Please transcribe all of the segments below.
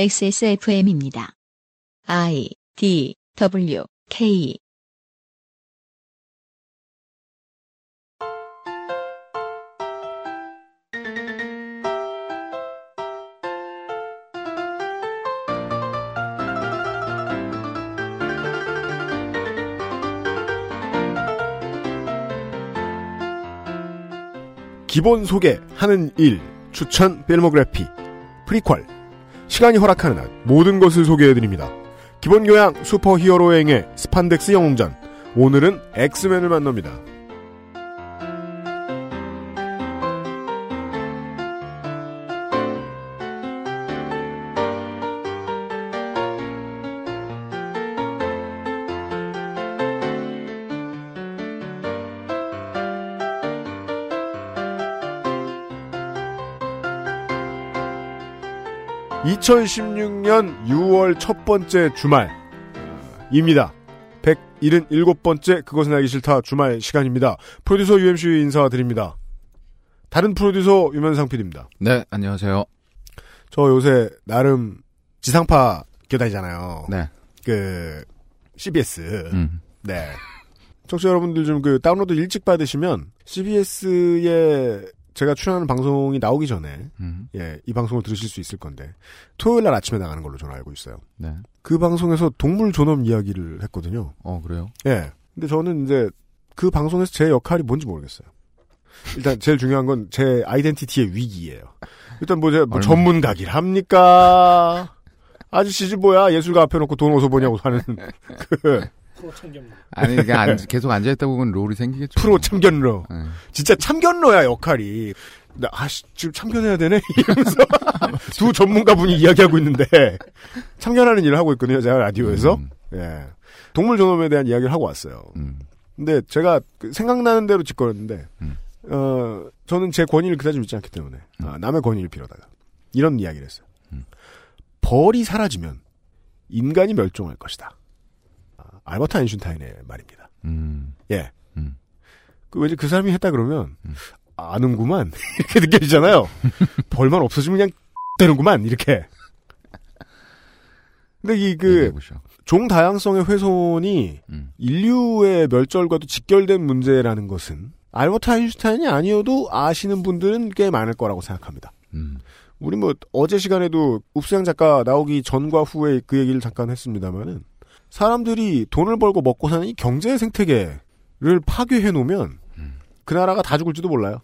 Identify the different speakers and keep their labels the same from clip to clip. Speaker 1: XSFM입니다. I D W K
Speaker 2: 기본 소개, 하는 일, 추천 필모그래피, 프리퀄. 시간이 허락하는 한 모든 것을 소개해드립니다. 기본 교양 슈퍼 히어로행의 스판덱스 영웅전. 오늘은 엑스맨을 만납니다. 이 2016년 6월 첫 번째 주말입니다. 177번째 그것은 알기 싫다 주말 시간입니다. 프로듀서 UMC 인사드립니다. 다른 프로듀서 유면상 PD입니다.
Speaker 3: 네, 안녕하세요.
Speaker 2: 어, 저 요새 나름 지상파 교단이잖아요.
Speaker 3: 네.
Speaker 2: 그 CBS.
Speaker 3: 음.
Speaker 2: 네. 청취자 여러분들 좀 그 다운로드 일찍 받으시면 CBS에 제가 출연하는 방송이 나오기 전에
Speaker 3: 음.
Speaker 2: 예, 이 방송을 들으실 수 있을 건데 토요일 날 아침에 나가는 걸로 저는 알고 있어요.
Speaker 3: 네.
Speaker 2: 그 방송에서 동물 존엄 이야기를 했거든요.
Speaker 3: 어, 그래요?
Speaker 2: 예. 근데 저는 이제 그 방송에서 제 역할이 뭔지 모르겠어요. 일단 제일 중요한 건 제 아이덴티티의 위기예요. 일단 뭐 제가 뭐
Speaker 3: 얼마나-
Speaker 2: 전문가길 합니까? 아저씨지 뭐야 예술가 앞에 놓고 돈 어디서 보냐고 하는 그
Speaker 3: 아니, 이게 안- 계속 앉아있다 보면 롤이 생기겠죠.
Speaker 2: 프로 참견러
Speaker 3: 네.
Speaker 2: 진짜 참견러야 역할이 나 아씨 지금 참견해야 되네 이러면서 두 전문가분이 이야기하고 있는데 참견하는 일을 하고 있거든요 제가 라디오에서
Speaker 3: 음,
Speaker 2: 예. 동물 존엄에 대한 이야기를 하고 왔어요.
Speaker 3: 음.
Speaker 2: 근데 제가 그 생각나는 대로 짓거렸는데
Speaker 3: 음.
Speaker 2: 어, 저는 제 권위를 그다지 믿지 않기 때문에 아, 남의 권위를 빌어다가 이런 이야기를 했어요.
Speaker 3: 음.
Speaker 2: 벌이 사라지면 인간이 멸종할 것이다. 아, 알버트 아인슈타인의 말입니다.
Speaker 3: 음.
Speaker 2: 예.
Speaker 3: 음.
Speaker 2: 그 왠지 그 사람이 했다 그러면
Speaker 3: 음.
Speaker 2: 아는구만 이렇게 느껴지잖아요. 벌만 없어지면 그냥 되는구만 이렇게. 근데 이 그 종
Speaker 3: 네, 얘기해보시죠.
Speaker 2: 다양성의 훼손이
Speaker 3: 음.
Speaker 2: 인류의 멸절과도 직결된 문제라는 것은 알버트 아인슈타인이 아니어도 아시는 분들은 꽤 많을 거라고 생각합니다.
Speaker 3: 음.
Speaker 2: 우리 뭐 어제 시간에도 읍수양 작가 나오기 전과 후에 그 얘기를 잠깐 했습니다만은 사람들이 돈을 벌고 먹고 사는 이 경제 생태계를 파괴해 놓으면 그 나라가 다 죽을지도 몰라요.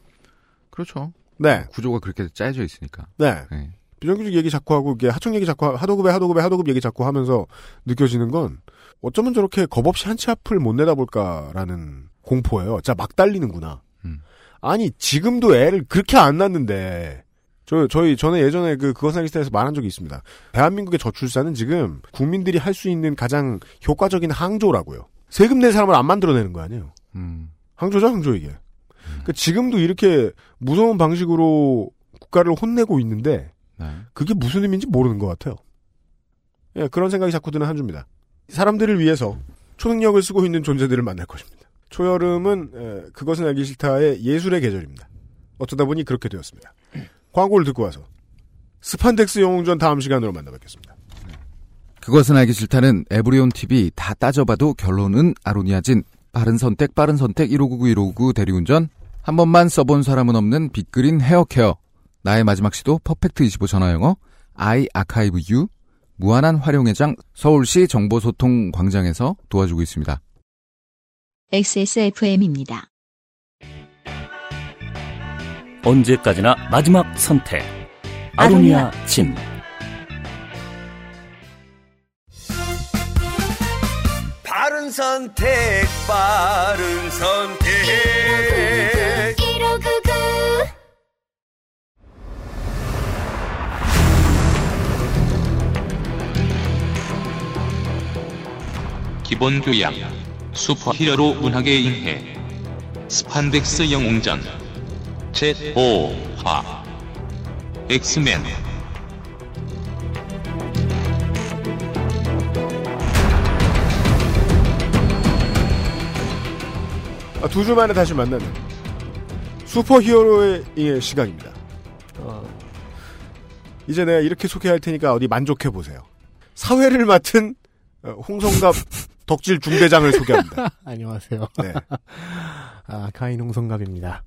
Speaker 3: 그렇죠.
Speaker 2: 네,
Speaker 3: 구조가 그렇게 짜여져 있으니까.
Speaker 2: 네.
Speaker 3: 네.
Speaker 2: 비정규직 얘기 자꾸 하고 이게 하청 얘기 자꾸 하- 하도급에 하도급에 하도급 얘기 자꾸 하면서 느껴지는 건 어쩌면 저렇게 겁 없이 한 치 앞을 못 내다볼까라는 공포예요. 진짜 막 달리는구나.
Speaker 3: 음.
Speaker 2: 아니 지금도 애를 그렇게 안 낳는데 저 저희 전에 예전에 그 그것은 리스타에서 말한 적이 있습니다. 대한민국의 저출산은 지금 국민들이 할 수 있는 가장 효과적인 항조라고요. 세금 낼 사람을 안 만들어내는 거 아니에요?
Speaker 3: 음.
Speaker 2: 항조죠, 항조 이게. 그러니까 지금도 이렇게 무서운 방식으로 국가를 혼내고 있는데
Speaker 3: 네.
Speaker 2: 그게 무슨 의미인지 모르는 것 같아요. 예, 그런 생각이 자꾸 드는 한 주입니다. 사람들을 위해서 초능력을 쓰고 있는 존재들을 만날 것입니다. 초여름은 에, 그것은 알기 싫다의 예술의 계절입니다. 어쩌다 보니 그렇게 되었습니다. 광고를 듣고 와서 스판덱스 영웅전 다음 시간으로 만나뵙겠습니다.
Speaker 3: 그것은 알기 싫다는 에브리온 TV 다 따져봐도 결론은 아로니아진. 빠른 선택, 빠른 선택 1599 1599 대리운전. 한 번만 써본 사람은 없는 빅그린 헤어케어. 나의 마지막 시도 퍼펙트 25 전화영어. 아이 아카이브 유. 무한한 활용회장 서울시 정보소통 광장에서 도와주고 있습니다.
Speaker 1: XSFM입니다.
Speaker 4: 언제까지나 마지막 선택. 아로니아 진.
Speaker 5: 바른 선택, 바른 선택.
Speaker 6: 기본 교양 슈퍼히어로 문학의 인해 스판덱스 영웅전 제5화 엑스맨
Speaker 2: 아, 두 주 만에 다시 만나는
Speaker 3: 어.
Speaker 2: 슈퍼히어로의 예, 시간입니다. 이제 내가 이렇게 소개할 테니까 어디 만족해 보세요. 사회를 맡은 어, 홍성갑 덕질 중대장을 소개합니다.
Speaker 7: 안녕하세요.
Speaker 2: 네.
Speaker 7: 아, 가인홍성갑입니다.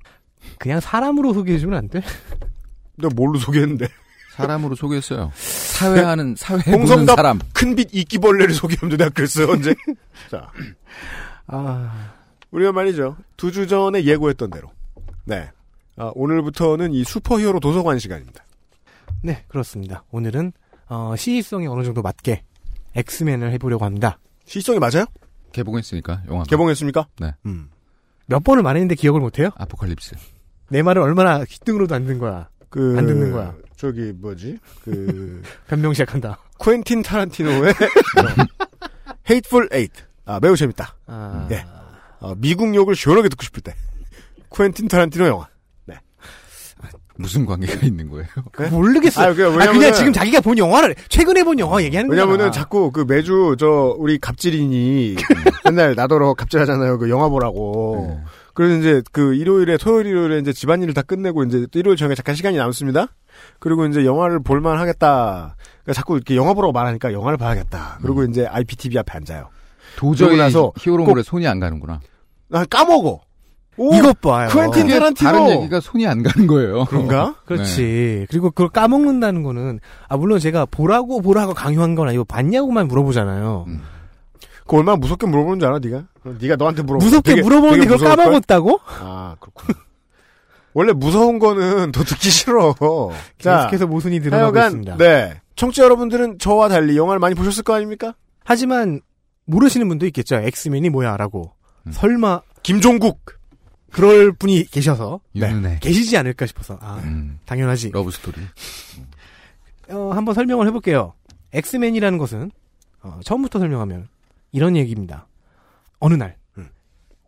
Speaker 7: 그냥 사람으로 소개해주면 안 돼?
Speaker 2: 근데 뭘로 소개했는데?
Speaker 3: 사람으로 소개했어요. 네. 사회하는 사회 보는
Speaker 2: 홍성갑
Speaker 3: 사람.
Speaker 2: 큰빛 이끼벌레를 소개하면 내가 글쎄 언제. 자,
Speaker 7: 아,
Speaker 2: 우리가 말이죠. 두 주 전에 예고했던 대로. 네. 아, 오늘부터는 이 슈퍼히어로 도서관 시간입니다.
Speaker 7: 네, 그렇습니다. 오늘은, 어, 시의성에 어느 정도 맞게 엑스맨을 해보려고 합니다.
Speaker 2: 시성이 맞아요?
Speaker 3: 개봉했으니까 영화.
Speaker 2: 개봉했습니까?
Speaker 3: 네.
Speaker 2: 음.
Speaker 7: 몇 번을 말했는데 기억을 못해요?
Speaker 3: 아포칼립스.
Speaker 7: 내 말을 얼마나 귀등으로도 안 든 거야.
Speaker 2: 그
Speaker 7: 안 듣는 거야.
Speaker 2: 저기 뭐지? 그
Speaker 7: 변명 시작한다.
Speaker 2: 쿠엔틴 타란티노의 헤이트풀 에이트. 아, 매우 재밌다.
Speaker 7: 아,
Speaker 2: 네. 어, 미국 욕을 시원하게 듣고 싶을 때. 쿠엔틴 타란티노 영화.
Speaker 3: 무슨 관계가 있는 거예요?
Speaker 7: 모르겠어요.
Speaker 2: 아, 그,
Speaker 7: 아, 그냥 지금 자기가 본 영화를, 최근에 본 영화 얘기하는 거야.
Speaker 2: 왜냐면은 자꾸 그 매주 저 우리 갑질인이 맨날 나더러 갑질하잖아요. 그 영화 보라고.
Speaker 3: 네.
Speaker 2: 그래서 이제 그 일요일에 토요일 일요일에 이제 집안일을 다 끝내고 이제 또 일요일 저녁에 잠깐 시간이 남습니다. 그리고 이제 영화를 볼만 하겠다. 그러니까 자꾸 이렇게 영화 보라고 말하니까 영화를 봐야겠다. 그리고 이제 IPTV 앞에 앉아요.
Speaker 3: 도저히
Speaker 2: 그러고 나서
Speaker 3: 히어로물에 손이 안 가는구나.
Speaker 2: 난 까먹어. 오,
Speaker 7: 이것 봐요.
Speaker 2: 쿠엔틴
Speaker 3: 그게
Speaker 2: 타란티노.
Speaker 3: 다른 얘기가 손이 안 가는 거예요.
Speaker 2: 그런가?
Speaker 7: 그렇지. 그리고 그걸 까먹는다는 거는, 아, 물론 제가 보라고 보라고 강요한 건 아니고 봤냐고만 물어보잖아요.
Speaker 3: 음.
Speaker 2: 그 얼마나 무섭게 물어보는 줄 알아, 네가? 그럼 네가 너한테 물어보.
Speaker 7: 무섭게
Speaker 2: 되게-
Speaker 7: 물어보는데
Speaker 2: 되게
Speaker 7: 그걸
Speaker 2: 무서울걸?
Speaker 7: 까먹었다고?
Speaker 2: 아 그렇군. 원래 무서운 거는 더 듣기 싫어.
Speaker 7: 계속해서 모순이 드러나고 있습니다.
Speaker 2: 네. 청취자 여러분들은 저와 달리 영화를 많이 보셨을 거 아닙니까?
Speaker 7: 하지만 모르시는 분도 있겠죠. 엑스맨이 뭐야라고.
Speaker 3: 음.
Speaker 7: 설마
Speaker 2: 김종국.
Speaker 7: 그럴 분이 계셔서
Speaker 2: 네.
Speaker 3: 윤은혜.
Speaker 7: 계시지 않을까 싶어서. 아,
Speaker 3: 음,
Speaker 7: 당연하지.
Speaker 3: 러브 스토리.
Speaker 7: 어, 한번 설명을 해볼게요. 엑스맨이라는 것은 어, 처음부터 설명하면 이런 얘기입니다. 어느 날,
Speaker 2: 음.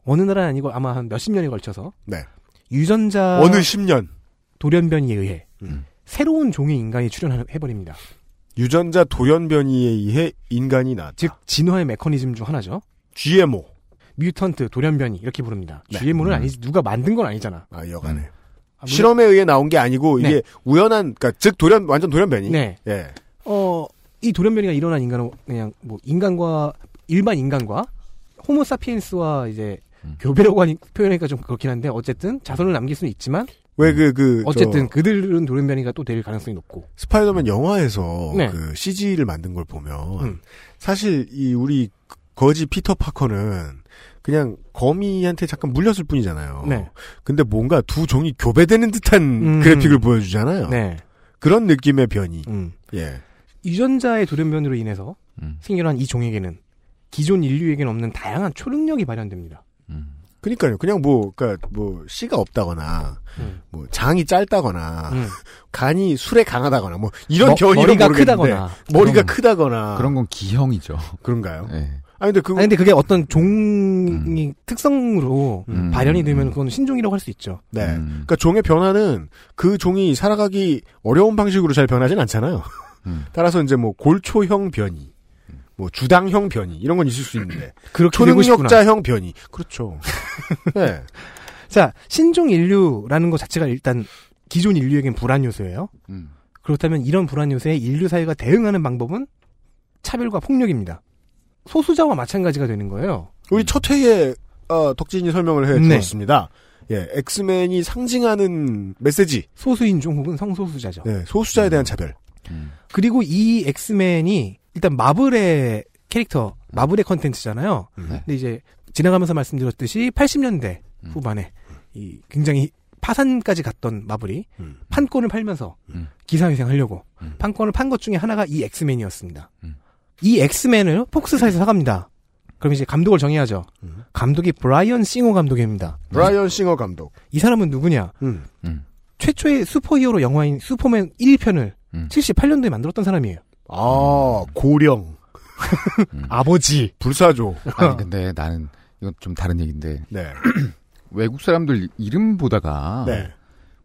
Speaker 7: 어느 날은 아니고 아마 한 몇십 년에 걸쳐서
Speaker 2: 네.
Speaker 7: 유전자
Speaker 2: 어느 10년
Speaker 7: 돌연변이에 의해
Speaker 2: 음.
Speaker 7: 새로운 종의 인간이 출현해버립니다.
Speaker 2: 유전자 돌연변이에 의해 인간이 낳았다. 뭐.
Speaker 7: 즉 진화의 메커니즘 중 하나죠.
Speaker 2: GMO.
Speaker 7: 뮤턴트, 돌연변이 이렇게 부릅니다.
Speaker 2: 네.
Speaker 7: GMO는
Speaker 3: 음.
Speaker 7: 아니지 누가 만든 건 아니잖아.
Speaker 2: 아 여간에
Speaker 3: 음.
Speaker 7: 아, 물론-
Speaker 2: 실험에 의해 나온 게 아니고
Speaker 7: 네.
Speaker 2: 이게 우연한 그러니까 즉 돌연 완전 돌연변이.
Speaker 7: 네.
Speaker 2: 예.
Speaker 7: 어, 이 돌연변이가 일어난 인간은 그냥 뭐 인간과 일반 인간과 호모사피엔스와 이제
Speaker 3: 음.
Speaker 7: 교배라고 하니 표현하니까 좀 그렇긴 한데 어쨌든 자손을 남길 수는 있지만
Speaker 2: 왜 그 그
Speaker 7: 어쨌든 그들은 돌연변이가 또 될 가능성이 높고
Speaker 2: 스파이더맨 영화에서
Speaker 7: 네.
Speaker 2: 그 CG를 만든 걸 보면
Speaker 7: 음.
Speaker 2: 사실 이 우리 거지 피터 파커는 그냥 거미한테 잠깐 물렸을 뿐이잖아요.
Speaker 7: 네.
Speaker 2: 근데 뭔가 두 종이 교배되는 듯한
Speaker 7: 음.
Speaker 2: 그래픽을 보여주잖아요.
Speaker 7: 네.
Speaker 2: 그런 느낌의 변이.
Speaker 7: 음.
Speaker 2: 예.
Speaker 7: 유전자의 돌연변이로 인해서
Speaker 3: 음,
Speaker 7: 생겨난 이 종에게는 기존 인류에게는 없는 다양한 초능력이 발현됩니다.
Speaker 3: 음.
Speaker 2: 그러니까요. 그냥 뭐, 그러니까 뭐 씨가 없다거나
Speaker 7: 음.
Speaker 2: 뭐 장이 짧다거나
Speaker 7: 음.
Speaker 2: 간이 술에 강하다거나 뭐 아, 이런
Speaker 7: 머-
Speaker 2: 변이는
Speaker 7: 머리가
Speaker 2: 모르겠는데
Speaker 7: 크다거나
Speaker 2: 머리가
Speaker 3: 그런-
Speaker 2: 크다거나
Speaker 3: 그런 건 기형이죠.
Speaker 2: 그런가요?
Speaker 3: 네.
Speaker 2: 아니 근데 그
Speaker 7: 아니 근데 그게 어떤 종이 특성으로
Speaker 3: 음.
Speaker 7: 발현이 되면
Speaker 3: 음.
Speaker 7: 그건 신종이라고 할 수 있죠.
Speaker 2: 네.
Speaker 3: 음.
Speaker 2: 그러니까 종의 변화는 그 종이 살아가기 어려운 방식으로 잘 변하진 않잖아요.
Speaker 3: 음.
Speaker 2: 따라서 이제 뭐 골초형 변이, 뭐 주당형 변이 이런 건 있을 수 있는데
Speaker 7: 그렇게 되고 싶구나.
Speaker 2: 초능력자형 변이 그렇죠. 네.
Speaker 7: 자, 신종 인류라는 것 자체가 일단 기존 인류에겐 불안 요소예요.
Speaker 2: 그-
Speaker 3: 음.
Speaker 7: 그렇다면 이런 불안 요소에 인류 사회가 대응하는 방법은 차별과 폭력입니다. 소수자와 마찬가지가 되는 거예요.
Speaker 2: 우리 첫 회에 어, 덕진이 설명을 해
Speaker 7: 네.
Speaker 2: 주었습니다. 예, 엑스맨이 상징하는 메시지,
Speaker 7: 소수인종 혹은 성소수자죠.
Speaker 2: 네, 소수자에 대한 차별.
Speaker 3: 음.
Speaker 7: 그리고 이 엑스맨이 일단 마블의 캐릭터, 마블의 컨텐츠잖아요.
Speaker 3: 네.
Speaker 7: 근데 이제 지나가면서 말씀드렸듯이 80년대
Speaker 3: 음.
Speaker 7: 후반에 이 굉장히 파산까지 갔던 마블이
Speaker 2: 음.
Speaker 7: 판권을 팔면서
Speaker 3: 음.
Speaker 7: 기사회생하려고
Speaker 3: 음.
Speaker 7: 판권을 판 것 중에 하나가 이 엑스맨이었습니다.
Speaker 3: 음.
Speaker 7: 이 엑스맨을 폭스사에서 사갑니다. 그럼 이제 감독을 정해야죠.
Speaker 2: 음.
Speaker 7: 감독이 브라이언 싱어 감독입니다.
Speaker 2: 브라이언 싱어 감독.
Speaker 7: 이 사람은 누구냐?
Speaker 2: 음.
Speaker 7: 최초의 슈퍼히어로 영화인 슈퍼맨 1편을
Speaker 3: 음.
Speaker 7: 78년도에 만들었던 사람이에요.
Speaker 2: 아,
Speaker 7: 음.
Speaker 2: 고령,
Speaker 7: 아버지.
Speaker 2: 불사조.
Speaker 3: 아니 근데 나는 이건 좀 다른 얘기인데
Speaker 2: 네.
Speaker 3: 외국 사람들 이름
Speaker 7: 아.
Speaker 3: 보다가
Speaker 2: 네.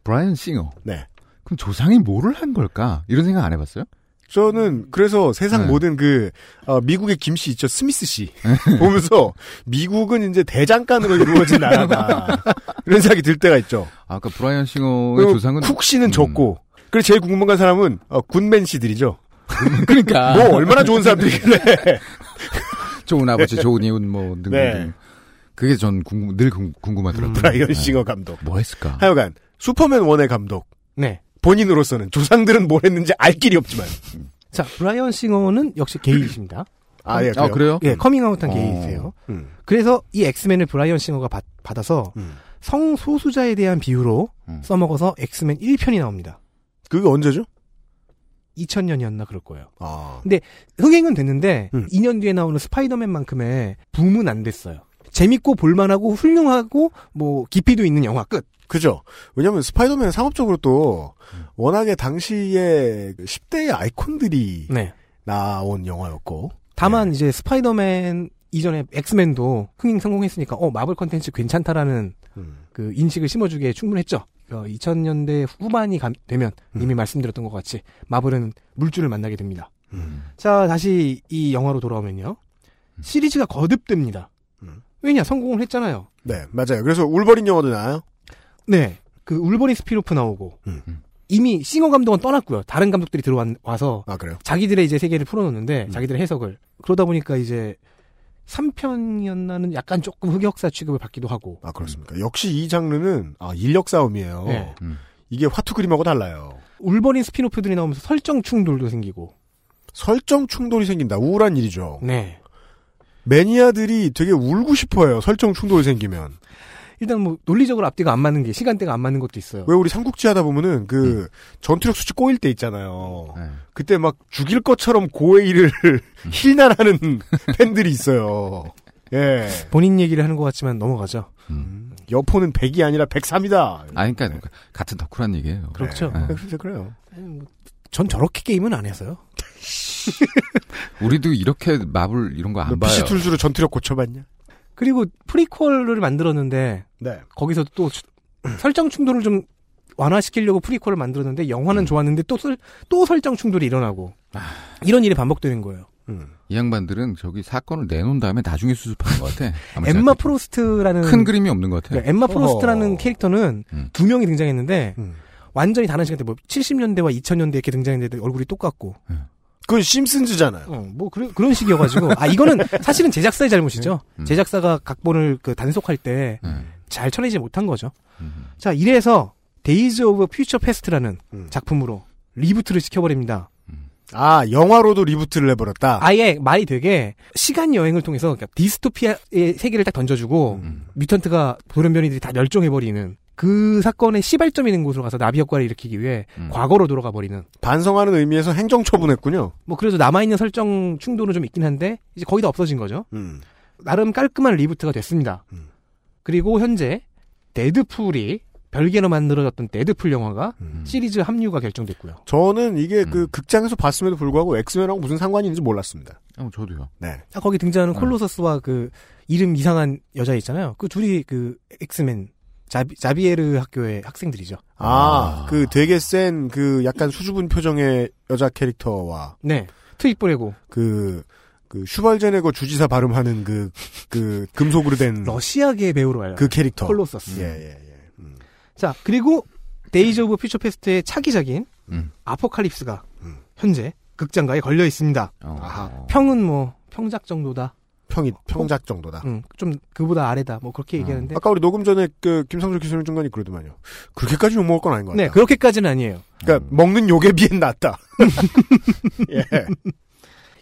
Speaker 3: 브라이언 싱어
Speaker 2: 네.
Speaker 3: 그럼 조상이 뭐를 한 걸까 이런 생각 안 해봤어요?
Speaker 2: 저는 그래서 세상
Speaker 3: 네.
Speaker 2: 모든 그 어, 미국의 김씨 있죠 스미스 씨 보면서 미국은 이제 대장간으로 이루어진 나라다 이런 생각이 들 때가 있죠.
Speaker 3: 아까 그러니까 브라이언 싱어의
Speaker 2: 그리고
Speaker 3: 어, 조상은
Speaker 2: 쿡 씨는
Speaker 3: 음.
Speaker 2: 적고 그리고 제일 궁금한 건 사람은 어, 군맨 씨들이죠.
Speaker 3: 그러니까
Speaker 2: 뭐 얼마나 좋은 사람들이길래
Speaker 3: 좋은 아버지, 좋은 이웃 뭐 등등.
Speaker 2: 네. 음,
Speaker 3: 그게 전 궁금, 늘 궁- 궁금하더라고요.
Speaker 2: 브라이언
Speaker 3: 네.
Speaker 2: 싱어 감독.
Speaker 3: 뭐 했을까?
Speaker 2: 하여간 슈퍼맨 원의 감독
Speaker 7: 네.
Speaker 2: 본인으로서는 조상들은 뭘 했는지 알 길이 없지만
Speaker 7: 자, 브라이언 싱어는 역시 게이이십니다.
Speaker 2: 아예
Speaker 3: 아 그래요?
Speaker 7: 예, 커밍아웃한
Speaker 3: 어.
Speaker 7: 게이세요.
Speaker 2: 음.
Speaker 7: 그래서 이 엑스맨을 브라이언 싱어가 받, 받아서 성소수자에 대한 비유로
Speaker 3: 음.
Speaker 7: 써먹어서 엑스맨 1편이 나옵니다.
Speaker 2: 그게 언제죠?
Speaker 7: 2000년이었나 그럴 거예요.
Speaker 2: 아
Speaker 7: 흥행은 됐는데
Speaker 2: 음.
Speaker 7: 2년 뒤에 나오는 스파이더맨만큼의 붐은 안 됐어요. 재밌고 볼만하고 훌륭하고 뭐 깊이도 있는 영화 끝.
Speaker 2: 그죠. 왜냐하면 스파이더맨 상업적으로 또
Speaker 7: 음.
Speaker 2: 워낙에 당시에 10대의 아이콘들이
Speaker 7: 네.
Speaker 2: 나온 영화였고
Speaker 3: 네.
Speaker 7: 다만 이제 스파이더맨 이전에 엑스맨도 흥행 성공했으니까 어 마블 컨텐츠 괜찮다라는
Speaker 2: 음.
Speaker 7: 그 인식을 심어주기에 충분했죠. 2000년대 후반이 감- 되면 이미 말씀드렸던 것 같이 마블은 물줄을 만나게 됩니다.
Speaker 2: 음.
Speaker 7: 자 다시 이 영화로 돌아오면요 시리즈가 거듭됩니다.
Speaker 2: 음.
Speaker 7: 왜냐 성공을 했잖아요.
Speaker 2: 네 맞아요. 그래서 울버린 영화도 나요.
Speaker 7: 네. 그 울버린 스피로프 나오고
Speaker 2: 음.
Speaker 7: 이미 싱어 감독은 떠났고요. 다른 감독들이 들어와서
Speaker 2: 아 그래요.
Speaker 7: 자기들의 이제 세계를 풀어놓는데
Speaker 2: 음.
Speaker 7: 자기들의 해석을 그러다 보니까 이제 3편이었나는 약간 조금 흑역사 취급을 받기도 하고
Speaker 2: 아 그렇습니까. 역시 이 장르는 아 인력 싸움이에요.
Speaker 7: 음. 네.
Speaker 3: 음.
Speaker 2: 이게 화투 그림하고 달라요.
Speaker 7: 울버린 스피노프들이 나오면서 설정 충돌도 생기고
Speaker 2: 설정 충돌이 생긴다. 우울한 일이죠.
Speaker 7: 네
Speaker 2: 매니아들이 되게 울고 싶어해요. 설정 충돌이 생기면.
Speaker 7: 일단 뭐 논리적으로 앞뒤가 안 맞는 게 시간대가 안 맞는 것도 있어요
Speaker 2: 왜 우리 삼국지 하다 보면은 그
Speaker 7: 음.
Speaker 2: 전투력 수치 꼬일 때 있잖아요.
Speaker 3: 네.
Speaker 2: 그때 막 죽일 것처럼 고해이를 힐난하는 팬들이 있어요. 예.
Speaker 7: 본인 얘기를 하는 것 같지만 넘어가죠
Speaker 2: 여포는 100이 아니라 103이다.
Speaker 3: 아니 그러니까 같은 덕후란 얘기예요.
Speaker 7: 그렇죠
Speaker 3: 네.
Speaker 2: 그래서 그래요.
Speaker 7: 전 저렇게 게임은 안 해서요
Speaker 3: 우리도 이렇게 마블 이런 거
Speaker 7: 네,
Speaker 3: 안 봐요.
Speaker 2: PC 툴스로 전투력 고쳐봤냐?
Speaker 7: 그리고 프리퀄을 만들었는데
Speaker 2: 네.
Speaker 7: 거기서 또 추- 설정 충돌을 좀 완화시키려고 프리퀄을 만들었는데 영화는
Speaker 3: 음.
Speaker 7: 좋았는데 또, 설, 또 설정 충돌이 일어나고
Speaker 3: 아.
Speaker 7: 이런 일이 반복되는 거예요.
Speaker 3: 이 양반들은 저기 사건을 내놓은 다음에 나중에 수습하는 것 같아. 아무리
Speaker 7: 엠마
Speaker 3: 생각해도.
Speaker 7: 프로스트라는
Speaker 3: 큰 그림이 없는 것 같아.
Speaker 7: 그러니까 엠마 프로스트라는
Speaker 2: 어허.
Speaker 7: 캐릭터는
Speaker 3: 음.
Speaker 7: 두 명이 등장했는데
Speaker 2: 음.
Speaker 7: 완전히 다른 시간대 뭐 70년대와 2000년대 이렇게 등장했는데 얼굴이 똑같고
Speaker 2: 그건 심슨즈잖아요.
Speaker 7: 어, 뭐 그런 그런 식이어가지고 아 이거는 사실은 제작사의 잘못이죠.
Speaker 3: 음.
Speaker 7: 제작사가 각본을 그 단속할 때 잘
Speaker 3: 네.
Speaker 7: 쳐내지 못한 거죠.
Speaker 3: 음.
Speaker 7: 자 이래서 데이즈 오브 퓨처 페스트라는
Speaker 2: 음.
Speaker 7: 작품으로 리부트를 시켜버립니다.
Speaker 2: 아, 영화로도 리부트를 해버렸다.
Speaker 7: 아예 말이 되게 시간 여행을 통해서 그러니까 디스토피아의 세계를 딱 던져주고
Speaker 3: 음.
Speaker 7: 뮤턴트가 돌연변이들이 다 멸종해버리는 그 사건의 시발점이 있는 곳으로 가서 나비 효과를 일으키기 위해
Speaker 3: 음.
Speaker 7: 과거로 돌아가 버리는
Speaker 2: 반성하는 의미에서 행정 처분했군요.
Speaker 7: 뭐 그래도 남아있는 설정 충돌은 좀 있긴 한데 이제 거의 다 없어진 거죠
Speaker 2: 음.
Speaker 7: 나름 깔끔한 리부트가 됐습니다
Speaker 2: 음.
Speaker 7: 그리고 현재 데드풀이 별개로 만들어졌던 데드풀 영화가
Speaker 2: 음.
Speaker 7: 시리즈 합류가 결정됐고요
Speaker 2: 저는 이게 그
Speaker 3: 음.
Speaker 2: 극장에서 봤음에도 불구하고 엑스맨하고 무슨 상관이 있는지 몰랐습니다.
Speaker 3: 어, 저도요.
Speaker 2: 네.
Speaker 7: 아, 거기 등장하는
Speaker 3: 음.
Speaker 7: 콜로서스와 그 이름 이상한 여자 있잖아요. 그 둘이 그 엑스맨 자비, 자비에르 학교의 학생들이죠.
Speaker 2: 아,
Speaker 3: 아.
Speaker 2: 그 되게 센 그 약간 수줍은 표정의 여자 캐릭터와
Speaker 7: 네. 트윗 보내고
Speaker 2: 그, 그 슈발제네거 주지사 발음하는 그, 그 금속으로 된 그
Speaker 7: 러시아계 배우로 알려.
Speaker 2: 캐릭터.
Speaker 7: 콜로서스.
Speaker 2: 예, 예, 예. 음.
Speaker 7: 자 그리고 데이즈 오브 퓨처 페스트의 차기작인
Speaker 3: 음.
Speaker 7: 아포칼립스가
Speaker 2: 음.
Speaker 7: 현재 극장가에 걸려 있습니다.
Speaker 3: 어.
Speaker 2: 아하.
Speaker 7: 평은 뭐 평작 정도다.
Speaker 2: 평이, 평작 정도다.
Speaker 7: 어, 음, 좀 그보다 아래다. 뭐 그렇게 얘기하는데.
Speaker 2: 아까 우리 아. 녹음 전에 그 김상조 기술중간이 그러더만요. 그렇게까지 욕먹을 건 아닌 것
Speaker 7: 네
Speaker 2: 같아요.
Speaker 7: 그렇게까지는 음. 아니에요.
Speaker 2: 그러니까 먹는 욕에 비엔 낫다. 예.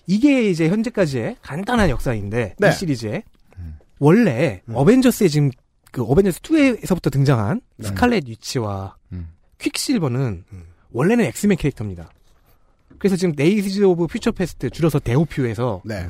Speaker 7: 이게 이제 현재까지의 간단한 역사인데
Speaker 2: 네.
Speaker 7: 이 시리즈에
Speaker 3: 음.
Speaker 7: 원래
Speaker 2: 음.
Speaker 7: 어벤져스에 지금 그 어벤져스 2에서부터 등장한 스칼렛 위치와
Speaker 3: 음.
Speaker 7: 퀵실버는
Speaker 2: 네. 음.
Speaker 7: 원래는 엑스맨 캐릭터입니다. 그래서 지금 데이즈 오브 퓨처 페스트 줄여서 데오퓨에서
Speaker 2: 네.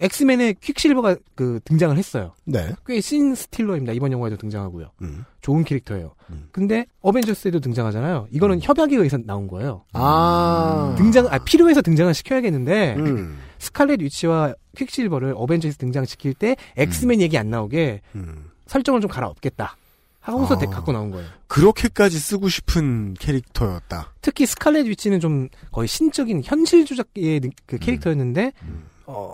Speaker 7: 엑스맨의 퀵실버가 그 등장을 했어요.
Speaker 2: 네.
Speaker 7: 꽤 신 스틸러입니다. 이번 영화에도 등장하고요.
Speaker 2: 음.
Speaker 7: 좋은 캐릭터예요.
Speaker 2: 음.
Speaker 7: 근데 어벤져스에도 등장하잖아요. 이거는 협약에 의해서 나온 거예요.
Speaker 2: 아.
Speaker 7: 등장 아 필요해서 등장을 시켜야겠는데
Speaker 2: 음.
Speaker 7: 스칼렛 위치와 퀵실버를 어벤져스 등장시킬 때 엑스맨 얘기 안 나오게
Speaker 2: 음.
Speaker 7: 설정을 좀 갈아엎겠다 하고서
Speaker 2: 아.
Speaker 7: 덱 갖고 나온 거예요.
Speaker 2: 그렇게까지 쓰고 싶은 캐릭터였다.
Speaker 7: 특히
Speaker 3: 음.
Speaker 7: 스칼렛 위치는 좀 거의 신적인 현실 조작의 느- 그 캐릭터였는데
Speaker 2: 음.
Speaker 7: 어,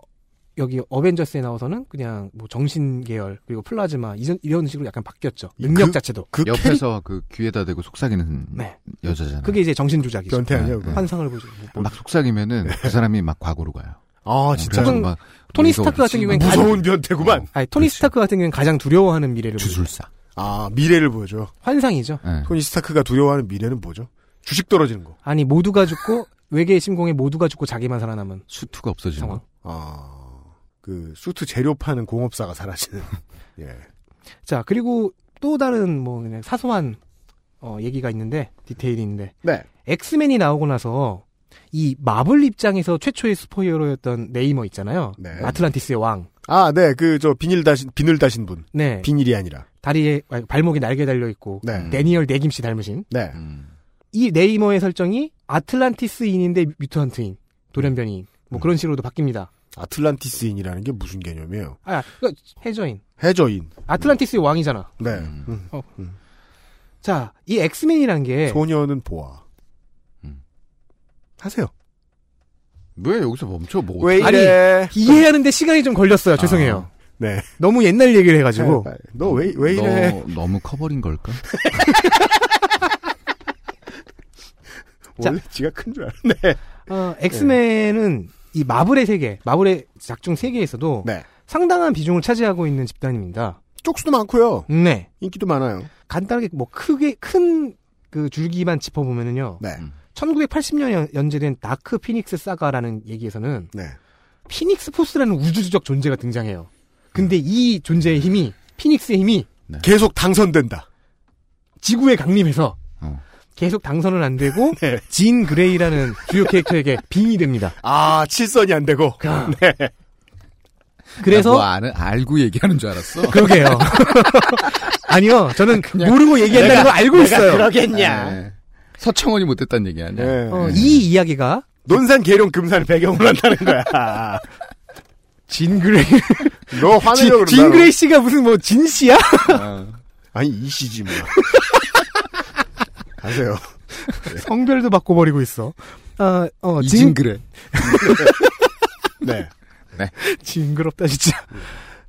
Speaker 7: 여기 어벤져스에 나와서는 그냥 뭐 정신 계열 그리고 플라즈마 이런 이런 식으로 약간 바뀌었죠.
Speaker 2: 이
Speaker 7: 능력
Speaker 2: 그-
Speaker 7: 자체도.
Speaker 2: 그 캐릭
Speaker 3: 옆에서 그 귀에다 대고 속삭이는
Speaker 7: 네.
Speaker 3: 여자잖아요.
Speaker 7: 그게 이제 정신 조작이죠.
Speaker 2: 변태 아니야
Speaker 3: 네,
Speaker 2: 그거.
Speaker 7: 환상을 보죠.
Speaker 3: 막 속삭이면은
Speaker 7: 네.
Speaker 3: 그 사람이 막 과거로 가요. 어,
Speaker 2: 아
Speaker 3: 그래서
Speaker 2: 진짜
Speaker 7: 혹은
Speaker 3: 막
Speaker 7: 토니
Speaker 3: 무서워.
Speaker 7: 스타크 같은 경우엔
Speaker 2: 무서운 변태구만.
Speaker 7: 아니, 토니
Speaker 3: 그렇지.
Speaker 7: 스타크 같은 경우는 가장 두려워하는 미래를 보죠.
Speaker 3: 주술사.
Speaker 2: 아 미래를 보여줘.
Speaker 7: 환상이죠.
Speaker 3: 예.
Speaker 2: 토니 스타크가 두려워하는 미래는 뭐죠? 주식 떨어지는 거.
Speaker 7: 아니 모두가 죽고 외계 침공에 모두가 죽고 자기만 살아남은
Speaker 3: 수투가 없어지는
Speaker 7: 상황.
Speaker 3: 거.
Speaker 2: 아, 그 수트 재료 파는 공업사가 사라지는. 예.
Speaker 7: 자 그리고 또 다른 뭐 그냥 사소한 어, 얘기가 있는데 디테일이 있는데
Speaker 2: 네.
Speaker 7: 엑스맨이 나오고 나서 이 마블 입장에서 최초의 슈퍼히어로였던 네이머 있잖아요.
Speaker 2: 네.
Speaker 7: 아틀란티스의 왕.
Speaker 2: 아, 네. 그 저 비닐 다신 비늘 다신 분.
Speaker 7: 네.
Speaker 2: 비닐이 아니라.
Speaker 7: 다리에 아니, 발목에 날개 달려 있고
Speaker 2: 네.
Speaker 3: 음.
Speaker 7: 데니얼 네김씨 닮으신
Speaker 2: 네.
Speaker 3: 음.
Speaker 7: 이 네이머의 설정이 아틀란티스인인데 뮤턴트인 돌연변이인 뭐 그런 식으로도 바뀝니다.
Speaker 2: 아틀란티스인이라는 게 무슨 개념이에요?
Speaker 7: 아, 그 해저인.
Speaker 2: 해저인.
Speaker 7: 아틀란티스의 왕이잖아.
Speaker 2: 네.
Speaker 3: 음.
Speaker 2: 음.
Speaker 7: 자, 이 엑스맨이란 게
Speaker 2: 네. 소녀는 보아.
Speaker 3: 음.
Speaker 2: 하세요.
Speaker 3: 왜 여기서 멈춰? 뭐
Speaker 2: 왜
Speaker 7: 아니,
Speaker 2: 이래?
Speaker 7: 이해하는데 시간이 좀 걸렸어요. 죄송해요.
Speaker 2: 네.
Speaker 7: 아. 너무 옛날 얘기를 해가지고.
Speaker 2: 너왜 왜 이래?
Speaker 3: 너, 너무 커버린 걸까?
Speaker 2: 원래 지가 큰 줄 알았네.
Speaker 7: 어, 엑스맨은 이 마블의 세계, 마블의 작중 세계에서도
Speaker 2: 네.
Speaker 7: 상당한 비중을 차지하고 있는 집단입니다.
Speaker 2: 쪽수도 많고요.
Speaker 7: 네.
Speaker 2: 인기도 많아요.
Speaker 7: 간단하게 뭐 크게 큰 그 줄기만 짚어보면은요.
Speaker 2: 네.
Speaker 3: 음.
Speaker 7: 1980년 연재된 다크 피닉스 사가라는 얘기에서는
Speaker 2: 네.
Speaker 7: 피닉스 포스라는 우주적 존재가 등장해요. 근데 이 존재의 힘이 피닉스의 힘이
Speaker 2: 계속 당선된다.
Speaker 7: 지구에 강림해서
Speaker 3: 어.
Speaker 7: 계속 당선은 안 되고
Speaker 2: 네.
Speaker 7: 진 그레이라는 주요 캐릭터에게 빙이 됩니다.
Speaker 2: 아, 칠선이 안 되고. 네.
Speaker 3: 나 뭐
Speaker 7: 그래서
Speaker 3: 아는, 알고 얘기하는 줄 알았어.
Speaker 7: 그러게요. 아니요, 저는 모르고 얘기한다는 걸 알고 있어요. 네.
Speaker 3: 예. 서청원이 못했다는 얘기 아니야?
Speaker 2: 네.
Speaker 7: 어, 이 이야기가
Speaker 2: 논산 계룡 금산을 배경으로 한다는 거야.
Speaker 7: 진 그레이,
Speaker 2: 너 화내려
Speaker 7: 진,
Speaker 2: 그런다. 너.
Speaker 7: 그레이 씨가 무슨 뭐 진 씨야?
Speaker 2: 아니 이씨지 뭐. 가세요.
Speaker 7: 성별도 바꿔버리고 있어. 어, 어, 진,
Speaker 3: 이진그래.
Speaker 2: 네.
Speaker 7: 징그럽다 진짜.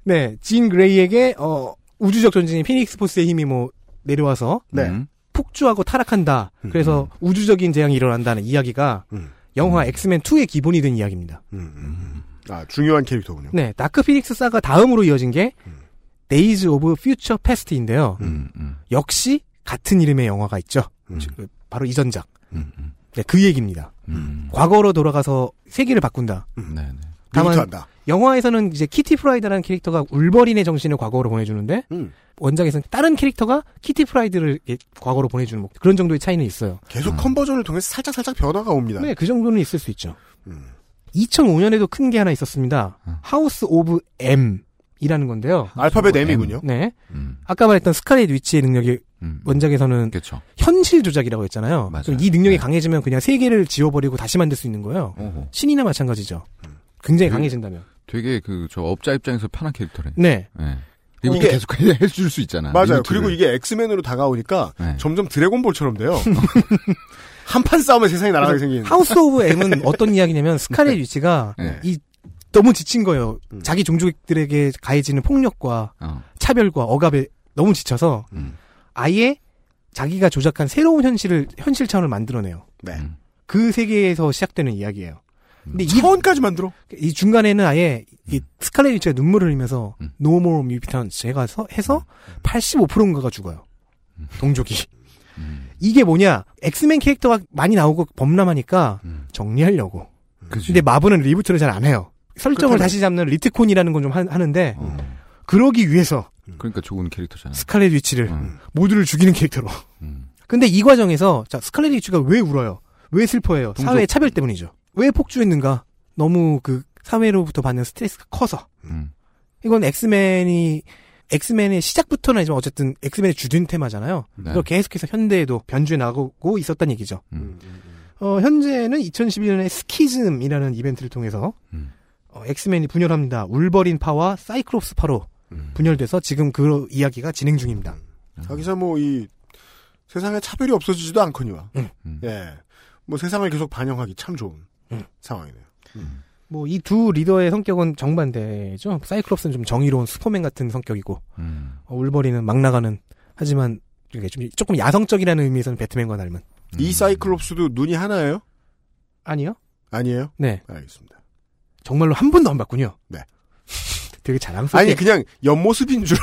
Speaker 7: 네, 진 그레이에게 어, 우주적 존재인 피닉스 포스의 힘이 뭐 내려와서
Speaker 2: 네.
Speaker 3: 음.
Speaker 7: 폭주하고 타락한다. 그래서 우주적인 재앙이 일어난다는 이야기가
Speaker 2: 음.
Speaker 7: 영화 엑스맨 2의 기본이 된 이야기입니다.
Speaker 2: 음, 음. 아 중요한 캐릭터군요.
Speaker 7: 네, 다크 피닉스 사가 다음으로 이어진 게 데이즈 오브 퓨처 패스트인데요.
Speaker 3: 음, 음,
Speaker 7: 역시 같은 이름의 영화가 있죠.
Speaker 2: 음.
Speaker 7: 즉, 바로 이전작.
Speaker 3: 음, 음,
Speaker 7: 네, 그 얘기입니다.
Speaker 3: 음.
Speaker 7: 과거로 돌아가서 세계를 바꾼다.
Speaker 3: 네, 네.
Speaker 7: 다만-
Speaker 2: 리부트한다.
Speaker 7: 영화에서는 이제 키티 프라이드라는 캐릭터가 울버린의 정신을 과거로 보내주는데
Speaker 2: 음.
Speaker 7: 원작에서는 다른 캐릭터가 키티 프라이드를 이렇게 과거로 보내주는 뭐 그런 정도의 차이는 있어요.
Speaker 2: 계속 컨버전을 통해서 살짝 살짝 변화가 옵니다.
Speaker 7: 네, 그 정도는 있을 수 있죠.
Speaker 2: 음.
Speaker 7: 2005년에도 큰 게 하나 있었습니다.
Speaker 3: 음.
Speaker 7: 하우스 오브 M이라는 건데요.
Speaker 2: 알파벳
Speaker 3: 뭐,
Speaker 2: M이군요.
Speaker 7: 네.
Speaker 3: 음,
Speaker 7: 아까 말했던 스카렛 위치의 능력이
Speaker 3: 음.
Speaker 2: 뭐,
Speaker 7: 원작에서는
Speaker 3: 그렇죠.
Speaker 7: 현실 조작이라고 했잖아요.
Speaker 3: 맞아요.
Speaker 7: 그럼 이
Speaker 3: 네.
Speaker 7: 능력이 강해지면 그냥 세계를 지워버리고 다시 만들 수 있는 거예요.
Speaker 3: 오호.
Speaker 7: 신이나 마찬가지죠.
Speaker 2: 음.
Speaker 7: 굉장히
Speaker 3: 그-
Speaker 7: 강해진다면.
Speaker 3: 되게 그 저 업자 입장에서 편한 캐릭터네.
Speaker 7: 네.
Speaker 3: 예. 이것도
Speaker 2: 이게-
Speaker 3: 계속 해줄 수 있잖아.
Speaker 2: 맞아요.
Speaker 3: 리미트를.
Speaker 2: 그리고 이게 엑스맨으로 다가오니까
Speaker 3: 네.
Speaker 2: 점점 드래곤볼처럼 돼요. 한판 싸움에 세상이 날아가게 생긴.
Speaker 7: 하우스 오브 M은 어떤 이야기냐면 스카렛 위치가
Speaker 3: 네.
Speaker 7: 이 너무 지친 거예요.
Speaker 2: 음.
Speaker 7: 자기 종족들에게 가해지는 폭력과
Speaker 3: 어.
Speaker 7: 차별과 억압에 너무 지쳐서
Speaker 3: 음.
Speaker 7: 아예 자기가 조작한 새로운 현실을 현실 차원을 만들어내요.
Speaker 2: 네. 음.
Speaker 3: 음.
Speaker 7: 그 세계에서 시작되는 이야기예요. 근데 이,
Speaker 2: 차원까지 만들어.
Speaker 7: 이 중간에는 아예 이 스칼렛 위치가 눈물을 흘리면서
Speaker 3: 음.
Speaker 7: No More Mutants 제가 서- 해서 85%인가가 죽어요.
Speaker 3: 음.
Speaker 7: 동족이. 이게 뭐냐? 엑스맨 캐릭터가 많이 나오고 범람하니까
Speaker 3: 음.
Speaker 7: 정리하려고.
Speaker 3: 그지.
Speaker 7: 근데 마블은 리부트를 잘 안 해요. 설정을
Speaker 2: 그렇다면-
Speaker 7: 다시 잡는 리트콘이라는 건 좀 하는데
Speaker 2: 음.
Speaker 3: 어.
Speaker 7: 그러기 위해서
Speaker 3: 그러니까 좋은 캐릭터잖아.
Speaker 7: 스칼렛 위치를
Speaker 3: 음.
Speaker 7: 모두를 죽이는 캐릭터로.
Speaker 3: 음.
Speaker 7: 근데 이 과정에서 자 스칼렛 위치가 왜 울어요? 왜 슬퍼해요?
Speaker 3: 동족-
Speaker 7: 사회의 차별 때문이죠. 왜 폭주했는가? 너무 그 사회로부터 받는 스트레스가 커서.
Speaker 3: 음.
Speaker 7: 이건 엑스맨이 엑스맨의 시작부터는 아니지만 어쨌든 엑스맨의 주된 테마잖아요.
Speaker 3: 네.
Speaker 7: 그걸 계속해서 현대에도 변주해 나가고 있었다는 얘기죠.
Speaker 3: 음.
Speaker 7: 어, 현재는 2011년에 스키즘이라는 이벤트를 통해서
Speaker 3: 음.
Speaker 7: 어, 엑스맨이 분열합니다. 울버린 파와 사이클롭스 파로
Speaker 2: 음.
Speaker 7: 분열돼서 지금 그 이야기가 진행 중입니다.
Speaker 2: 거기서 뭐 이 세상에 차별이 없어지지도 않거니와.
Speaker 7: 음.
Speaker 3: 음.
Speaker 2: 음. 예. 뭐 세상을 계속 반영하기 참 좋은 상황이네요.
Speaker 7: 뭐 이 두 리더의 성격은 정반대죠. 사이클롭스는 좀 정의로운 슈퍼맨 같은 성격이고
Speaker 3: 음.
Speaker 7: 어, 울버리는 막 나가는 하지만 이게 좀 조금 야성적이라는 의미에서는 배트맨과 닮은.
Speaker 3: 음.
Speaker 2: 이 사이클롭스도 눈이 하나예요?
Speaker 7: 아니요?
Speaker 2: 아니에요?
Speaker 7: 네.
Speaker 2: 알겠습니다.
Speaker 7: 정말로 한 번도 안 봤군요.
Speaker 2: 네.
Speaker 7: 되게 자랑스럽게
Speaker 2: 아니 그냥 옆모습인 줄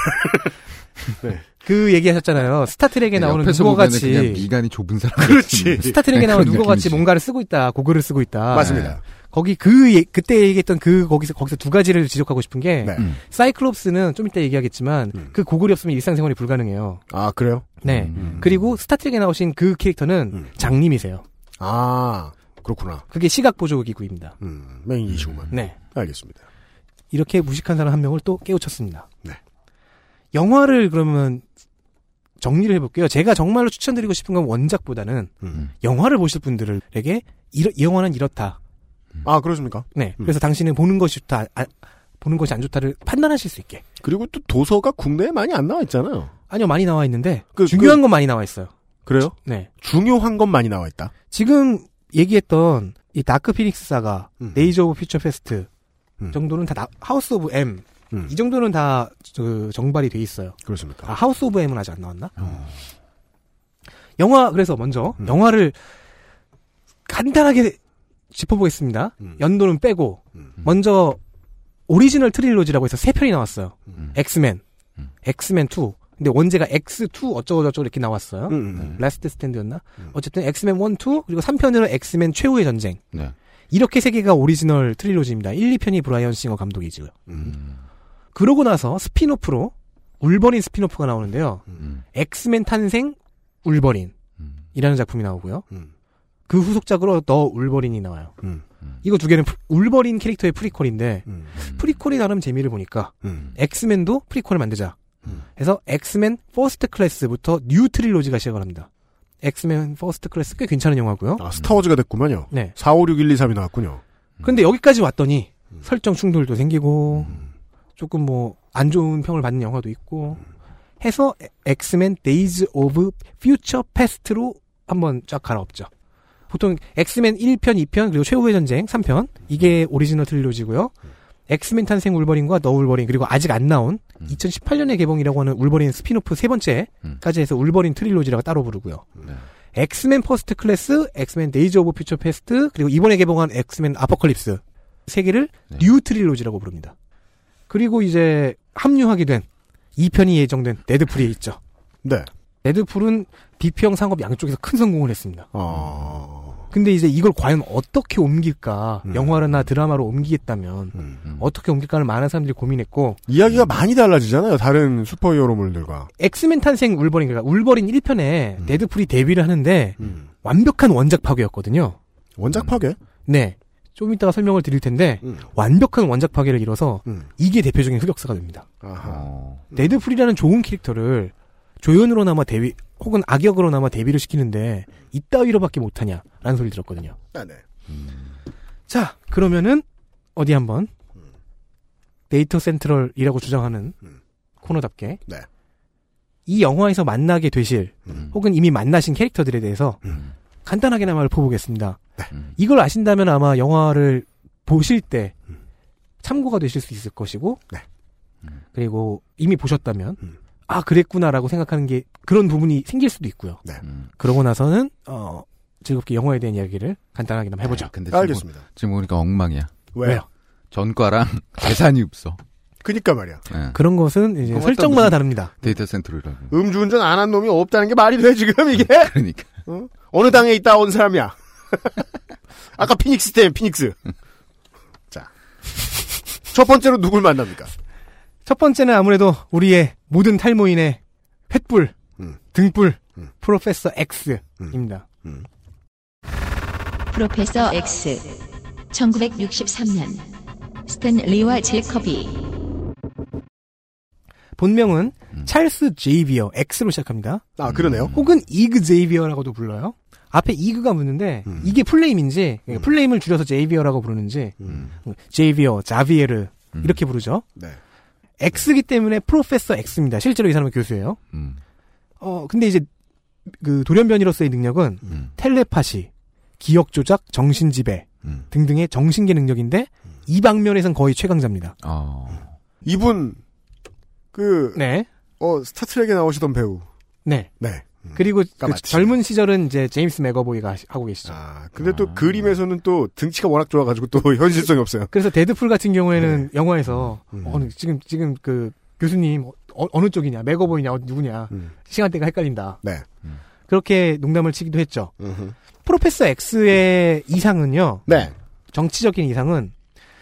Speaker 7: 그 얘기하셨잖아요. 스타트랙에 나오는
Speaker 3: 옆에서
Speaker 7: 누가
Speaker 3: 보면
Speaker 7: 같이
Speaker 3: 그냥 미간이 좁은 사람.
Speaker 2: 그렇지.
Speaker 7: 스타트랙에 나오는
Speaker 3: 그런
Speaker 7: 누가 같이
Speaker 3: 느낌이지.
Speaker 7: 뭔가를 쓰고 있다, 고글을 쓰고
Speaker 2: 아,
Speaker 7: 있다.
Speaker 2: 맞습니다.
Speaker 7: 거기 그 예- 그때 얘기했던 그 거기서 거기서 두 가지를 지적하고 싶은 게
Speaker 2: 네.
Speaker 3: 음.
Speaker 7: 사이클롭스는 좀 이따 얘기하겠지만
Speaker 2: 음.
Speaker 7: 그 고글이 없으면 일상생활이 불가능해요.
Speaker 2: 아 그래요?
Speaker 7: 네.
Speaker 3: 음.
Speaker 7: 그리고 스타트랙에 나오신 그 캐릭터는
Speaker 2: 음.
Speaker 7: 장님이세요.
Speaker 2: 아 그렇구나.
Speaker 7: 그게 시각 보조 기구입니다.
Speaker 2: 음, 맹이시구만.
Speaker 7: 네.
Speaker 2: 알겠습니다.
Speaker 7: 이렇게 무식한 사람 한 명을 또 깨우쳤습니다.
Speaker 2: 네.
Speaker 7: 영화를 그러면 정리를 해볼게요. 제가 정말로 추천드리고 싶은 건 원작보다는
Speaker 2: 음.
Speaker 7: 영화를 보실 분들에게 이러, 이 영화는 이렇다.
Speaker 2: 아 그렇습니까?
Speaker 7: 네.
Speaker 2: 음.
Speaker 7: 그래서 당신은 보는 것이 좋다, 아, 보는 것이 안 좋다를 판단하실 수 있게.
Speaker 2: 그리고 또 도서가 국내에 많이 안 나와 있잖아요.
Speaker 7: 아니요, 많이 나와 있는데
Speaker 2: 그-
Speaker 7: 중요한 건 많이 나와 있어요.
Speaker 2: 그래요?
Speaker 7: 네.
Speaker 2: 중요한 건 많이 나와 있다.
Speaker 7: 지금 얘기했던 이 다크 피닉스 사가,
Speaker 2: 음.
Speaker 7: 네이저 오브 퓨처 페스트
Speaker 2: 음.
Speaker 7: 정도는 다 나- 하우스 오브 M
Speaker 2: 음.
Speaker 7: 이 정도는 다 저- 정발이 돼 있어요.
Speaker 2: 그렇습니까?
Speaker 7: 아, 하우스 오브 M은 아직 안 나왔나? 영화, 그래서 먼저,
Speaker 2: 음.
Speaker 7: 영화를 간단하게 짚어보겠습니다.
Speaker 2: 음.
Speaker 7: 연도는 빼고,
Speaker 2: 음.
Speaker 7: 먼저, 오리지널 트릴로지라고 해서 세 편이 나왔어요.
Speaker 2: 음.
Speaker 7: 엑스맨,
Speaker 3: 음.
Speaker 7: 엑스맨2. 근데 원제가 엑스2 어쩌고저쩌고 이렇게 나왔어요.
Speaker 2: 음, 음,
Speaker 7: 라스트 스탠드였나?
Speaker 2: 음.
Speaker 7: 어쨌든 엑스맨 1, 2, 그리고 3편으로 엑스맨 최후의 전쟁.
Speaker 3: 네.
Speaker 7: 이렇게 세 개가 오리지널 트릴로지입니다. 1, 2편이 브라이언 싱어 감독이지요.
Speaker 2: 음.
Speaker 7: 그러고 나서 스피노프로 울버린 스피노프가 나오는데요.
Speaker 3: 음.
Speaker 7: 엑스맨 탄생 울버린이라는
Speaker 3: 음.
Speaker 7: 작품이 나오고요.
Speaker 2: 음.
Speaker 7: 그 후속작으로 더 울버린이 나와요.
Speaker 2: 음.
Speaker 3: 음.
Speaker 7: 이거 두 개는 프- 울버린 캐릭터의 프리퀄인데
Speaker 2: 음.
Speaker 7: 프리퀄이 나름 재미를 보니까
Speaker 2: 음.
Speaker 7: 엑스맨도 프리퀄을 만들자.
Speaker 2: 음.
Speaker 7: 해서 엑스맨 퍼스트 클래스부터 뉴 트릴로지가 시작을 합니다. 엑스맨 퍼스트 클래스 꽤 괜찮은 영화고요.
Speaker 2: 아 스타워즈가 됐구만요.
Speaker 7: 네.
Speaker 2: 4, 5, 6, 1, 2, 3이 나왔군요.
Speaker 7: 근데 여기까지 왔더니 설정 충돌도 생기고 조금 뭐 안 좋은 평을 받는 영화도 있고 해서 에- 엑스맨 데이즈 오브 퓨처 패스트로 한번 쫙 갈아엎죠. 보통 엑스맨 1편, 2편 그리고 최후의 전쟁 3편 이게 오리지널 트릴로지고요. 엑스맨 탄생 울버린과 너 울버린 그리고 아직 안 나온 2018년에 개봉이라고 하는 울버린 스피노프 세 번째까지 해서 울버린 트릴로지라고 따로 부르고요. 엑스맨 퍼스트 클래스, 엑스맨 데이즈 오브 퓨처 패스트, 그리고 이번에 개봉한 엑스맨 아포컬립스 세 개를
Speaker 3: 네.
Speaker 7: 뉴 트릴로지라고 부릅니다. 그리고 이제 합류하게 된 2편이 예정된 데드풀이 있죠.
Speaker 2: 네.
Speaker 7: 데드풀은 B평 상업 양쪽에서 큰 성공을 했습니다.
Speaker 2: 어.
Speaker 7: 근데 이제 이걸 과연 어떻게 옮길까?
Speaker 2: 음.
Speaker 7: 영화나 드라마로 옮기겠다면
Speaker 2: 음.
Speaker 7: 어떻게 옮길까를 많은 사람들이 고민했고
Speaker 2: 이야기가 많이 달라지잖아요. 다른 슈퍼히어로물들과.
Speaker 7: 엑스맨 탄생 울버린 그러니까 울버린 1편에
Speaker 2: 음.
Speaker 7: 데드풀이 데뷔를 하는데 완벽한 원작 파괴였거든요.
Speaker 2: 원작 파괴?
Speaker 7: 네. 좀 이따가 설명을 드릴 텐데
Speaker 2: 음.
Speaker 7: 완벽한 원작 파괴를 이뤄서
Speaker 2: 음.
Speaker 7: 이게 대표적인 흑역사가 됩니다.
Speaker 2: 아하.
Speaker 3: 어.
Speaker 7: 데드풀이라는 좋은 캐릭터를 조연으로나마 데뷔 혹은 악역으로나마 데뷔를 시키는데 이따위로밖에 못하냐라는 소리 들었거든요.
Speaker 2: 아, 네.
Speaker 7: 자 그러면은 어디 한번 데이터 센트럴이라고 주장하는
Speaker 2: 음.
Speaker 7: 코너답게
Speaker 2: 네.
Speaker 7: 이 영화에서 만나게 되실
Speaker 2: 음.
Speaker 7: 혹은 이미 만나신 캐릭터들에 대해서
Speaker 2: 음. 네.
Speaker 7: 간단하게나마 읊어보겠습니다.
Speaker 3: 음.
Speaker 7: 이걸 아신다면 아마 영화를 보실 때 참고가 되실 수 있을 것이고
Speaker 2: 음. 네.
Speaker 3: 음.
Speaker 7: 그리고 이미 보셨다면
Speaker 2: 음.
Speaker 7: 아 그랬구나라고 생각하는 게 그런 부분이 생길 수도 있고요.
Speaker 2: 네.
Speaker 3: 음.
Speaker 7: 그러고 나서는 어, 즐겁게 영화에 대한 이야기를 간단하게나마 해보죠.
Speaker 3: 아, 근데 지금, 보-
Speaker 2: 알겠습니다.
Speaker 3: 지금 보니까 엉망이야.
Speaker 2: 네, 왜요?
Speaker 7: 왜요?
Speaker 3: 전과랑 재산이 없어.
Speaker 2: 그니까 말이야.
Speaker 3: 예.
Speaker 7: 그런 것은 이제
Speaker 3: 그건
Speaker 7: 설정마다
Speaker 3: 어떤
Speaker 7: 다릅니다.
Speaker 3: 데이터 센터라고.
Speaker 2: 음주운전 안 한 놈이 없다는 게 말이 돼, 지금 이게?
Speaker 3: 그러니까.
Speaker 2: 어느 당에 있다 온 사람이야. 아까 피닉스 때 피닉스. 음. 자. 첫 번째로 누굴 만납니까?
Speaker 7: 첫 번째는 아무래도 우리의 모든 탈모인의 횃불,
Speaker 2: 음.
Speaker 7: 등불,
Speaker 2: 음.
Speaker 7: 프로페서 X입니다.
Speaker 1: 프로페서 X. 1963년. 스탠리와 제커비.
Speaker 7: 본명은
Speaker 3: 음.
Speaker 7: 찰스 제이비어 X로 시작합니다.
Speaker 2: 아, 그러네요.
Speaker 7: 혹은 이그 제이비어라고도 불러요. 앞에 이그가 붙는데
Speaker 2: 음.
Speaker 7: 이게 풀네임인지
Speaker 2: 음.
Speaker 7: 풀네임을 줄여서 제이비어라고 부르는지
Speaker 2: 음.
Speaker 7: 제이비어, 자비에르
Speaker 3: 음.
Speaker 7: 이렇게 부르죠.
Speaker 2: 네.
Speaker 7: X기 때문에 프로페서 X입니다. 실제로 이 사람은 교수예요.
Speaker 3: 음.
Speaker 7: 어 근데 이제 그 돌연변이로서의 능력은
Speaker 3: 음.
Speaker 7: 텔레파시, 기억 조작, 정신 지배
Speaker 3: 음.
Speaker 2: 음.
Speaker 7: 등등의 정신계 능력인데 이 방면에선 거의 최강자입니다.
Speaker 3: 어.
Speaker 2: 이분 그
Speaker 7: 네.
Speaker 2: 어, 스타트랙에 나오시던 배우.
Speaker 7: 네.
Speaker 2: 네.
Speaker 7: 그리고 그
Speaker 2: 까마치.
Speaker 7: 젊은 시절은 이제 제임스 맥어보이가 하시- 하고 계시죠.
Speaker 2: 아, 근데 또 그림에서는 또 등치가 워낙 좋아가지고 또 현실성이 없어요.
Speaker 7: 그래서 데드풀 같은 경우에는 영화에서
Speaker 2: 음.
Speaker 7: 어느 지금 지금 그 교수님 어, 느 쪽이냐 맥어보이냐 어, 누구냐
Speaker 2: 음.
Speaker 7: 시간대가 헷갈린다.
Speaker 2: 네.
Speaker 7: 그렇게 농담을 치기도 했죠. 프로페서 X의 이상은요.
Speaker 2: 네.
Speaker 7: 정치적인 이상은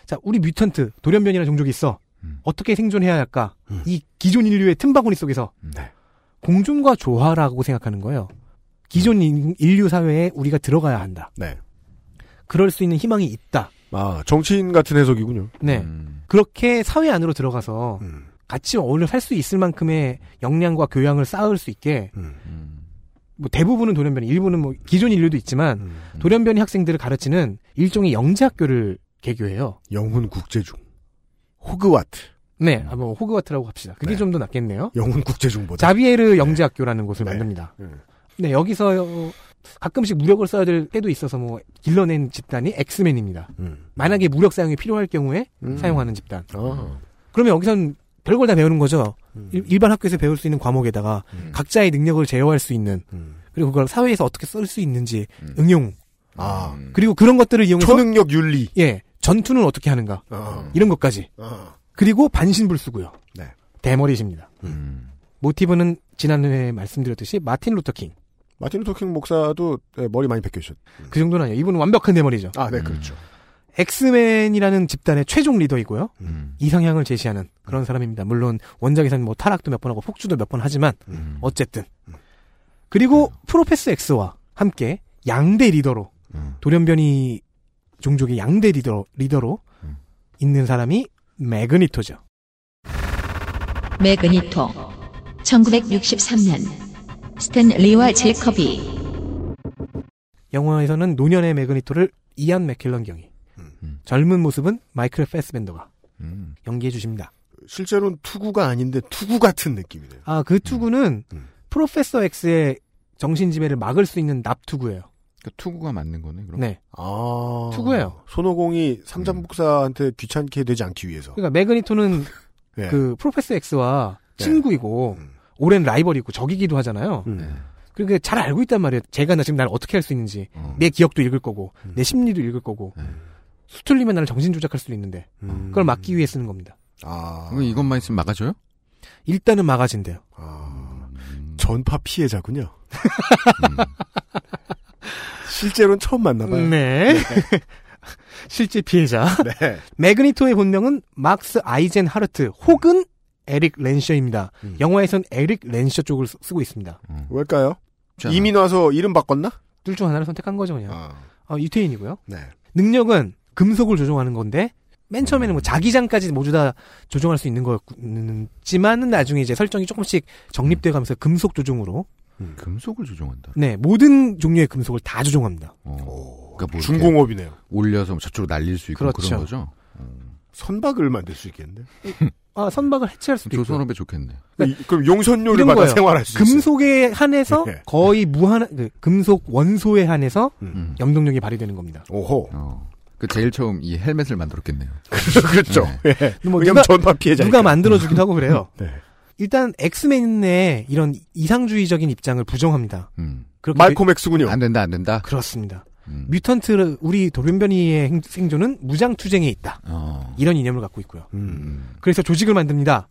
Speaker 7: 자 우리 뮤턴트 돌연변이라는 종족이 있어
Speaker 3: 음.
Speaker 7: 어떻게 생존해야 할까 이 기존 인류의 틈바구니 속에서
Speaker 3: 음.
Speaker 2: 음. 네.
Speaker 7: 공존과 조화라고 생각하는 거예요 기존 인- 인류 사회에 우리가 들어가야 한다
Speaker 2: 음. 네.
Speaker 7: 그럴 수 있는 희망이 있다
Speaker 2: 아, 정치인 같은 해석이군요.
Speaker 7: 네
Speaker 3: 음.
Speaker 7: 그렇게 사회 안으로 들어가서
Speaker 2: 음.
Speaker 7: 같이 어울려 살 수 있을 만큼의 역량과 교양을 쌓을 수 있게
Speaker 2: 음.
Speaker 3: 음.
Speaker 7: 뭐 대부분은 돌연변이 일부는 뭐 기존 인류도 있지만
Speaker 2: 음.
Speaker 7: 돌연변이 학생들을 가르치는 일종의 영재학교를 개교해요
Speaker 2: 영훈 국제중. 호그와트.
Speaker 7: 네 한번 호그와트라고 합시다 그게
Speaker 2: 네.
Speaker 7: 좀 더 낫겠네요
Speaker 2: 영훈 국제중보다.
Speaker 7: 자비에르 영재학교라는 곳을 만듭니다.
Speaker 2: 네.
Speaker 7: 네, 여기서 어, 가끔씩 무력을 써야 될 때도 있어서 뭐 길러낸 집단이 엑스맨입니다.
Speaker 2: 음.
Speaker 7: 만약에 무력 사용이 필요할 경우에
Speaker 2: 음.
Speaker 7: 사용하는 집단.
Speaker 2: 아.
Speaker 7: 그러면 여기선 별걸 다 배우는 거죠. 일, 반 학교에서 배울 수 있는 과목에다가
Speaker 2: 음.
Speaker 7: 각자의 능력을 제어할 수 있는
Speaker 2: 음.
Speaker 7: 그리고 그걸 사회에서 어떻게 쓸 수 있는지
Speaker 3: 음.
Speaker 7: 응용
Speaker 2: 아.
Speaker 7: 그리고 그런 것들을 이용해서
Speaker 2: 초능력 윤리.
Speaker 7: 예 전투는 어떻게 하는가
Speaker 2: 아.
Speaker 7: 이런 것까지
Speaker 2: 아.
Speaker 7: 그리고 반신불수고요.
Speaker 2: 네.
Speaker 7: 대머리십니다.
Speaker 3: 음.
Speaker 7: 모티브는 지난해 말씀드렸듯이 마틴 루터킹
Speaker 2: 마틴 루터킹 목사도 네, 머리 많이 벗겨주셨.
Speaker 3: 음.
Speaker 7: 그 정도는 아니에요. 이분은 완벽한 대머리죠.
Speaker 2: 아, 네, 그렇죠.
Speaker 7: 엑스맨이라는 집단의 최종 리더이고요.
Speaker 3: 음.
Speaker 7: 이상향을 제시하는 그런 사람입니다. 물론 원작에서는 뭐 타락도 몇 번 하고 폭주도 몇 번 하지만
Speaker 3: 음.
Speaker 7: 어쨌든 그리고 프로페스 엑스와 함께 양대 리더로
Speaker 3: 음.
Speaker 7: 돌연변이 종족의 양대 리더 리더로
Speaker 3: 음.
Speaker 7: 있는 사람이 매그니토죠.
Speaker 1: 매그니토 1963년 스탠 리와 제커비
Speaker 7: 영화에서는 노년의 매그니토를 이안 맥킬런 경이
Speaker 3: 음.
Speaker 7: 젊은 모습은 마이클 패스벤더가
Speaker 3: 음.
Speaker 7: 연기해 주십니다.
Speaker 2: 실제로는 투구가 아닌데 투구 같은 느낌이네요.
Speaker 7: 아 그 투구는
Speaker 2: 음.
Speaker 7: 프로페서 엑스의 정신 지배를 막을 수 있는 납투구예요.
Speaker 3: 그러니까 투구가 맞는 거네. 그럼.
Speaker 7: 네.
Speaker 2: 아. 음.
Speaker 7: 투구예요.
Speaker 2: 손오공이 삼장복사한테 귀찮게 되지 않기 위해서.
Speaker 7: 그러니까 매그니토는
Speaker 2: 예.
Speaker 7: 그 프로페스 X와
Speaker 2: 네.
Speaker 7: 친구이고
Speaker 2: 음.
Speaker 7: 오랜 라이벌이고 적이기도 하잖아요.
Speaker 2: 음.
Speaker 3: 네.
Speaker 7: 그러니까 잘 알고 있단 말이에요. 제가 나 지금 날 어떻게 할 수 있는지
Speaker 3: 어.
Speaker 7: 내 기억도 읽을 거고
Speaker 2: 음. 네.
Speaker 7: 내 심리도 읽을 거고
Speaker 3: 음.
Speaker 7: 수틀리면 나를 정신 조작할 수도 있는데
Speaker 2: 음.
Speaker 7: 어, 그걸 막기 위해 쓰는 겁니다.
Speaker 2: 아.
Speaker 3: 그럼 이것만 있으면 막아줘요?
Speaker 7: 일단은 막아진대요.
Speaker 2: 아.
Speaker 3: 음.
Speaker 2: 전파 피해자군요. 음. 실제로는 처음 만나봐요.
Speaker 7: 네. 실제 피해자.
Speaker 2: 네.
Speaker 7: 매그니토의 본명은 막스 아이젠 하르트 혹은 에릭 렌셔입니다.
Speaker 2: 음.
Speaker 7: 영화에선 에릭 렌셔 쪽을 쓰- 쓰고 있습니다.
Speaker 2: 왜일까요?
Speaker 3: 있잖아.
Speaker 2: 이민 와서 이름 바꿨나?
Speaker 7: 둘 중 하나를 선택한 거죠 그냥.
Speaker 2: 아.
Speaker 7: 어, 유태인이고요.
Speaker 2: 네.
Speaker 7: 능력은 금속을 조종하는 건데 맨 처음에는 뭐 자기장까지 모두 다 조종할 수 있는 거였지만은 나중에 이제 설정이 조금씩 정립돼가면서 금속 조종으로
Speaker 3: 금속을 조종한다.
Speaker 7: 네 모든 종류의 금속을 다 조종합니다.
Speaker 3: 어.
Speaker 2: 오.
Speaker 3: 그러니까 뭐 이렇게
Speaker 2: 중공업이네요.
Speaker 3: 올려서 뭐 저쪽으로 날릴 수 있고 그런
Speaker 7: 그렇죠.
Speaker 3: 거죠.
Speaker 2: 선박을 만들 수 있겠는데.
Speaker 7: 아 선박을 해체할 수도 있고
Speaker 3: 조선업에 좋겠네.
Speaker 2: 이- 그럼 용선료를
Speaker 7: 이런
Speaker 2: 받아
Speaker 7: 거예요.
Speaker 2: 생활할 수 있어요.
Speaker 7: 금속에 한해서
Speaker 2: 예.
Speaker 7: 거의 무한 그 금속 원소에 한해서
Speaker 3: 음.
Speaker 7: 염동력이 발휘되는 겁니다.
Speaker 2: 오호.
Speaker 3: 어. 그 제일 처음 이 헬멧을 만들었겠네요.
Speaker 2: 그렇죠.
Speaker 3: 네.
Speaker 2: 예.
Speaker 7: 뭐
Speaker 2: 왜냐면
Speaker 7: 누가
Speaker 2: 전파 피해자.
Speaker 7: 누가 만들어주기도 하고 그래요.
Speaker 2: 네.
Speaker 7: 일단 엑스맨의 이런 이상주의적인 입장을 부정합니다.
Speaker 3: 음.
Speaker 7: 그렇게
Speaker 2: 말콤 엑스군요.
Speaker 3: 안 된다, 안 된다.
Speaker 7: 되- 그렇습니다.
Speaker 3: 음.
Speaker 7: 뮤턴트 우리 돌연변이의 행- 생존은 무장투쟁에 있다.
Speaker 3: 어.
Speaker 7: 이런 이념을 갖고 있고요.
Speaker 2: 음.
Speaker 3: 음.
Speaker 7: 그래서 조직을 만듭니다.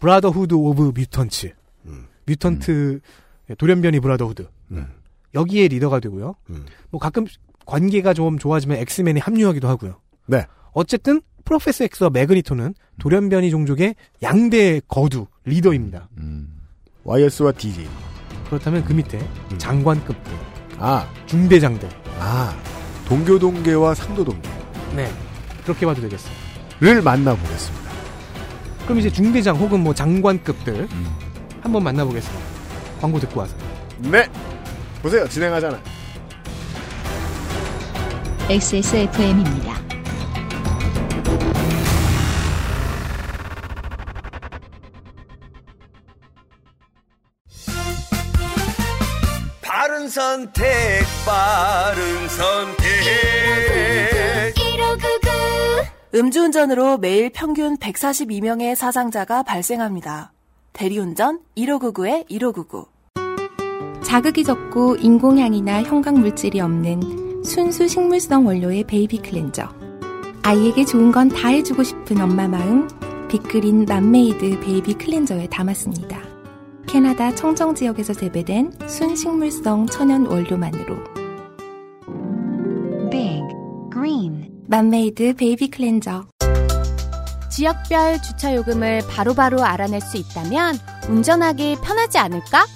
Speaker 7: 브라더후드 오브 뮤턴츠.
Speaker 2: 음.
Speaker 7: 뮤턴트 돌연변이 브라더후드.
Speaker 2: 음.
Speaker 7: 여기에 리더가 되고요.
Speaker 2: 음.
Speaker 7: 뭐 가끔 관계가 좀 좋아지면 엑스맨에 합류하기도 하고요.
Speaker 2: 네.
Speaker 7: 어쨌든 프로페스 엑스와 매그니토는 돌연변이 종족의 양대 거두 리더입니다.
Speaker 3: 음.
Speaker 2: YS와 DJ.
Speaker 7: 그렇다면 그 밑에
Speaker 2: 음.
Speaker 7: 장관급들,
Speaker 2: 아,
Speaker 7: 중대장들.
Speaker 2: 아. 동교동계와 상도동계를
Speaker 7: 네. 그렇게 봐도 되겠어요.
Speaker 2: 만나보겠습니다.
Speaker 7: 그럼 이제 중대장 혹은 뭐 장관급들
Speaker 3: 음.
Speaker 7: 한번 만나보겠습니다. 광고 듣고 와서.
Speaker 2: 네. 보세요. 진행하잖아.
Speaker 1: XSFM입니다.
Speaker 5: 바른 선택, 바른 선택.
Speaker 8: 음주운전으로 매일 평균 142명의 사상자가 발생합니다. 대리운전 1599-1599.
Speaker 9: 자극이 적고 인공향이나 형광물질이 없는 순수 식물성 원료의 베이비 클렌저. 아이에게 좋은 건 다 해주고 싶은 엄마 마음, 빅그린 맘메이드 베이비 클렌저에 담았습니다. 캐나다 청정 지역에서 재배된 순식물성 천연 원료만으로
Speaker 1: Big Green
Speaker 9: 맘메이드 베이비 클렌저.
Speaker 10: 지역별 주차 요금을 바로바로 알아낼 수 있다면 운전하기 편하지 않을까?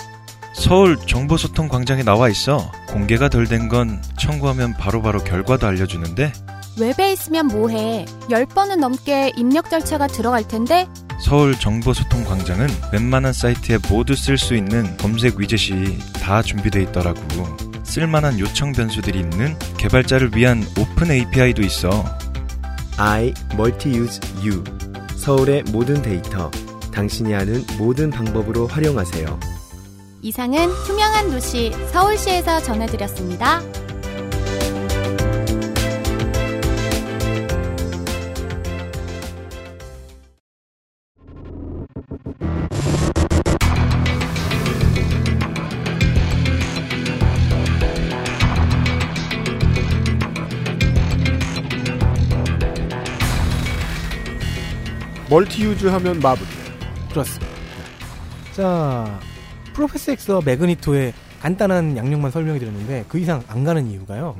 Speaker 11: 서울 정보소통 광장에 나와 있어 공개가 덜 된 건 청구하면 바로바로 결과도 알려주는데
Speaker 10: 웹에 있으면 뭐해? 10번은 넘게 입력 절차가 들어갈 텐데
Speaker 11: 서울 정보소통 광장은 웬만한 사이트에 모두 쓸 수 있는 검색 위젯이 다 준비돼 있더라고. 쓸만한 요청 변수들이 있는 개발자를 위한 오픈 API도 있어.
Speaker 12: I Multi-Use U 서울의 모든 데이터 당신이 아는 모든 방법으로 활용하세요.
Speaker 10: 이상은 투명한 도시 서울시에서 전해드렸습니다.
Speaker 2: 멀티유즈 하면 마블.
Speaker 7: 좋았습니다. 자, 프로페스 엑스와 매그니토의 간단한 양력만 설명해 드렸는데 그 이상 안 가는 이유가요.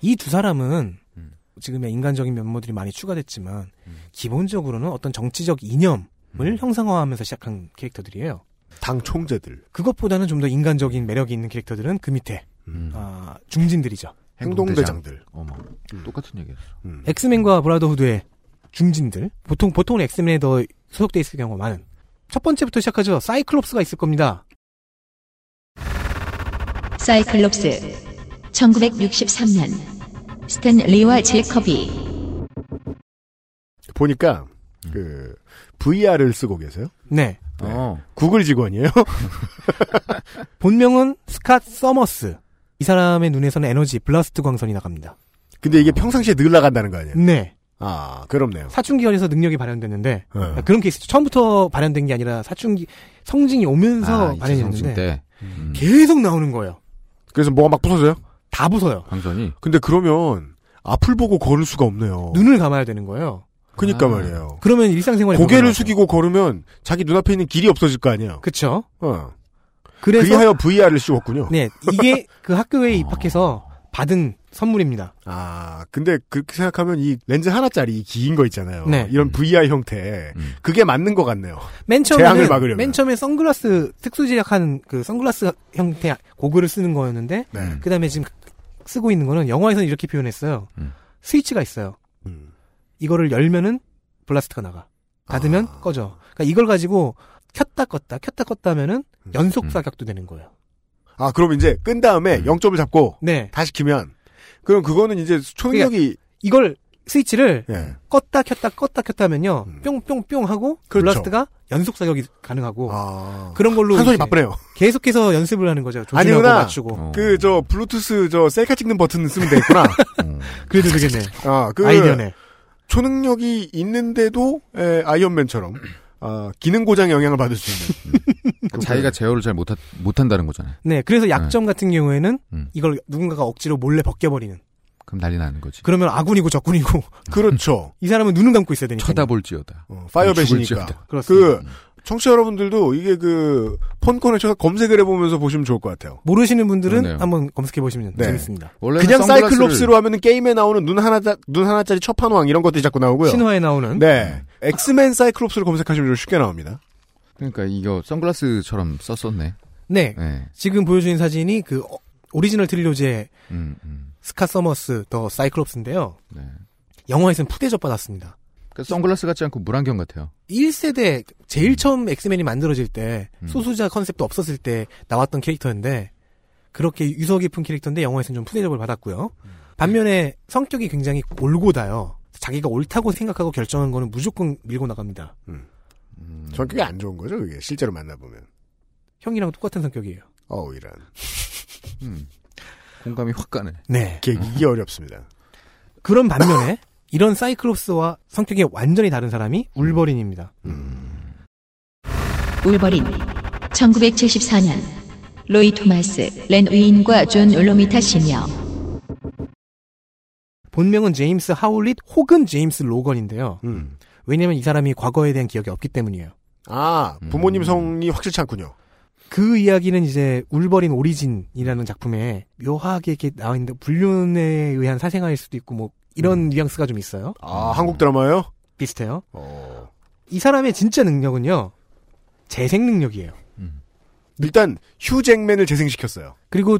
Speaker 7: 이 두 사람은 지금의 인간적인 면모들이 많이 추가됐지만 기본적으로는 어떤 정치적 이념을 형상화하면서 시작한 캐릭터들이에요.
Speaker 2: 당 총재들.
Speaker 7: 그것보다는 좀 더 인간적인 매력이 있는 캐릭터들은 그 밑에 아, 중진들이죠.
Speaker 2: 행동대장들.
Speaker 3: 어머, 똑같은 얘기였어.
Speaker 2: 음.
Speaker 7: 엑스맨과 브라더후드의 중진들 보통 보통 엑스맨에 더 소속돼 있을 경우가 많은 첫 번째부터 시작하죠 사이클롭스가 있을 겁니다
Speaker 1: 사이클롭스 1963년 스탠 리와 제커비
Speaker 2: 보니까 그 VR을 쓰고 계세요?
Speaker 7: 네
Speaker 2: 네.
Speaker 3: 어.
Speaker 2: 구글 직원이에요?
Speaker 7: 본명은 스캇 서머스 이 사람의 눈에서는 에너지 블라스트 광선이 나갑니다
Speaker 2: 근데 이게 평상시에 늘 나간다는 거 아니에요?
Speaker 7: 네
Speaker 2: 아, 그렇네요.
Speaker 7: 사춘기열에서 능력이 발현됐는데 아,
Speaker 2: 예.
Speaker 7: 그런 케이스죠 처음부터 발현된 게 아니라 사춘기 성징이
Speaker 3: 아,
Speaker 7: 오면서
Speaker 3: 이제 성진
Speaker 7: 발현됐는데
Speaker 3: 때 음,
Speaker 7: 계속 나오는 거예요
Speaker 2: 그래서 뭐가 막 부서져요?
Speaker 7: 다 부서요
Speaker 3: 광선이
Speaker 2: 근데 그러면 앞을 보고 걸을 수가 없네요.
Speaker 7: 눈을 감아야 되는 거예요
Speaker 2: 그니까
Speaker 3: 아.
Speaker 2: 말이에요.
Speaker 7: 그러면 일상생활에
Speaker 2: 고개를
Speaker 7: 불편하죠.
Speaker 2: 숙이고 걸으면 자기 눈앞에 있는 길이 없어질 거 아니에요.
Speaker 7: 그쵸
Speaker 2: 어.
Speaker 7: 그래서
Speaker 2: 그리하여 아. VR을 씌웠군요.
Speaker 7: 네, 이게 그 학교에 입학해서 받은 선물입니다.
Speaker 2: 아, 근데 그렇게 생각하면 이 렌즈 하나짜리 긴 거 있잖아요.
Speaker 7: 네.
Speaker 2: 이런 VR 형태.
Speaker 3: 음.
Speaker 2: 그게 맞는 것 같네요.
Speaker 7: 맨
Speaker 2: 재앙을
Speaker 7: 처음에는
Speaker 2: 막으려면.
Speaker 7: 맨 처음에 선글라스 특수 제작한 그 선글라스 형태 고글을 쓰는 거였는데
Speaker 2: 네.
Speaker 7: 그다음에 지금 쓰고 있는 거는 영화에서는 이렇게 표현했어요.
Speaker 3: 음.
Speaker 7: 스위치가 있어요.
Speaker 2: 음.
Speaker 7: 이거를 열면은 블라스트가 나가. 닫으면
Speaker 2: 아.
Speaker 7: 꺼져. 그러니까 이걸 가지고 켰다 껐다 켰다 껐다 하면은 연속
Speaker 3: 음.
Speaker 7: 사격도 되는 거예요.
Speaker 2: 아, 그럼 이제 끈 다음에
Speaker 3: 음.
Speaker 2: 0점을 잡고
Speaker 7: 네.
Speaker 2: 다시 키면 그럼 그거는 이제 초능력이
Speaker 7: 이걸 스위치를
Speaker 2: 예.
Speaker 7: 껐다 켰다 껐다 켰다 하면요.
Speaker 2: 음.
Speaker 7: 뿅뿅뿅 하고
Speaker 2: 그렇죠.
Speaker 7: 블라스트가 연속 사격이 가능하고
Speaker 2: 아.
Speaker 7: 그런 걸로
Speaker 2: 한 손이
Speaker 7: 이제
Speaker 2: 바쁘네요.
Speaker 7: 계속해서 연습을 하는 거죠. 조준하고
Speaker 2: 아니구나.
Speaker 7: 맞추고.
Speaker 3: 어.
Speaker 2: 그 저 블루투스 저 셀카 찍는 버튼 쓰면 되겠구나.
Speaker 3: 음.
Speaker 7: 그래도 되겠네.
Speaker 2: 아, 그
Speaker 7: 아이디어네.
Speaker 2: 초능력이 있는데도 에, 아이언맨처럼 아, 기능 고장 영향을 받을 수 있는
Speaker 3: 자기가 제어를 잘 못하, 못한다는 거잖아요.
Speaker 7: 네, 그래서 약점 같은 경우에는
Speaker 3: 음.
Speaker 7: 이걸 누군가가 억지로 몰래 벗겨버리는.
Speaker 3: 그럼 난리 나는 거지.
Speaker 7: 그러면 아군이고 적군이고
Speaker 2: 그렇죠.
Speaker 7: 이 사람은 눈은 감고
Speaker 3: 네,
Speaker 7: 있어야 되니까.
Speaker 3: 쳐다볼지어다.
Speaker 2: 어,
Speaker 3: 죽을
Speaker 2: 파이어벳이니까.
Speaker 3: 지어다.
Speaker 7: 그렇습니다.
Speaker 2: 그 청취자 여러분들도 이게 그 폰콘에 쳐서 검색을 해보면서 보시면 좋을 것 같아요.
Speaker 7: 모르시는 분들은
Speaker 3: 그러네요.
Speaker 7: 한번 검색해 보시면
Speaker 2: 네.
Speaker 7: 재밌습니다.
Speaker 3: 원래는
Speaker 2: 그냥
Speaker 3: 선글라스를-
Speaker 2: 사이클롭스로 하면은 게임에 나오는 눈 하나 눈 하나짜리 첫판왕 이런 것들이 자꾸 나오고요.
Speaker 7: 신화에 나오는
Speaker 2: 네, 엑스맨 사이클롭스를 검색하시면 좀 쉽게 나옵니다.
Speaker 3: 그러니까 이거 선글라스처럼 썼었네.
Speaker 7: 네
Speaker 3: 네.
Speaker 7: 지금 보여주신 사진이 그 어- 오리지널 트릴로지의
Speaker 3: 음, 음.
Speaker 7: 스카 서머스 더 사이클롭스인데요.
Speaker 3: 네.
Speaker 7: 영화에서는 푸대접 받았습니다.
Speaker 3: 그러니까 선글라스 같지 않고 물안경 같아요.
Speaker 7: 1세대 제일 처음 엑스맨이 만들어질 때
Speaker 3: 음.
Speaker 7: 소수자 컨셉도 없었을 때 나왔던 캐릭터인데 그렇게 유서 깊은 캐릭터인데 영화에서는 좀 푸대접을 받았고요.
Speaker 3: 음.
Speaker 7: 반면에 성격이 굉장히 올고다요. 자기가 옳다고 생각하고 결정한 거는 무조건 밀고 나갑니다.
Speaker 3: 음.
Speaker 2: 전 그게 안 좋은 거죠, 그게 실제로 만나보면.
Speaker 7: 형이랑 똑같은 성격이에요.
Speaker 2: 어우 이런.
Speaker 3: 음. 공감이 확 가네.
Speaker 7: 네.
Speaker 2: 이게, 이게 어렵습니다.
Speaker 7: 그런 반면에 이런 사이클롭스와 성격이 완전히 다른 사람이 울버린입니다.
Speaker 1: 울버린 1974년 로이 토마스, 렌 위인과 존 올로미타 시니어
Speaker 7: 본명은 제임스 하울릿 혹은 제임스 로건인데요.
Speaker 2: 음.
Speaker 7: 왜냐면 이 사람이 과거에 대한 기억이 없기 때문이에요.
Speaker 2: 아,
Speaker 7: 음.
Speaker 2: 부모님 성이 확실치 않군요.
Speaker 7: 그 이야기는 이제 울버린 오리진이라는 작품에 묘하게 이렇게 나와 있는데 불륜에 의한 사생아일 수도 있고 뭐
Speaker 2: 음.
Speaker 7: 이런 뉘앙스가 좀 있어요.
Speaker 2: 아, 한국 드라마예요?
Speaker 7: 비슷해요.
Speaker 2: 어.
Speaker 7: 이 사람의 진짜 능력은요. 재생 능력이에요.
Speaker 2: 일단 휴잭맨을 재생시켰어요.
Speaker 7: 그리고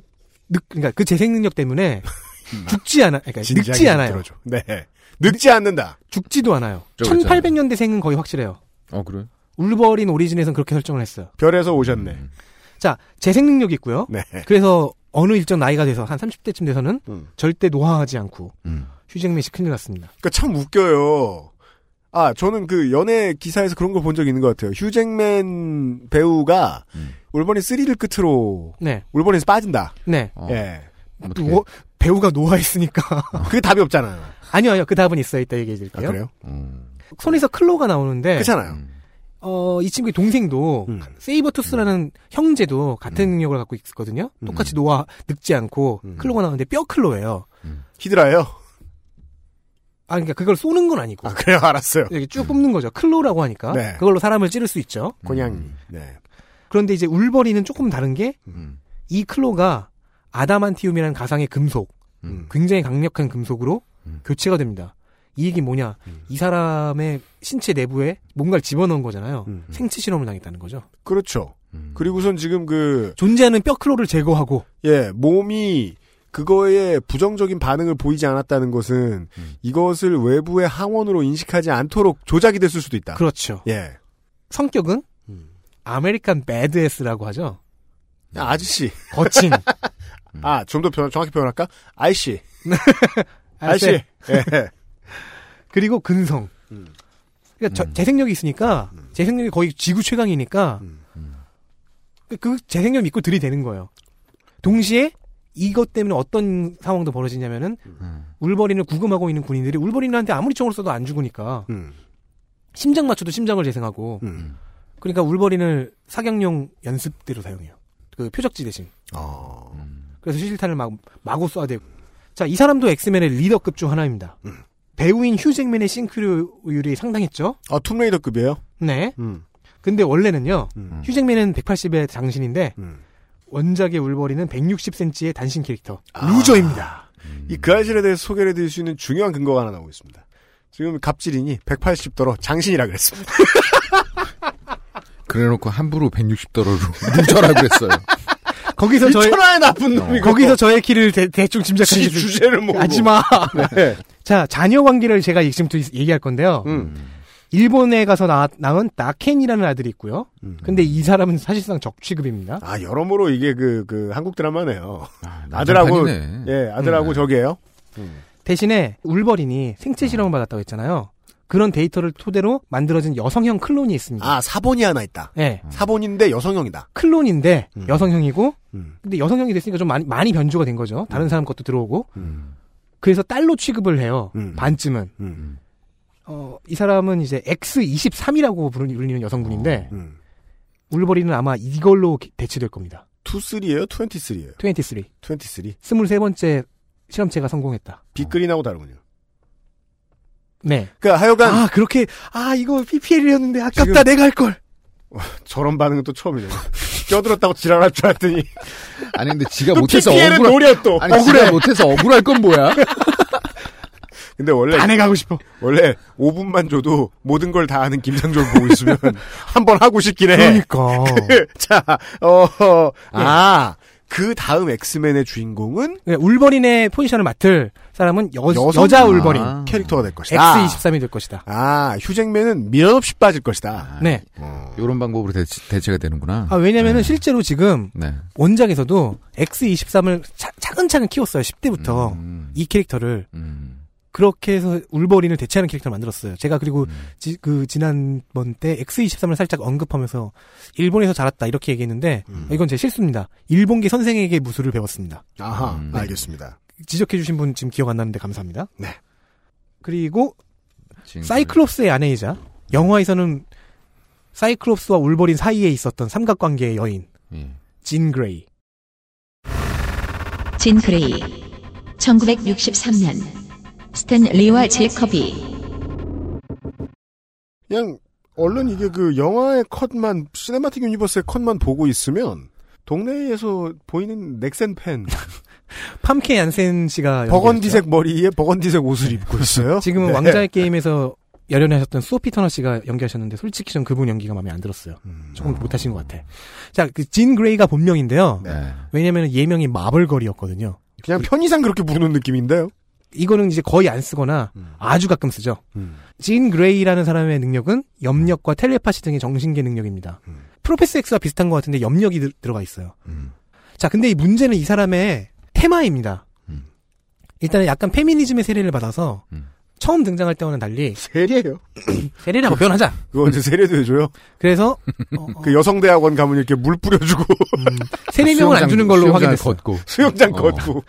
Speaker 7: 늑, 그러니까 그 재생 능력 때문에 죽지 않아, 그러니까
Speaker 2: 진지하게
Speaker 7: 늙지 않아요.
Speaker 2: 들어줘. 네, 늙지 않는다.
Speaker 7: 죽지도 않아요.
Speaker 2: 저거 있잖아요.
Speaker 7: 1800년대생은 거의 확실해요.
Speaker 3: 어, 그래?
Speaker 7: 울버린 오리진에서는 그렇게 설정을 했어요.
Speaker 2: 별에서 오셨네.
Speaker 7: 음. 자, 재생 능력이 있고요.
Speaker 2: 네.
Speaker 7: 그래서 어느 일정 나이가 돼서 한 30대쯤 돼서는 절대 노화하지 않고 휴잭맨이 큰일 났습니다.
Speaker 2: 음. 그러니까 참 웃겨요. 아, 저는 그 연애 기사에서 그런 걸 본 적이 있는 것 같아요. 휴잭맨 배우가
Speaker 7: 음.
Speaker 2: 울버린 3를 끝으로
Speaker 7: 네.
Speaker 2: 울버린에서 빠진다.
Speaker 7: 네.
Speaker 3: 어,
Speaker 2: 예.
Speaker 3: 뭐?
Speaker 7: 노- 배우가 노화했으니까.
Speaker 2: 그 답이 없잖아요.
Speaker 7: 그러니까. 아니요, 아니요. 어. 그 답은 있어요. 이따 얘기해 드릴게요. 음.
Speaker 2: 아, 그래요?
Speaker 3: 음,
Speaker 7: 손에서 클로가 나오는데.
Speaker 2: 그렇잖아요. 음.
Speaker 7: 어, 이 친구의 동생도, 세이버투스라는 형제도 같은 능력을 갖고 있거든요.
Speaker 2: 음.
Speaker 7: 똑같이 노화, 늙지 않고, 클로가 나오는데 뼈 클로예요.
Speaker 2: 히드라예요?
Speaker 7: 아, 그러니까 그걸 쏘는 건 아니고.
Speaker 2: 아, 그래요? 알았어요.
Speaker 7: 이렇게 쭉 뽑는 거죠. 클로라고 하니까.
Speaker 2: 네.
Speaker 7: 그걸로 사람을 찌를 수 있죠. 음.
Speaker 2: 곤양이. 네.
Speaker 7: 그런데 이제 울버리는 조금 다른 게,
Speaker 2: 음.
Speaker 7: 이 클로가 아다만티움이라는 가상의 금속,
Speaker 2: 음.
Speaker 7: 굉장히 강력한 금속으로 교체가 됩니다. 이 얘기 뭐냐?
Speaker 2: 음.
Speaker 7: 이 사람의 신체 내부에 뭔가를 집어넣은 거잖아요.
Speaker 2: 음.
Speaker 7: 생체 실험을 당했다는 거죠.
Speaker 2: 그렇죠. 그리고선 지금 그
Speaker 7: 존재하는 뼈 클로를 제거하고
Speaker 2: 예, 몸이 그거에 부정적인 반응을 보이지 않았다는 것은 이것을 외부의 항원으로 인식하지 않도록 조작이 됐을 수도 있다.
Speaker 7: 그렇죠.
Speaker 2: 예.
Speaker 7: 성격은
Speaker 2: 음.
Speaker 7: 아메리칸 배드에스라고 하죠.
Speaker 2: 아, 아저씨.
Speaker 7: 거친.
Speaker 2: 아, 좀 더 정확히 표현할까? 아이씨. 아이씨.
Speaker 7: 아이씨.
Speaker 2: 예.
Speaker 7: 그리고 근성. 그러니까 저- 재생력이 있으니까 재생력이 거의 지구 최강이니까 그- 그 재생력 믿고 들이대는 거예요. 동시에 이것 때문에 어떤 상황도 벌어지냐면은 울버린을 구금하고 있는 군인들이 울버린한테 아무리 총을 쏘도 안 죽으니까 심장 맞춰도 심장을
Speaker 2: 음,
Speaker 7: 재생하고 그러니까 울버린을 사격용 연습대로 사용해요. 그 표적지 대신.
Speaker 2: 어.
Speaker 7: 그래서 실탄을 막 마구 쏴대고. 자, 이 사람도 엑스맨의 리더급 중 하나입니다. 배우인 휴잭맨의 싱크로율이 상당했죠.
Speaker 2: 아, 툼레이더급이에요?
Speaker 7: 네.
Speaker 2: 음.
Speaker 7: 근데 원래는요. 휴잭맨은 180의 장신인데 원작의 울버린은 160cm의 단신 캐릭터 루저입니다.
Speaker 2: 이 그 사실에 대해서 소개를 해드릴 수 있는 중요한 근거가 하나 나오고 있습니다. 지금 갑질인이 180도로 장신이라 그랬습니다.
Speaker 3: 그래놓고 함부로 160도로 뭉쳐라 그랬어요.
Speaker 7: 아, 거기서 저의
Speaker 2: 천하의 나쁜 놈이고.
Speaker 7: 거기서 저의 키를 대, 충짐작하
Speaker 2: 지
Speaker 7: 시
Speaker 2: 주제를 모르고.
Speaker 7: 하지 마.
Speaker 2: 네.
Speaker 7: 자, 자녀 관계를 제가 지금부터 얘기할 건데요. 일본에 가서 나, 낳은 나켄이라는 아들이 있고요. 근데 이 사람은 사실상 적취급입니다.
Speaker 2: 아, 여러모로 이게 그, 그, 한국 드라마네요. 아, 들하고
Speaker 7: 난장판이네.
Speaker 2: 예, 아들하고
Speaker 7: 음.
Speaker 2: 저기예요
Speaker 7: 대신에 울버린이 생체 실험을 받았다고 했잖아요. 그런 데이터를 토대로 만들어진 여성형 클론이 있습니다.
Speaker 2: 아, 사본이 하나 있다.
Speaker 7: 네.
Speaker 2: 사본인데 여성형이다. 음,
Speaker 7: 클론인데 여성형이고 근데 여성형이 됐으니까 좀 많이, 많이 변조가 된 거죠. 다른 사람 것도 들어오고.
Speaker 2: 음.
Speaker 7: 그래서 딸로 취급을 해요. 반쯤은.
Speaker 2: 음,
Speaker 7: 어, 이 사람은 이제 X23이라고 부르는 여성분인데
Speaker 2: 어, 음.
Speaker 7: 울버린은 아마 이걸로 기- 대체될 겁니다.
Speaker 2: 2-3예요? 23예요?
Speaker 7: 23.
Speaker 2: 23.
Speaker 7: 어. 23번째 실험체가 성공했다.
Speaker 2: 빅그린하고 다르군요.
Speaker 7: 네.
Speaker 2: 그러니까 하여간
Speaker 7: 아, 그렇게 아, 이거 PPL이었는데 아깝다. 내가 할 걸.
Speaker 2: 저런 반응은 또 처음이네요. 껴들었다고 지랄할 줄 알았더니
Speaker 7: 그러니까
Speaker 3: 아니 근데 지가
Speaker 2: 또
Speaker 3: 못해서
Speaker 2: PPL 은
Speaker 3: 억울할
Speaker 2: 노려 또.
Speaker 7: 어?
Speaker 3: 아니
Speaker 2: 억울해.
Speaker 3: 지가 못해서 억울할 건 뭐야?
Speaker 2: 근데 원래
Speaker 7: 반해가고 싶어.
Speaker 2: 원래 5분만 줘도 모든 걸 다 아는 김상조 보고 있으면 한 번 하고 싶긴 해.
Speaker 7: 그러니까. 예.
Speaker 2: 그, 자, 어, 아, 그 다음 엑스맨의 주인공은
Speaker 7: 네, 울버린의 포지션을 맡을 사람은 여,
Speaker 2: 여성?
Speaker 7: 여자 울버린.
Speaker 2: 아, 캐릭터가 될 것이다.
Speaker 7: X23이 될 것이다.
Speaker 2: 아, 휴잭맨은 미련 없이 빠질 것이다.
Speaker 7: 네.
Speaker 3: 이런 방법으로 대체, 가 되는구나.
Speaker 7: 아, 왜냐면은 실제로 지금
Speaker 3: 네.
Speaker 7: 원작에서도 X23을 차, 차근차근 키웠어요.
Speaker 3: 음,
Speaker 7: 10대부터.
Speaker 2: 음.
Speaker 7: 이 캐릭터를. 그렇게 해서 울버린을 대체하는 캐릭터를 만들었어요. 제가 그리고
Speaker 2: 음.
Speaker 7: 지, 그 지난번 때 X23을 살짝 언급하면서 일본에서 자랐다 이렇게 얘기했는데
Speaker 2: 음.
Speaker 7: 이건 제 실수입니다. 일본계 선생에게 무술을 배웠습니다.
Speaker 2: 아하,
Speaker 7: 네.
Speaker 2: 알겠습니다.
Speaker 7: 지적해주신 분 지금 기억 안 나는데 감사합니다.
Speaker 2: 네.
Speaker 7: 그리고 사이클롭스의 아내이자 영화에서는 사이클롭스와 울버린 사이에 있었던 삼각관계의 여인
Speaker 3: 예. 네.
Speaker 7: 진 그레이
Speaker 1: 진 그레이 1963년 스탠 리와 제커비
Speaker 2: 그냥 얼른 이게 그 영화의 컷만 시네마틱 유니버스의 컷만 보고 있으면 동네에서 보이는 넥센 팬
Speaker 7: 팜케 얀센 씨가
Speaker 2: 버건디색 머리에 버건디색 옷을 입고 있어요.
Speaker 7: 지금은
Speaker 2: 네.
Speaker 7: 왕자의 게임에서 열연하셨던 소피 터너 씨가 연기하셨는데 솔직히 전 그분 연기가 마음에 안 들었어요. 조금 못하신 것 같아. 자, 그 진 그레이가 본명인데요.
Speaker 3: 네.
Speaker 7: 왜냐면 예명이 마블걸이었거든요.
Speaker 2: 그냥 편의상 그렇게 부르는 느낌인데요.
Speaker 7: 이거는 이제 거의 안 쓰거나 아주 가끔 쓰죠. 진 그레이라는 사람의 능력은 염력과 텔레파시 등의 정신계 능력입니다. 프로페스 X와 비슷한 것 같은데 염력이 들- 들어가 있어요. 자, 근데 이 문제는 이 사람의 테마입니다. 일단은 약간 페미니즘의 세례를 받아서 음. 처음 등장할 때와는 달리
Speaker 2: 세례예요.
Speaker 7: 세례라고 표현하자.
Speaker 2: 그거 이제 세례도 해줘요.
Speaker 7: 그래서
Speaker 2: 그 여성대학원 가면 이렇게 물 뿌려주고
Speaker 7: 세례명은 안 주는 걸로
Speaker 2: 수영장
Speaker 7: 음. 확인됐어요.
Speaker 2: 걷고. 수영장 걷고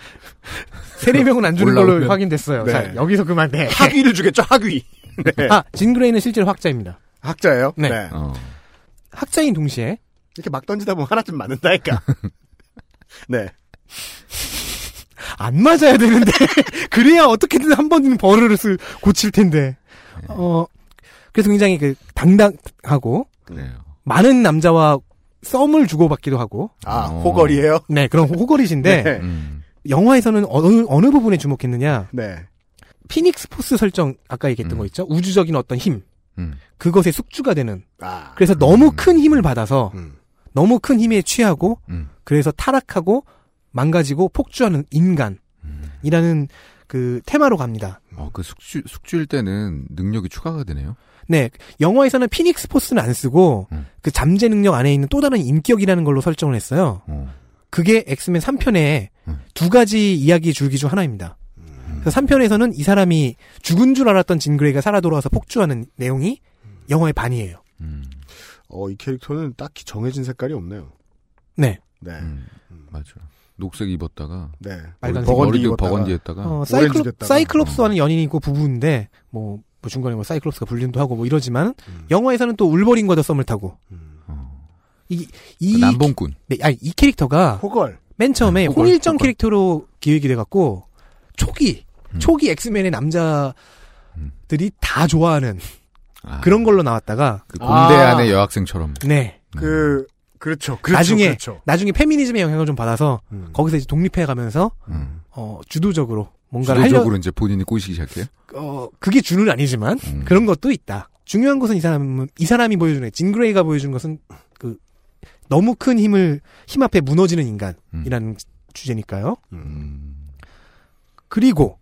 Speaker 7: 세례명은 안 주는 걸로
Speaker 2: 올라오면.
Speaker 7: 확인됐어요.
Speaker 2: 네.
Speaker 7: 자, 여기서 그만 네.
Speaker 2: 학위를 주겠죠 학위. 네.
Speaker 7: 아, 진그레이는 실제로 학자입니다.
Speaker 2: 학자예요?
Speaker 7: 네.
Speaker 3: 어.
Speaker 7: 학자인 동시에
Speaker 2: 이렇게 막 던지다 보면 하나쯤 맞는다니까. 네.
Speaker 7: 안 맞아야 되는데 그래야 어떻게든 한 번은 벌을 쓰, 고칠 텐데. 어 그래서 굉장히 그 당당하고 많은 남자와 썸을 주고받기도 하고.
Speaker 2: 아
Speaker 3: 어.
Speaker 2: 호걸이에요?
Speaker 7: 네, 그런 호- 호걸이신데
Speaker 3: 음.
Speaker 2: 네.
Speaker 7: 영화에서는 어느 어느 부분에 주목했느냐?
Speaker 2: 네.
Speaker 7: 피닉스 포스 설정 아까
Speaker 2: 음.
Speaker 7: 얘기했던 거 있죠? 우주적인 어떤 힘.
Speaker 3: 음.
Speaker 7: 그것에 숙주가 되는.
Speaker 2: 아.
Speaker 7: 그래서 너무 큰 힘을 받아서 너무 큰 힘에 취하고
Speaker 3: 음.
Speaker 7: 그래서 타락하고 망가지고 폭주하는 인간이라는 그 테마로 갑니다.
Speaker 3: 어, 그 숙주, 숙주일 때는 능력이 추가가 되네요.
Speaker 7: 네, 영화에서는 피닉스 포스는 안 쓰고 그 잠재 능력 안에 있는 또 다른 인격이라는 걸로 설정을 했어요. 그게 엑스맨 3편의 두 가지 이야기 줄기 중 하나입니다. 그래서 3편에서는 이 사람이 죽은 줄 알았던 진그레이가 살아 돌아와서 폭주하는 내용이 영화의 반이에요.
Speaker 3: 음,
Speaker 2: 어 이 캐릭터는 딱히 정해진 색깔이 없네요.
Speaker 7: 네.
Speaker 2: 네.
Speaker 3: 맞아. 녹색 입었다가
Speaker 2: 네.
Speaker 3: 음. 빨간색
Speaker 2: 버건디
Speaker 3: 머리도
Speaker 2: 입었다가.
Speaker 3: 버건디 했다가
Speaker 7: 어,
Speaker 2: 네. 오렌지
Speaker 7: 사이클롭,
Speaker 2: 됐다가. 어.
Speaker 7: 사이클롭스와는 연인이고 부부인데 뭐, 뭐 중간에 뭐 사이클롭스가 불륜도 하고 뭐 이러지만
Speaker 2: 음.
Speaker 7: 영화에서는 또 울버린과 더 썸을 타고 이, 이
Speaker 3: 남봉꾼.
Speaker 7: 네, 아니, 이 캐릭터가
Speaker 2: 그 호걸
Speaker 7: 맨 처음에
Speaker 3: 호걸,
Speaker 7: 홍일점
Speaker 3: 호걸.
Speaker 7: 캐릭터로 기획이 돼갖고 초기
Speaker 2: 음.
Speaker 7: 초기 엑스맨의 남자들이 다 좋아하는 그런 걸로 나왔다가
Speaker 3: 그 공대 안의 여학생처럼.
Speaker 7: 네.
Speaker 3: 음.
Speaker 2: 그 그렇죠. 그렇죠.
Speaker 7: 나중에
Speaker 2: 그렇죠. 음.
Speaker 7: 나중에 페미니즘의 영향을 좀 받아서 거기서 이제 독립해 가면서 어, 주도적으로 뭔가를
Speaker 3: 음.
Speaker 7: 하려
Speaker 3: 주도적으로 이제 본인이 꼬시기 시작해요.
Speaker 7: 어, 그게 주는 아니지만 그런 것도 있다. 중요한 것은 이 사람은 이 사람이 보여주는 진그레이가 보여준 것은 그 너무 큰 힘을 힘 앞에 무너지는 인간이라는 주제니까요. 그리고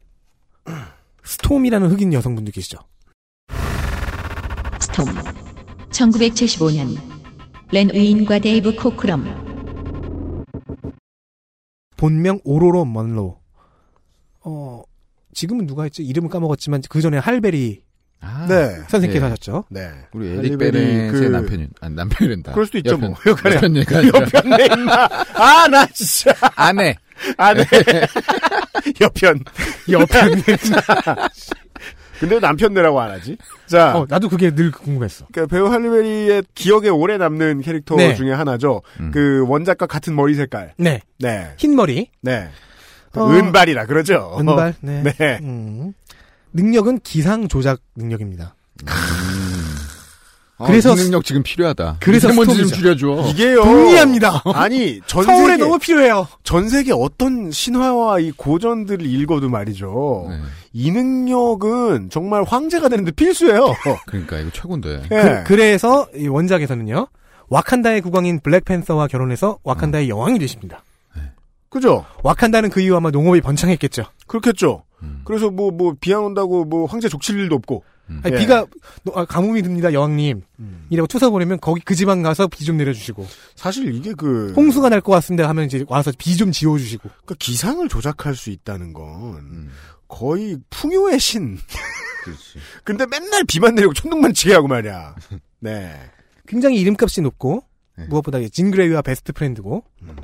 Speaker 7: 스톰이라는 흑인 여성분도 계시죠.
Speaker 1: 스톰 1975년 렌 의인과 데이브 코크럼
Speaker 7: 본명 오로로 먼로. 어 지금은 누가 했지? 이름은 까먹었지만 그 전에 할베리
Speaker 2: 네.
Speaker 7: 선생님께서
Speaker 3: 예.
Speaker 7: 하셨죠.
Speaker 2: 네.
Speaker 3: 우리
Speaker 2: 할리베리
Speaker 3: 에릭 베렌의
Speaker 2: 그-
Speaker 3: 남편이 아, 남편이란다.
Speaker 2: 그럴 수도 있죠
Speaker 3: 옆편-
Speaker 2: 뭐. 여간에-
Speaker 3: 옆편 얘기가 아니라.
Speaker 2: 옆편에 있나? 아 나 진짜
Speaker 3: 아내
Speaker 2: 아내 네. 옆편
Speaker 7: 옆편.
Speaker 2: 근데 남편네라고 안 하지? 자
Speaker 7: 어, 나도 그게 늘 궁금했어.
Speaker 2: 그러니까 배우 할리베리의 기억에 오래 남는 캐릭터
Speaker 7: 네.
Speaker 2: 중에 하나죠. 그 원작과 같은 머리 색깔.
Speaker 7: 네.
Speaker 2: 네.
Speaker 7: 흰 머리.
Speaker 2: 네.
Speaker 7: 어,
Speaker 2: 은발이라 그러죠.
Speaker 7: 은발, 네.
Speaker 2: 네.
Speaker 7: 음. 능력은 기상 조작 능력입니다.
Speaker 3: 어,
Speaker 7: 그래서
Speaker 3: 이 능력 지금 필요하다.
Speaker 7: 그래서
Speaker 3: 미세먼지 좀
Speaker 7: 스톰이죠.
Speaker 3: 줄여줘.
Speaker 2: 이게요.
Speaker 7: 동의합니다.
Speaker 2: 아니, 전
Speaker 7: 서울에
Speaker 2: 세계
Speaker 7: 너무 필요해요.
Speaker 2: 전 세계 어떤 신화와 이 고전들을 읽어도 말이죠. 이 능력은 정말 황제가 되는데 필수예요.
Speaker 3: 그러니까 이거 최고인데.
Speaker 2: 예.
Speaker 7: 그, 래서이 원작에서는요. 와칸다의 국왕인 블랙팬서와 결혼해서 와칸다의 여왕이 되십니다.
Speaker 2: 그죠?
Speaker 7: 와칸다는 그 이후 아마 농업이 번창했겠죠.
Speaker 2: 그렇겠죠. 그래서 뭐, 뭐, 비양 온다고 뭐, 황제 족칠 일도 없고.
Speaker 7: 아니,
Speaker 2: 예.
Speaker 7: 비가 노- 아, 가뭄이 듭니다, 여왕님. 이라고 투사 보내면 거기 그 지방 가서 비 좀 내려주시고
Speaker 2: 사실 이게 그.
Speaker 7: 홍수가 날 것 같습니다 하면 이제 와서 비 좀 지워주시고
Speaker 2: 그러니까 기상을 조작할 수 있다는 건 음. 거의 풍요의 신. 근데 맨날 비만 내리고 천둥만 치게 하고 말이야. 네.
Speaker 7: 굉장히 이름값이 높고 무엇보다 이제 진그레이와 베스트 프렌드고
Speaker 2: 음.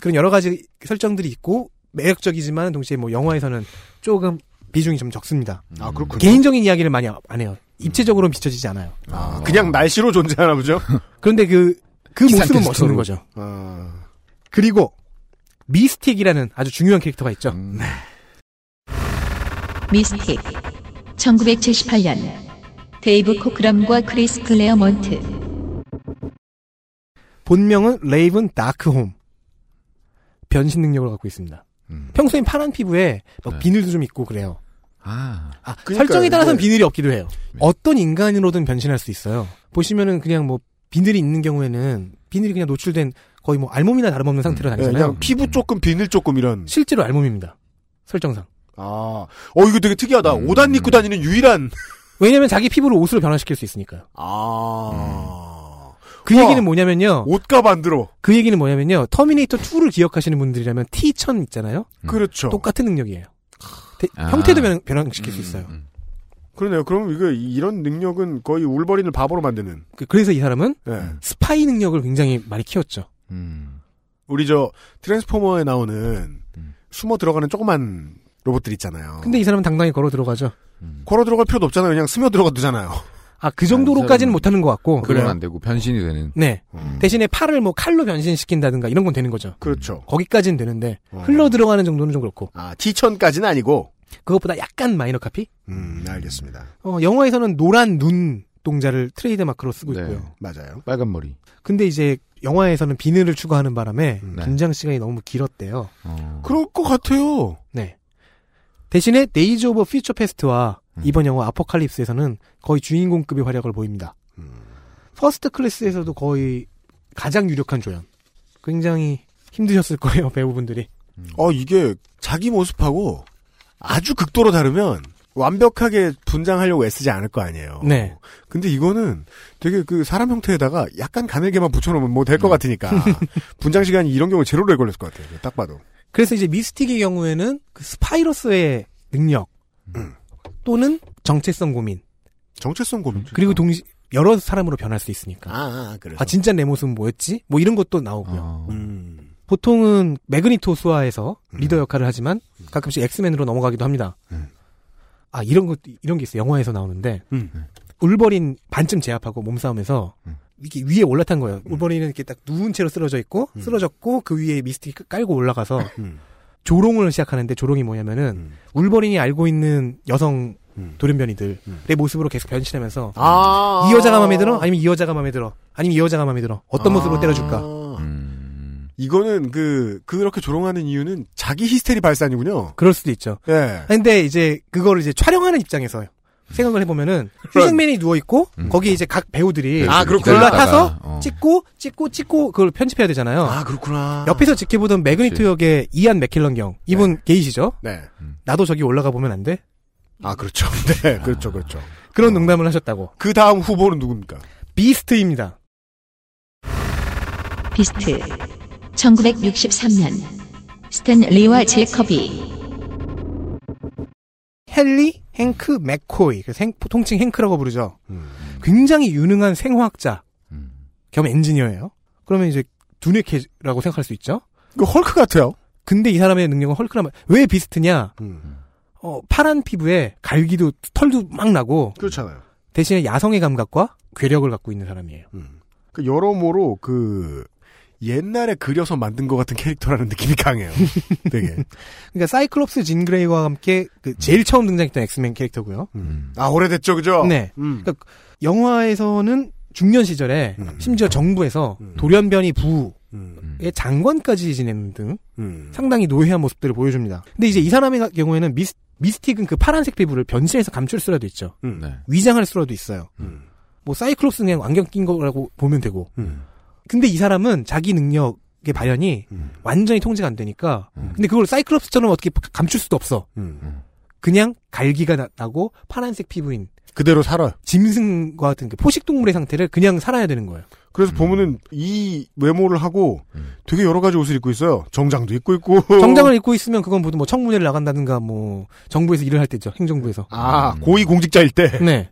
Speaker 7: 그런 여러 가지 설정들이 있고 매력적이지만 동시에 뭐 영화에서는 조금 비중이 좀 적습니다.
Speaker 2: 아, 그렇군요.
Speaker 7: 개인적인 이야기를 많이 안 해요.
Speaker 2: 음.
Speaker 7: 입체적으로는 비춰지지 않아요.
Speaker 2: 아, 그냥 날씨로 존재하나 보죠?
Speaker 7: 그런데 그, 그
Speaker 2: 기상 캐스터로.
Speaker 7: 모습은 멋있는 거죠.
Speaker 2: 아,
Speaker 7: 그리고 미스틱이라는 아주 중요한 캐릭터가 있죠.
Speaker 2: 음.
Speaker 3: 음.
Speaker 1: 미스틱. 1978년 데이브 코크럼과 크리스 클레어먼트.
Speaker 7: 본명은 레이븐 다크홈. 변신 능력을 갖고 있습니다.
Speaker 2: 음.
Speaker 7: 평소엔 파란 피부에 막
Speaker 2: 네.
Speaker 7: 비늘도 좀 있고 그래요.
Speaker 3: 아,
Speaker 7: 설정에 따라서는
Speaker 3: 네.
Speaker 7: 비늘이 없기도 해요. 어떤 인간으로든 변신할 수 있어요. 보시면은 그냥 뭐 비늘이 있는 경우에는 비늘이 그냥 노출된 거의 뭐 알몸이나 다름없는 상태로
Speaker 2: 네,
Speaker 7: 다니잖아요.
Speaker 2: 그냥 피부 조금, 비늘 조금 이런.
Speaker 7: 실제로 알몸입니다. 설정상.
Speaker 2: 아, 어, 이거 되게 특이하다. 옷안 입고 다니는 유일한.
Speaker 7: 왜냐면 자기 피부를 옷으로 변화시킬 수 있으니까요.
Speaker 2: 아.
Speaker 7: 그 얘기는 뭐냐면요.
Speaker 2: 옷값 안 들어.
Speaker 7: 그 얘기는 뭐냐면요. 터미네이터 2를 기억하시는 분들이라면 T1000 있잖아요.
Speaker 2: 그렇죠.
Speaker 7: 똑같은 능력이에요. 대-
Speaker 2: 아.
Speaker 7: 형태도 변, 변형시킬
Speaker 3: 음.
Speaker 7: 수 있어요.
Speaker 2: 그러네요. 그럼 이거, 이- 이런 능력은 거의 울버린을 바보로 만드는. 예.
Speaker 7: 그- 그래서 이 사람은
Speaker 2: 음.
Speaker 7: 스파이 능력을 굉장히 많이 키웠죠.
Speaker 3: 음,
Speaker 7: 음.
Speaker 2: 우리 저, 트랜스포머에 나오는 숨어 들어가는 조그만 로봇들 있잖아요.
Speaker 7: 근데 이 사람은 당당히 걸어 들어가죠.
Speaker 2: 걸어 들어갈 필요도 없잖아요. 그냥 스며 들어가도 되잖아요.
Speaker 7: 아, 그 정도로까지는 못하는 것 같고.
Speaker 3: 그건 안 되고 변신이 되는.
Speaker 7: 네.
Speaker 2: 음.
Speaker 7: 대신에 팔을 뭐 칼로 변신시킨다든가 이런 건 되는 거죠.
Speaker 2: 그렇죠.
Speaker 7: 거기까지는 되는데 흘러 들어가는 정도는 좀 그렇고.
Speaker 2: 아, T1000까지는 아니고
Speaker 7: 그것보다 약간 마이너 카피?
Speaker 2: 음, 알겠습니다.
Speaker 7: 어, 영화에서는 노란 눈 동자를 트레이드 마크로 쓰고 있고요.
Speaker 2: 맞아요.
Speaker 3: 빨간 머리.
Speaker 7: 근데 이제 영화에서는 비늘을 추가하는 바람에
Speaker 3: 네.
Speaker 7: 분장 시간이 너무 길었대요.
Speaker 3: 어.
Speaker 2: 그럴 것 같아요.
Speaker 7: 네. 대신에 데이즈 오브 퓨처 페스트와 이번 영화 아포칼립스에서는 거의 주인공급의 활약을 보입니다. 퍼스트 클래스에서도 거의 가장 유력한 조연. 굉장히 힘드셨을 거예요, 배우분들이.
Speaker 2: 어, 이게 자기 모습하고 아주 극도로 다르면 완벽하게 분장하려고 애쓰지 않을 거 아니에요.
Speaker 7: 네.
Speaker 2: 근데 이거는 되게 그 사람 형태에다가 약간 가늘게만 붙여놓으면 뭐 될 것 같으니까 분장 시간이 이런 경우 제로로 에 걸렸을 것 같아요. 딱 봐도.
Speaker 7: 그래서 이제 미스틱의 경우에는 그 스파이러스의 능력 또는 정체성 고민.
Speaker 2: 정체성 고민.
Speaker 7: 그리고 동시 여러 사람으로 변할 수 있으니까.
Speaker 2: 아, 그래서.
Speaker 7: 아 진짜 내 모습은 뭐였지? 뭐 이런 것도 나오고요.
Speaker 3: 어.
Speaker 2: 음.
Speaker 7: 보통은 매그니토 수화에서 리더 역할을 하지만 가끔씩 엑스맨으로 넘어가기도 합니다. 아 이런 것 이런 게 있어 요 영화에서 나오는데 울버린 반쯤 제압하고 몸싸움에서 이게 위에 올라탄 거예요. 울버린은 이렇게 딱 누운 채로 쓰러져 있고 쓰러졌고 그 위에 미스틱이 깔고 올라가서 조롱을 시작하는데 조롱이 뭐냐면은 울버린이 알고 있는 여성 돌연변이들의 모습으로 계속 변신하면서
Speaker 2: 아.
Speaker 7: 이 여자가 마음에 들어? 아니면 이 여자가 마음에 들어? 아니면 이 여자가 마음에 들어? 어떤 모습으로
Speaker 2: 아.
Speaker 7: 때려줄까?
Speaker 3: 음.
Speaker 2: 이거는 그 그렇게 조롱하는 이유는 자기 히스테리 발산이군요.
Speaker 7: 그럴 수도 있죠.
Speaker 2: 예.
Speaker 7: 근데 이제 그거를 이제 촬영하는 입장에서 생각을 해보면은 휴잭맨이 누워 있고 거기에 이제 각 배우들이
Speaker 2: 아, 그렇구나.
Speaker 7: 올라타서
Speaker 2: 기다리다가, 음. 어.
Speaker 7: 찍고 찍고 찍고 그걸 편집해야 되잖아요. 아
Speaker 2: 그렇구나.
Speaker 7: 옆에서 지켜보던 매그니트
Speaker 2: 그치.
Speaker 7: 역의 이안 맥킬런 경 이분 게이시죠.
Speaker 2: 네.
Speaker 7: 나도 저기 올라가 보면 안 돼?
Speaker 2: 아 그렇죠. 네, 그렇죠, 그렇죠.
Speaker 7: 그런 농담을 하셨다고.
Speaker 2: 그 다음 후보는 누굽니까?
Speaker 7: 비스트입니다.
Speaker 1: 비스트. 1963년 스탠 리와 제커비.
Speaker 7: 헨리 행크 맥코이 그래서 행- 통칭 행크라고 부르죠.
Speaker 2: 음.
Speaker 7: 굉장히 유능한 생화학자 겸 엔지니어예요. 그러면 이제 두뇌캐라고 생각할 수 있죠.
Speaker 2: 그 헐크 같아요.
Speaker 7: 근데 이 사람의 능력은 헐크라면 왜 비스트냐? 어, 파란 피부에 갈기도 털도 막 나고
Speaker 2: 그렇잖아요.
Speaker 7: 대신에 야성의 감각과 괴력을 갖고 있는 사람이에요.
Speaker 2: 그 여러모로 그 옛날에 그려서 만든 것 같은 캐릭터라는 느낌이 강해요. 되게.
Speaker 7: 그러니까 사이클롭스 진 그레이와 함께 그 제일 처음 등장했던 엑스맨 캐릭터고요.
Speaker 2: 아 오래됐죠, 그죠? 음.
Speaker 7: 네. 그러니까 영화에서는 중년 시절에 심지어 정부에서 돌연변이 부의
Speaker 2: 음.
Speaker 7: 장관까지 지내는 등 상당히 노회한 모습들을 보여줍니다. 근데 이제 이 사람의 가- 경우에는 미스, 미스틱은 그 파란색 피부를 변신해서 감출 수라도 있죠.
Speaker 2: 음. 네.
Speaker 3: 네.
Speaker 7: 위장할 수라도 있어요. 뭐 사이클롭스는 그냥 안경 낀 거라고 보면 되고. 근데 이 사람은 자기 능력의 발현이
Speaker 2: 음.
Speaker 7: 완전히 통제가 안 되니까. 근데 그걸 사이클롭스처럼 어떻게 감출 수도 없어.
Speaker 2: 음.
Speaker 7: 그냥 갈기가 나, 나고 파란색 피부인
Speaker 2: 그대로 살아요.
Speaker 7: 짐승과 같은 그 포식동물의 상태를 그냥 살아야 되는 거예요.
Speaker 2: 그래서
Speaker 3: 음.
Speaker 2: 보면은 이 외모를 하고 되게 여러 가지 옷을 입고 있어요. 정장도 입고 있고.
Speaker 7: 정장을 입고 있으면 그건 모두 뭐 청문회를 나간다든가 뭐 정부에서 일을 할 때죠. 행정부에서.
Speaker 2: 아 고위 공직자일 때.
Speaker 7: 네.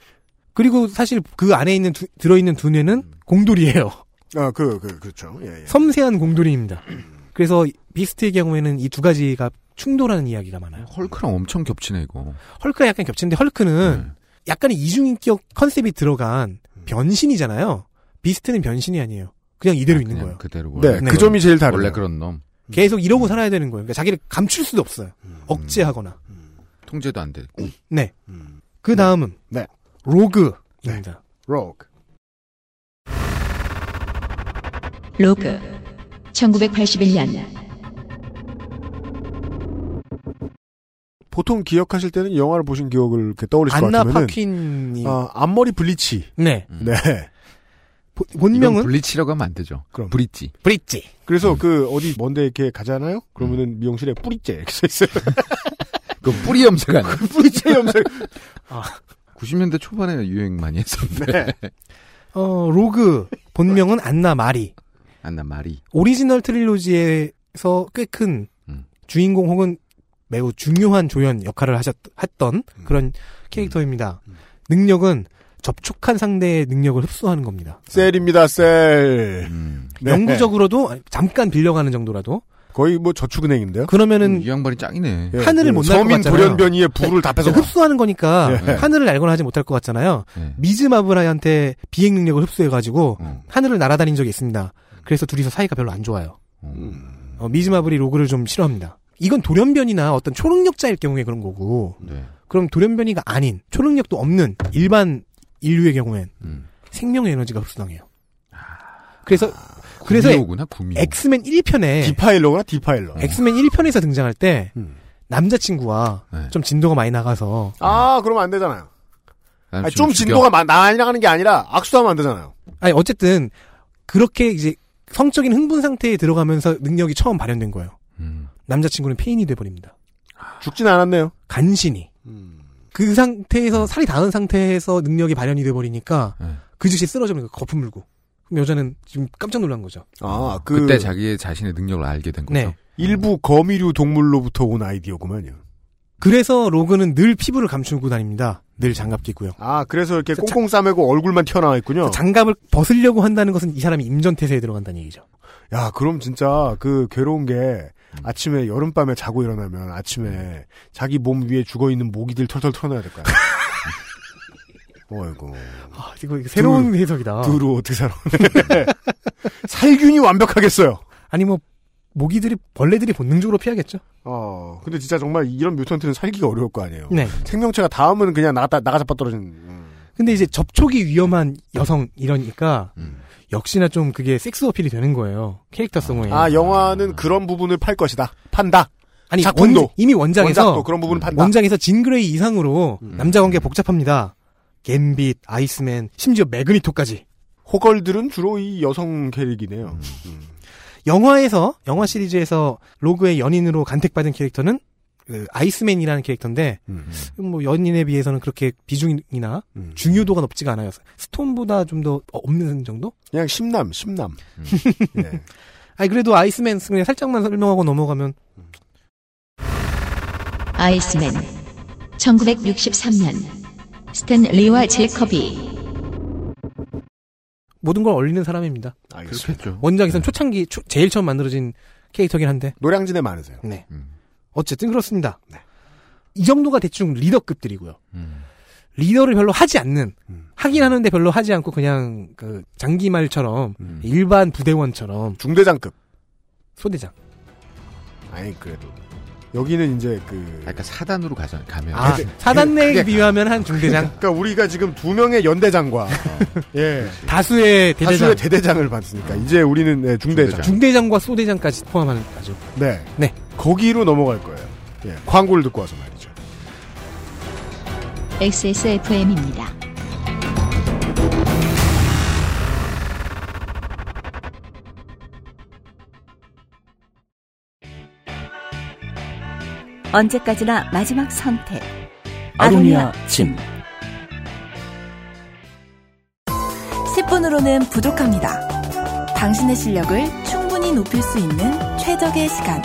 Speaker 7: 그리고 사실 그 안에 있는 두- 들어있는 두뇌는 공돌이에요.
Speaker 2: 아, 아그 그 그렇죠. 예, 예.
Speaker 7: 섬세한 공돌이입니다. 그래서 비스트의 경우에는 이 두 가지가 충돌하는 이야기가 많아요.
Speaker 3: 헐크랑 엄청 겹치네 이거.
Speaker 7: 헐크가 약간 겹치는데 헐크는 약간의 이중인격 컨셉이 들어간 변신이잖아요. 비스트는 변신이 아니에요. 그냥 이대로 있는 거예요.
Speaker 3: 그대로
Speaker 2: 네,
Speaker 3: 원래
Speaker 2: 그
Speaker 3: 그런-
Speaker 2: 점이 제일 다르네요.
Speaker 3: 원래 그런 놈.
Speaker 7: 계속 이러고 살아야 되는 거예요. 그러니까 자기를 감출 수도 없어요. 억제하거나.
Speaker 3: 통제도 안 되고.
Speaker 7: 네. 그 다음은
Speaker 2: 네.
Speaker 7: 로그입니다.
Speaker 2: 로그.
Speaker 1: 로그 1981년
Speaker 2: 보통 기억하실 때는 영화를 보신 기억을 이렇게 떠올리실 것
Speaker 7: 안나
Speaker 2: 같으면은
Speaker 7: 파퀸이
Speaker 2: 아, 앞머리 블리치.
Speaker 7: 네.
Speaker 3: 음.
Speaker 2: 네.
Speaker 7: 본명은
Speaker 3: 이건 블리치라고 하면 안 되죠.
Speaker 2: 그럼.
Speaker 3: 브릿지.
Speaker 7: 브릿지.
Speaker 2: 그래서 그 어디 먼데 이렇게 가잖아요. 그러면은
Speaker 3: 음.
Speaker 2: 미용실에 뿌리째 이렇게 써 있어요.
Speaker 3: 그 뿌리 염색 아니에요?
Speaker 2: 뿌리째 염색.
Speaker 3: 90년대 초반에 유행 많이
Speaker 7: 네.
Speaker 3: 했었는데.
Speaker 7: 어, 로그 본명은 안나 마리.
Speaker 3: 안나 마리.
Speaker 7: 오리지널 트릴로지에서 꽤 큰 주인공 혹은 매우 중요한 조연 역할을 하셨, 했던 그런 캐릭터입니다. 능력은 접촉한 상대의 능력을 흡수하는 겁니다.
Speaker 2: 셀입니다, 셀.
Speaker 3: 음.
Speaker 2: 네.
Speaker 7: 영구적으로도 아니, 잠깐 빌려가는 정도라도
Speaker 2: 거의 뭐 저축은행인데요.
Speaker 7: 그러면은
Speaker 3: 이 양반이 짱이네.
Speaker 2: 예,
Speaker 7: 하늘을 못 날 것
Speaker 2: 서민
Speaker 7: 같잖아요. 네.
Speaker 2: 돌연변이의 부를 다 뺏어.
Speaker 7: 흡수하는 거니까
Speaker 2: 예.
Speaker 7: 하늘을 날거나 하지 못할 것 같잖아요.
Speaker 3: 예. 음.
Speaker 7: 미즈마브라이한테 비행 능력을 흡수해가지고 하늘을 날아다닌 적이 있습니다. 그래서 둘이서 사이가 별로 안 좋아요.
Speaker 3: 음.
Speaker 7: 어, 미즈마블이 로그를 좀 싫어합니다. 이건 돌연변이나 어떤 초능력자일 경우에 그런 거고
Speaker 3: 네.
Speaker 7: 그럼 돌연변이가 아닌 초능력도 없는 일반 인류의 경우엔
Speaker 3: 음.
Speaker 7: 생명의 에너지가 흡수당해요. 그래서 그래서
Speaker 3: 구미호구나, 구미호.
Speaker 7: 엑스맨
Speaker 2: 예.
Speaker 7: 1편에
Speaker 2: 디파일러구나 디파일러.
Speaker 7: 엑스맨 1편에서 등장할 때 남자친구와
Speaker 3: 음. 네.
Speaker 7: 좀 진도가 많이 나가서
Speaker 2: 아, 그러면 안 되잖아요.
Speaker 3: 나는
Speaker 2: 아니,
Speaker 3: 지금
Speaker 2: 좀
Speaker 3: 죽여.
Speaker 2: 진도가 많, 많이 나가는 게 아니라 악수하면 안 되잖아요.
Speaker 7: 아니 어쨌든 그렇게 이제 성적인 흥분 상태에 들어가면서 능력이 처음 발현된 거예요. 남자친구는 페인이 돼버립니다.
Speaker 2: 죽진 않았네요. 음.
Speaker 7: 간신히 그 상태에서 살이 닿은 상태에서 능력이 발현이 돼버리니까
Speaker 3: 네.
Speaker 7: 그 즉시 쓰러지는 거예요. 거품 물고 그럼 여자는 지금 깜짝 놀란 거죠.
Speaker 2: 아, 그
Speaker 3: 그때 자기의 자신의 능력을 알게 된 거죠.
Speaker 7: 네.
Speaker 2: 일부 거미류 동물로부터 온 아이디어구만요.
Speaker 7: 그래서 로그는 늘 피부를 감추고 다닙니다. 늘 장갑 끼고요.
Speaker 2: 아, 그래서 이렇게 꽁꽁 싸매고 얼굴만 튀어나와 있군요.
Speaker 7: 장갑을 벗으려고 한다는 것은 이 사람이 임전태세에 들어간다는 얘기죠.
Speaker 2: 야, 그럼 진짜 그 괴로운 게 아침에 여름밤에 자고 일어나면 아침에 자기 몸 위에 죽어 있는 모기들 털털 털어놔야 될 거야. 어이구.
Speaker 7: 아, 이거 이거 새로운
Speaker 2: 두-
Speaker 7: 해석이다.
Speaker 2: 두루 어떻게 살아? 살균이 완벽하겠어요.
Speaker 7: 아니 뭐 모기들이 벌레들이 본능적으로 피하겠죠.
Speaker 2: 어, 근데 진짜 정말 이런 뮤턴트는 살기가 어려울 거 아니에요.
Speaker 7: 네.
Speaker 2: 생명체가 닿으면 그냥 나갔다, 음. 나가자빠 떨어지는.
Speaker 7: 근데 이제 접촉이 위험한 여성 이러니까 역시나 좀 그게 섹스 어필이 되는 거예요. 캐릭터성에.
Speaker 2: 아, 영화는 그런 부분을 팔 것이다. 판다.
Speaker 7: 아니
Speaker 2: 작품도.
Speaker 7: 원- 이미 원작에서
Speaker 2: 원작도 그런 부분을 판다.
Speaker 7: 원작에서 진그레이 이상으로 남자 관계 복잡합니다. 갬빗, 아이스맨, 심지어 매그니토까지.
Speaker 2: 호걸들은 주로 이 여성 캐릭이네요.
Speaker 7: 음. 영화에서 영화 시리즈에서 로그의 연인으로 간택받은 캐릭터는 그 아이스맨이라는 캐릭터인데
Speaker 2: 음.
Speaker 7: 뭐 연인에 비해서는 그렇게 비중이나 중요도가 높지가 않아요. 스톤보다 좀 더 없는 정도?
Speaker 2: 그냥 심남, 심남.
Speaker 7: 음.
Speaker 2: 예.
Speaker 7: 아니 그래도 아이스맨 그냥 살짝만 설명하고 넘어가면
Speaker 1: 아이스맨 1963년 스탠 리와 제커비
Speaker 7: 모든 걸 얼리는 사람입니다.
Speaker 3: 그렇겠죠.
Speaker 7: 원작에선 초창기 초- 제일 처음 만들어진 캐릭터긴 한데
Speaker 2: 노량진에 많으세요.
Speaker 7: 네. 어쨌든 그렇습니다. 이 정도가 대충 리더급들이고요. 리더를 별로 하지 않는 하긴 하는데 별로 하지 않고 그냥 그 장기말처럼 일반 부대원처럼
Speaker 2: 중대장급
Speaker 7: 소대장
Speaker 2: 아니 그래도 여기는 이제 그
Speaker 3: 약간 사단으로 가자 가면
Speaker 7: 아, 사단 내에 비유하면 한 중대장
Speaker 2: 그러니까 우리가 지금 두 명의 연대장과 예
Speaker 7: 다수의 대대장
Speaker 2: 다수의 대대장을 받으니까 이제 우리는 네, 중대장.
Speaker 7: 중대장과 소대장까지 포함하는 거죠.
Speaker 2: 네.
Speaker 7: 네.
Speaker 2: 거기로 넘어갈 거예요. 예. 광고를 듣고 와서 말이죠.
Speaker 1: XSFM입니다.
Speaker 13: 언제까지나 마지막 선택.
Speaker 4: 아로니아 침
Speaker 8: 10분으로는 부족합니다. 당신의 실력을 충분히 높일 수 있는 최적의 시간.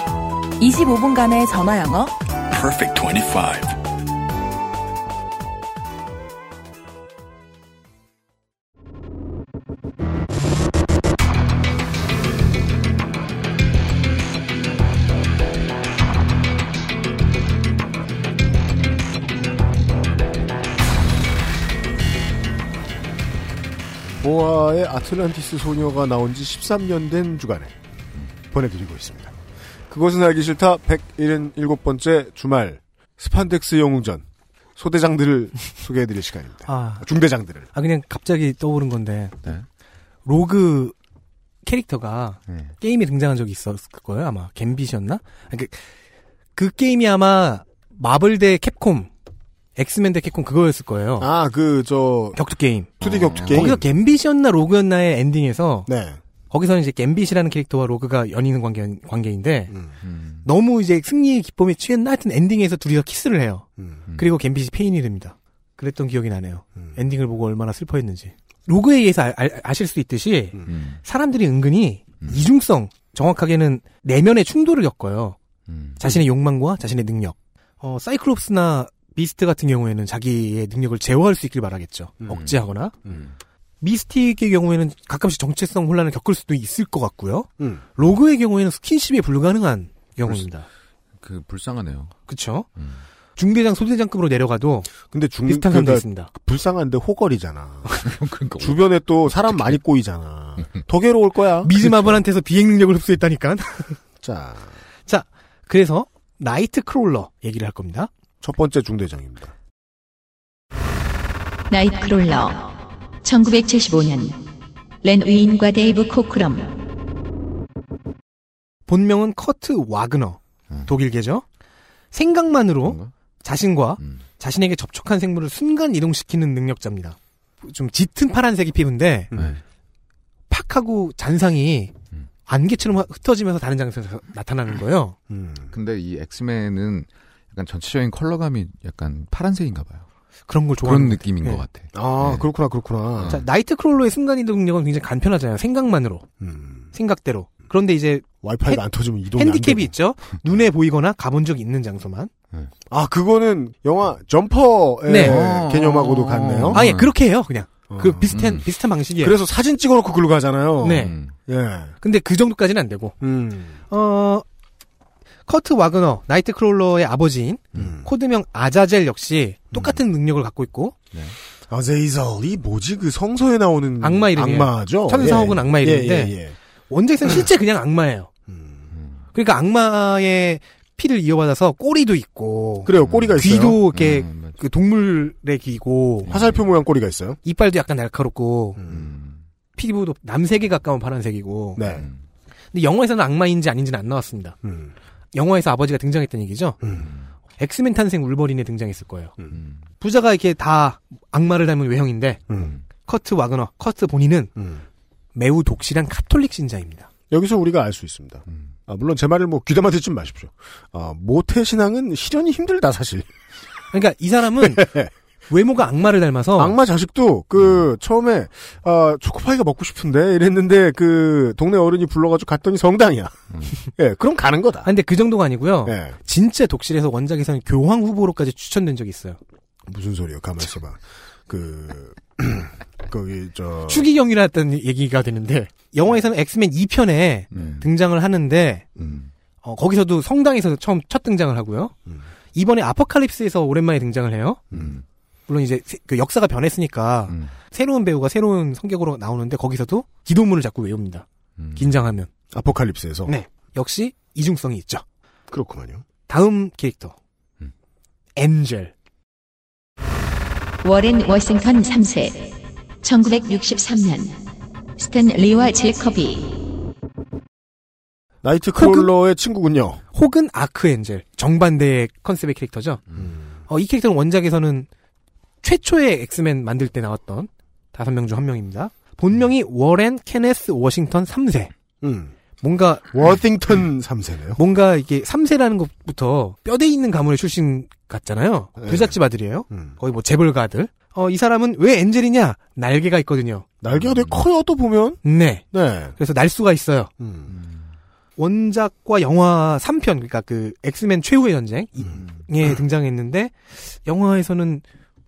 Speaker 8: 25분간의 전화 영어
Speaker 14: Perfect 25.
Speaker 2: 보아의 아틀란티스 소녀가 나온 지 13년 된 주간에 보내드리고 있습니다. 그것은 알기 싫다 177번째 주말 스판덱스 영웅전 소대장들을 소개해드릴 시간입니다.
Speaker 7: 아.
Speaker 2: 중대장들을.
Speaker 7: 아 그냥 갑자기 떠오른 건데 로그 캐릭터가 게임에 등장한 적이 있었을 거예요 아마 갬빗이었나? 아, 그, 그 게임이 아마 마블 대 캡콤 엑스맨 대 캡콤 그거였을 거예요.
Speaker 2: 아그 저
Speaker 7: 격투 게임.
Speaker 2: 2D 격투 게임.
Speaker 7: 어. 거기서 갬빗이었나 로그였나의 엔딩에서
Speaker 2: 네.
Speaker 7: 거기서는 이제 갬빗이라는 캐릭터와 로그가 연인은 관계, 관계인데
Speaker 3: 음,
Speaker 7: 너무 이제 승리의 기쁨에 취했나 하여튼 엔딩에서 둘이서 키스를 해요. 그리고 갬빗이 페인이 됩니다. 그랬던 기억이 나네요. 엔딩을 보고 얼마나 슬퍼했는지. 로그에 의해서 알- 알- 아실 수 있듯이
Speaker 3: 음.
Speaker 7: 사람들이 은근히 이중성, 정확하게는 내면의 충돌을 겪어요.
Speaker 3: 음.
Speaker 7: 자신의 욕망과 자신의 능력. 어, 사이클롭스나 미스트 같은 경우에는 자기의 능력을 제어할 수 있길 바라겠죠. 억제하거나. 미스틱의 경우에는 가끔씩 정체성 혼란을 겪을 수도 있을 것 같고요.
Speaker 2: 음.
Speaker 7: 로그의 경우에는 스킨십이 불가능한 경우입니다.
Speaker 3: 그 불쌍하네요.
Speaker 7: 그렇죠. 중대장 소대장급으로 내려가도
Speaker 2: 근데 중
Speaker 7: 비슷한 사람도
Speaker 2: 그러니까
Speaker 7: 있습니다. 그러니까
Speaker 2: 불쌍한데 호걸이잖아. 그러니까 주변에 또 사람 많이 꼬이잖아. 더 괴로울 거야.
Speaker 7: 미즈마블한테서 비행 능력을 흡수했다니까.
Speaker 2: 자,
Speaker 7: 자, 그래서 나이트 크롤러 얘기를 할 겁니다.
Speaker 2: 첫 번째 중대장입니다.
Speaker 1: 나이트크롤러 1975년 렌 위인과 데이브 코크럼
Speaker 7: 본명은 커트 와그너 독일계죠. 생각만으로
Speaker 3: 음.
Speaker 7: 자신과 자신에게 접촉한 생물을 순간 이동시키는 능력자입니다. 좀 짙은 파란색이
Speaker 3: 음.
Speaker 7: 피부인데
Speaker 3: 네.
Speaker 7: 팍 하고 잔상이 안개처럼 흩어지면서 다른 장소에서 나타나는 거예요.
Speaker 2: 음.
Speaker 3: 근데 이 엑스맨은 약간 전체적인 컬러감이 약간 파란색인가 봐요.
Speaker 7: 그런 걸 좋아하는
Speaker 3: 그런
Speaker 7: 것
Speaker 3: 느낌인
Speaker 7: 같아요.
Speaker 3: 것
Speaker 7: 예.
Speaker 3: 같아.
Speaker 2: 아, 그렇구나, 그렇구나.
Speaker 7: 자, 나이트크롤러의 순간이동 능력은 굉장히 간편하잖아요. 생각만으로. 생각대로. 그런데 이제
Speaker 2: 음. 와이파이가
Speaker 7: 핸-
Speaker 2: 안 터지면 이동이 안
Speaker 7: 핸디캡이
Speaker 2: 되고.
Speaker 7: 있죠. 눈에 보이거나 가본 적이 있는 장소만.
Speaker 2: 아, 그거는 영화 점퍼의
Speaker 7: 네.
Speaker 2: 개념하고도 같네요.
Speaker 7: 아, 예, 그렇게 해요, 그냥. 그 비슷한, 비슷한 방식이에요.
Speaker 2: 어? 음. 그래서 사진 찍어놓고 글로 가잖아요.
Speaker 7: 네.
Speaker 3: 음.
Speaker 2: 예.
Speaker 7: 근데 그 정도까지는 안 되고.
Speaker 2: 음.
Speaker 7: 어, 커트 와그너, 나이트크롤러의 아버지인
Speaker 2: 음.
Speaker 7: 코드명 아자젤 역시 똑같은 능력을 갖고 있고
Speaker 2: 아제이설이 뭐지? 그 성서에 나오는
Speaker 7: 악마 이름이에요.
Speaker 2: 악마죠.
Speaker 7: 천사 혹은
Speaker 2: 예.
Speaker 7: 악마 이름인데
Speaker 2: 예, 음. 예, 예.
Speaker 7: 원작에서는 실제 그냥 악마예요. 그러니까 악마의 피를 이어받아서 꼬리도 있고
Speaker 2: 그래요, 꼬리가 있어요. 음.
Speaker 7: 음, 귀도 이렇게
Speaker 3: 음,
Speaker 7: 그 동물의 귀고
Speaker 2: 화살표 모양 꼬리가 있어요.
Speaker 7: 이빨도 약간 날카롭고
Speaker 3: 음,
Speaker 7: 피부도 남색에 가까운 파란색이고
Speaker 2: 네.
Speaker 3: 음,
Speaker 7: 근데 영화에서는 악마인지 아닌지는 안 나왔습니다.
Speaker 2: 음.
Speaker 7: 영화에서 아버지가 등장했던 얘기죠. 엑스맨 탄생 울버린에 등장했을 거예요.
Speaker 2: 음.
Speaker 3: 음,
Speaker 7: 부자가 이렇게 다 악마를 닮은 외형인데 커트 와그너, 커트 본인은 매우 독실한 카톨릭 신자입니다.
Speaker 2: 음. 여기서 우리가 알 수 있습니다.
Speaker 7: 음.
Speaker 2: 아, 물론 제 말을 뭐 귀담아 듣지 마십시오. 아, 모태 신앙은 실현이 힘들다 사실.
Speaker 7: 그러니까 이 사람은 외모가 악마를 닮아서
Speaker 2: 악마 자식도 그 처음에 아, 초코파이가 먹고 싶은데 이랬는데 그 동네 어른이 불러가지고 갔더니 성당이야. 예, 그럼 가는 거다.
Speaker 7: 음. 아, 근데 그 정도가 아니고요.
Speaker 2: 예.
Speaker 7: 진짜 독실에서 원작에서는 교황 후보로까지 추천된 적이 있어요.
Speaker 2: 무슨 소리요? 가만 있어봐. 그 거기 저
Speaker 7: 추기경이라 했던 얘기가 되는데 영화에서는 엑스맨 2편에
Speaker 2: 네.
Speaker 7: 등장을 하는데
Speaker 2: 음,
Speaker 7: 어, 거기서도 성당에서 처음 첫 등장을 하고요. 이번에 아포칼립스에서 오랜만에 등장을 해요. 물론 이제 세- 그 역사가 변했으니까
Speaker 3: 음.
Speaker 7: 새로운 배우가 새로운 성격으로 나오는데 거기서도 기도문을 자꾸 외웁니다. 긴장하면.
Speaker 2: 아포칼립스에서
Speaker 7: 네. 역시 이중성이 있죠.
Speaker 2: 그렇구만요.
Speaker 7: 다음 캐릭터. 엔젤.
Speaker 1: 워렌 워싱턴 3세 1963년 스탠 리와 질 커비
Speaker 2: 나이트 크롤러의 친구군요.
Speaker 7: 혹은 아크엔젤 정반대의 컨셉의 캐릭터죠.
Speaker 2: 음.
Speaker 7: 어, 이 캐릭터는 원작에서는 최초의 엑스맨 만들 때 나왔던 다섯 명 중 한 명입니다. 본명이 워렌 케네스 워싱턴 3세.
Speaker 2: 음.
Speaker 7: 뭔가 음.
Speaker 2: 워싱턴 3세네요.
Speaker 7: 뭔가 이게 3세라는 것부터 뼈대 있는 가문의 출신 같잖아요. 부잣집 아들이에요.
Speaker 2: 음.
Speaker 7: 거의 뭐 재벌가 아들. 어, 이 사람은 왜 엔젤이냐? 날개가 있거든요.
Speaker 2: 날개가
Speaker 7: 음.
Speaker 2: 되게 커요, 또 보면.
Speaker 7: 네.
Speaker 2: 네. 음.
Speaker 7: 그래서 날 수가 있어요. 원작과 영화 3편, 그러니까 그 엑스맨 최후의 전쟁에
Speaker 2: 음.
Speaker 7: 음. 예, 등장했는데 영화에서는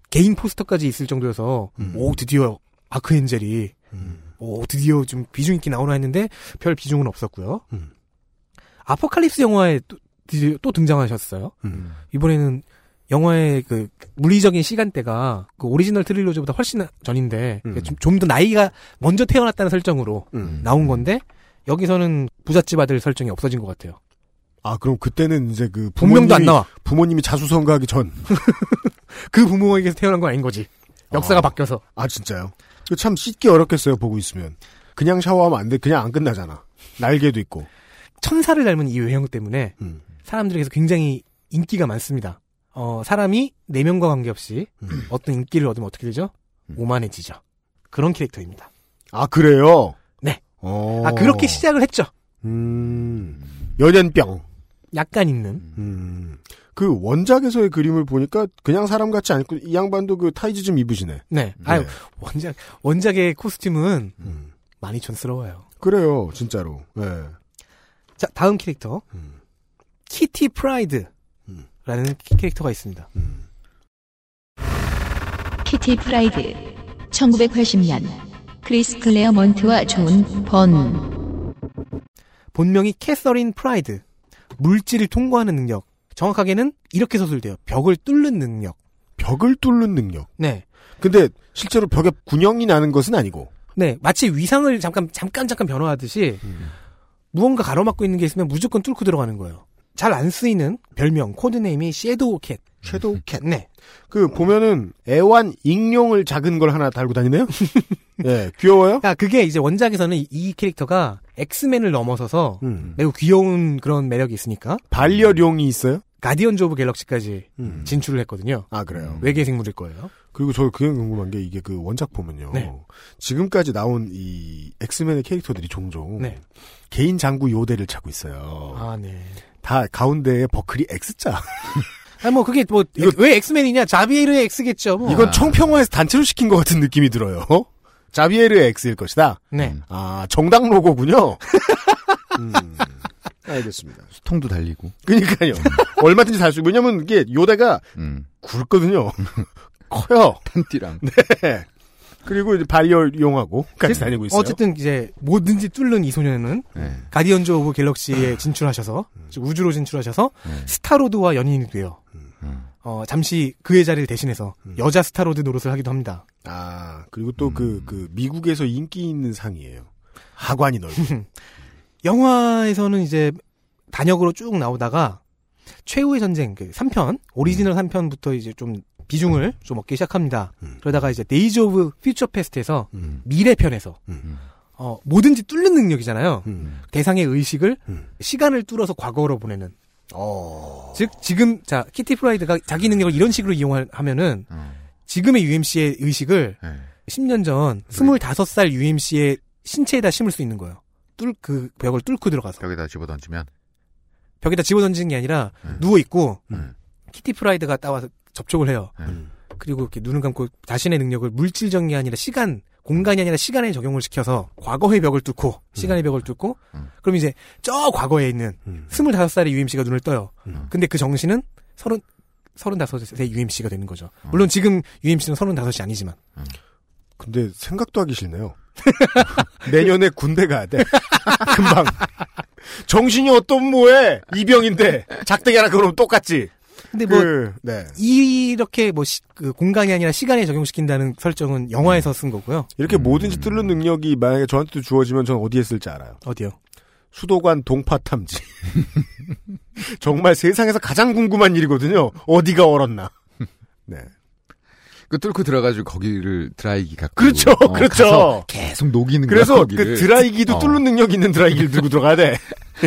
Speaker 7: 개인 포스터까지 있을 정도여서 오 드디어 아크엔젤이
Speaker 2: 음.
Speaker 7: 오 드디어 좀 비중 있게 나오나 했는데 별 비중은 없었고요.
Speaker 2: 음.
Speaker 7: 음. 아포칼립스 영화에 또, 드디어 또 등장하셨어요. 이번에는 영화의 그 물리적인 시간대가 그 오리지널 트릴로지보다 훨씬 전인데
Speaker 2: 음.
Speaker 7: 좀 더 나이가 먼저 태어났다는 설정으로 나온 건데 여기서는 부잣집 아들 설정이 없어진 것 같아요.
Speaker 2: 아 그럼 그때는 이제 그
Speaker 7: 본명도 안
Speaker 2: 부모님이-
Speaker 7: 나와.
Speaker 2: 부모님이 자수성가하기 전
Speaker 7: 그 부모에게서 태어난 건 아닌 거지. 역사가 바뀌어서.
Speaker 2: 아 진짜요? 그참 씻기 어렵겠어요 보고 있으면 그냥 샤워하면 안 돼 그냥 안 끝나잖아 날개도 있고 음.
Speaker 7: 천사를 닮은 이 외형 때문에 사람들에게서 굉장히 인기가 많습니다. 어, 사람이 내면과 관계없이
Speaker 2: 음.
Speaker 7: 어떤 인기를 얻으면 어떻게 되죠? 오만해지죠. 그런 캐릭터입니다.
Speaker 2: 아 그래요?
Speaker 7: 네.
Speaker 2: 어.
Speaker 7: 아, 그렇게 시작을 했죠.
Speaker 2: 음 연연병
Speaker 7: 약간 있는.
Speaker 2: 음. 그 원작에서의 그림을 보니까 그냥 사람 같지 않고 이 양반도 그 타이즈 좀 입으시네.
Speaker 7: 네. 아유, 원작, 원작의 코스튬은 많이 촌스러워요.
Speaker 2: 음. 그래요, 진짜로. 네.
Speaker 7: 자, 다음 캐릭터. 키티 프라이드라는 캐릭터가 있습니다.
Speaker 1: 키티 프라이드 1980년 크리스 클레어먼트와 존 번.
Speaker 7: 본명이 캐서린 프라이드. 물질을 통과하는 능력. 정확하게는 이렇게 서술돼요. 벽을 뚫는 능력.
Speaker 2: 벽을 뚫는 능력.
Speaker 7: 네.
Speaker 2: 근데 실제로 벽에 군형이 나는 것은 아니고.
Speaker 7: 네, 마치 위상을 잠깐 잠깐 잠깐 변화하듯이 무언가 가로막고 있는 게 있으면 무조건 뚫고 들어가는 거예요. 잘 안 쓰이는 별명 코드네임이 섀도우 캣.
Speaker 2: 섀도우 캣.
Speaker 7: 네.
Speaker 2: 그 보면은 애완 익룡을 작은 걸 하나 달고 다니네요. 예, 귀여워요?
Speaker 7: 아, 그게 이제 원작에서는 이, 이 캐릭터가 엑스맨을 넘어서서
Speaker 2: 음.
Speaker 7: 매우 귀여운 그런 매력이 있으니까
Speaker 2: 반려룡이 있어요?
Speaker 7: 가디언즈 오브 갤럭시까지 진출을 했거든요.
Speaker 2: 음. 아, 그래요.
Speaker 7: 외계 생물일 거예요.
Speaker 2: 그리고 저 그게 궁금한 게 이게 그 원작 보면요.
Speaker 7: 네.
Speaker 2: 지금까지 나온 이 엑스맨의 캐릭터들이 종종
Speaker 7: 네.
Speaker 2: 개인 장구 요대를 차고 있어요.
Speaker 7: 아, 네.
Speaker 2: 다 가운데에 버클이 X자.
Speaker 7: 아니 뭐 그게 뭐 왜 엑스맨이냐? 자비에르의 엑스겠죠. 뭐.
Speaker 2: 이건 청평화에서 단체로 시킨 것 같은 느낌이 들어요. 자비에르의 X일 것이다.
Speaker 7: 네.
Speaker 2: 아 정당 로고군요. 음, 알겠습니다.
Speaker 3: 수통도 달리고.
Speaker 2: 그러니까요. 얼마든지 살 수. 있고 왜냐면 이게 요대가
Speaker 7: 음.
Speaker 2: 굵거든요. 커요.
Speaker 3: 탄띠랑.
Speaker 2: 네. 그리고 이제 반려용하고 같이 다니고 있어요.
Speaker 7: 그
Speaker 2: 네.
Speaker 7: 어쨌든 이제 뭐든지 뚫는 이 소녀는 가디언즈 오브
Speaker 2: 음.
Speaker 7: 갤럭시에 진출하셔서 즉 우주로 진출하셔서
Speaker 2: 네.
Speaker 7: 스타로드와 연인이 돼요.
Speaker 2: 음.
Speaker 7: 어, 잠시 그의 자리를 대신해서 여자 스타로드 노릇을 하기도 합니다.
Speaker 2: 아 그리고 또 그
Speaker 7: 음.
Speaker 2: 그 미국에서 인기 있는 상이에요. 하관이 넓고.
Speaker 7: 영화에서는 이제 단역으로 쭉 나오다가 최후의 전쟁 그 3편 오리지널 3편부터 이제 좀 비중을 좀 얻기 시작합니다. 그러다가 이제 데이즈 오브 퓨처 페스트에서 미래 편에서 어, 뭐든지 뚫는
Speaker 2: 음.
Speaker 7: 능력이잖아요. 대상의 의식을 시간을 뚫어서 과거로 보내는.
Speaker 2: 어.
Speaker 7: 즉 지금 자 키티 프라이드가 자기 능력을 이런 식으로 이용하면은 지금의 UMC의 의식을 10년 전 25살 UMC의 신체에다 심을 수 있는 거예요. 뚫 그 벽을 뚫고 들어가서
Speaker 15: 벽에다 집어던지면
Speaker 7: 벽에다 집어 던지는 게 아니라 누워 있고 키티 프라이드가 따와서 접촉을 해요. 그리고 이렇게 눈을 감고 자신의 능력을 물질적인 게 아니라 시간 공간이 아니라 시간에 적용을 시켜서 과거의 벽을 뚫고 시간의 벽을 뚫고 그럼 이제 저 과거에 있는
Speaker 2: 음.
Speaker 7: 스물다섯 살의 UMC가 눈을 떠요. 근데 그 정신은 서른 서른다섯의 UMC가 되는 거죠. 물론 지금 UMC는 서른다섯이 아니지만
Speaker 2: 근데 생각도 하기 싫네요. 내년에 군대 가야 돼. 금방. 정신이 어떤 뭐해? 이병인데 작대기 하나 그럼 똑같지.
Speaker 7: 근데 뭐
Speaker 2: 그, 네.
Speaker 7: 이렇게 뭐 시- 그 공간이 아니라 시간에 적용시킨다는 설정은 영화에서 쓴 거고요.
Speaker 2: 이렇게 뭐든지 뚫는 능력이 만약에 저한테도 주어지면 전 어디에 쓸지 알아요.
Speaker 7: 어디요?
Speaker 2: 수도관 동파 탐지. 정말 세상에서 가장 궁금한 일이거든요. 어디가 얼었나. 네.
Speaker 3: 그 뚫고 들어가지고 거기를 드라이기 갖고. 어,
Speaker 2: 그렇죠, 그렇죠.
Speaker 3: 가서 계속 녹이는 거야,
Speaker 2: 그래서
Speaker 3: 거기를.
Speaker 2: 그 드라이기도
Speaker 3: 어.
Speaker 2: 뚫는 능력 있는 드라이기를 들고 들어가야 돼.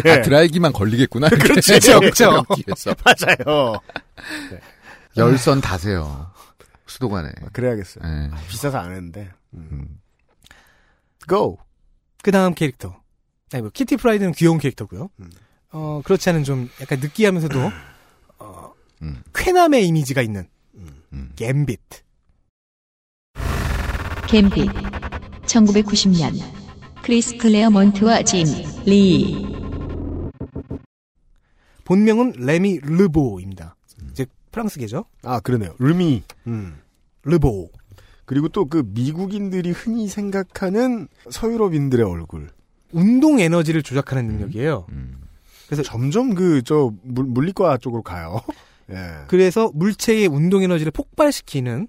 Speaker 2: 예.
Speaker 3: 아, 드라이기만 걸리겠구나.
Speaker 2: 그렇지, 그렇죠.
Speaker 3: 뒤에서.
Speaker 2: 맞아요.
Speaker 3: 열선 다세요. 수도관에.
Speaker 2: 아, 그래야겠어요.
Speaker 3: 예.
Speaker 7: 아,
Speaker 3: 음.
Speaker 2: 비싸서 안 했는데.
Speaker 7: 음.
Speaker 2: Go.
Speaker 7: 그 다음 캐릭터. 아니 뭐 키티 프라이드는 귀여운 캐릭터고요. 어 그렇지 않은 좀 약간 느끼하면서도 어, 쾌남의 이미지가 있는 갬빗.
Speaker 1: 갬빗 1990년 크리스 클레어먼트와 짐 리.
Speaker 7: 본명은 레미 르보입니다. 즉 프랑스계죠.
Speaker 2: 아 그러네요. 르미. 음.
Speaker 7: 르보.
Speaker 2: 그리고 또 그 미국인들이 흔히 생각하는 서유럽인들의 얼굴.
Speaker 7: 운동 에너지를 조작하는 능력이에요.
Speaker 2: 그래서 점점 그 저 물리과 쪽으로 가요.
Speaker 7: 그래서 물체의 운동 에너지를 폭발시키는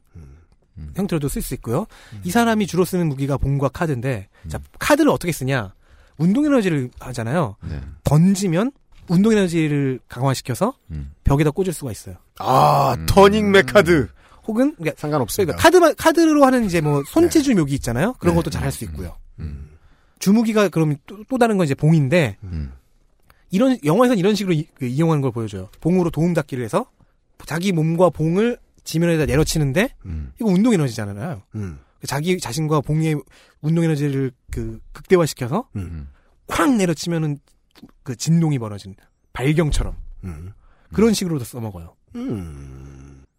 Speaker 7: 형태로도 쓸 수 있고요. 이 사람이 주로 쓰는 무기가 봉과 카드인데 자, 카드를 어떻게 쓰냐? 운동 에너지를 하잖아요.
Speaker 15: 네.
Speaker 7: 던지면 운동 에너지를 강화시켜서 벽에다 꽂을 수가 있어요.
Speaker 2: 아, 터닝 메카드.
Speaker 7: 혹은 그러니까
Speaker 2: 상관없습니다. 네.
Speaker 7: 그러니까 카드만 카드로 하는 이제 뭐 손재주 묘기 있잖아요. 그런 것도 잘 할 수
Speaker 2: 음,
Speaker 7: 있고요. 주무기가 그럼 또, 또 다른 건 이제 봉인데
Speaker 2: 음.
Speaker 7: 이런 영화에서는 이런 식으로 이, 용하는걸 보여줘요. 봉으로 도움 닫기를 해서 자기 몸과 봉을 지면에다 내려치는데
Speaker 2: 음.
Speaker 7: 이거 운동 에너지잖아요. 그 자기 자신과 봉의 운동 에너지를 그 극대화시켜서
Speaker 2: 음,
Speaker 7: 쾅 내려치면은 그 진동이 벌어진다. 발경처럼
Speaker 2: 음.
Speaker 7: 그런 식으로도 써먹어요.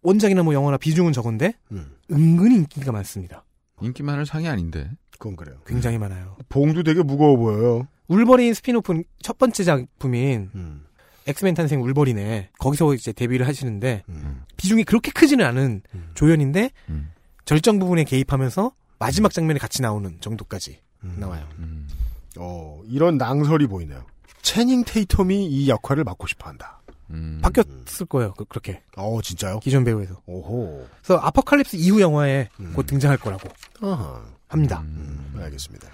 Speaker 7: 원작이나 뭐 영화나 비중은 적은데
Speaker 2: 음.
Speaker 7: 은근히 인기가 많습니다.
Speaker 3: 인기 많을 상이 아닌데.
Speaker 2: 그건 그래요.
Speaker 7: 굉장히 많아요.
Speaker 2: 봉도 되게 무거워 보여요.
Speaker 7: 울버린 스피노프는 첫 번째 작품인
Speaker 2: 음.
Speaker 7: 엑스맨 탄생 울버린에 거기서 이제 데뷔를 하시는데
Speaker 2: 음.
Speaker 7: 비중이 그렇게 크지는 않은 조연인데 절정 부분에 개입하면서 마지막 장면에 같이 나오는 정도까지 나와요.
Speaker 2: 어, 이런 낭설이 보이네요. 채닝 테이텀이 이 역할을 맡고 싶어 한다.
Speaker 3: 음.
Speaker 7: 바뀌었을 거예요. 그, 렇게
Speaker 2: 어, 진짜요?
Speaker 7: 기존 배우에서.
Speaker 2: 오호.
Speaker 7: 그래서 아포칼립스 이후 영화에 곧 등장할 거라고
Speaker 2: 아하.
Speaker 7: 합니다.
Speaker 2: 음. 알겠습니다.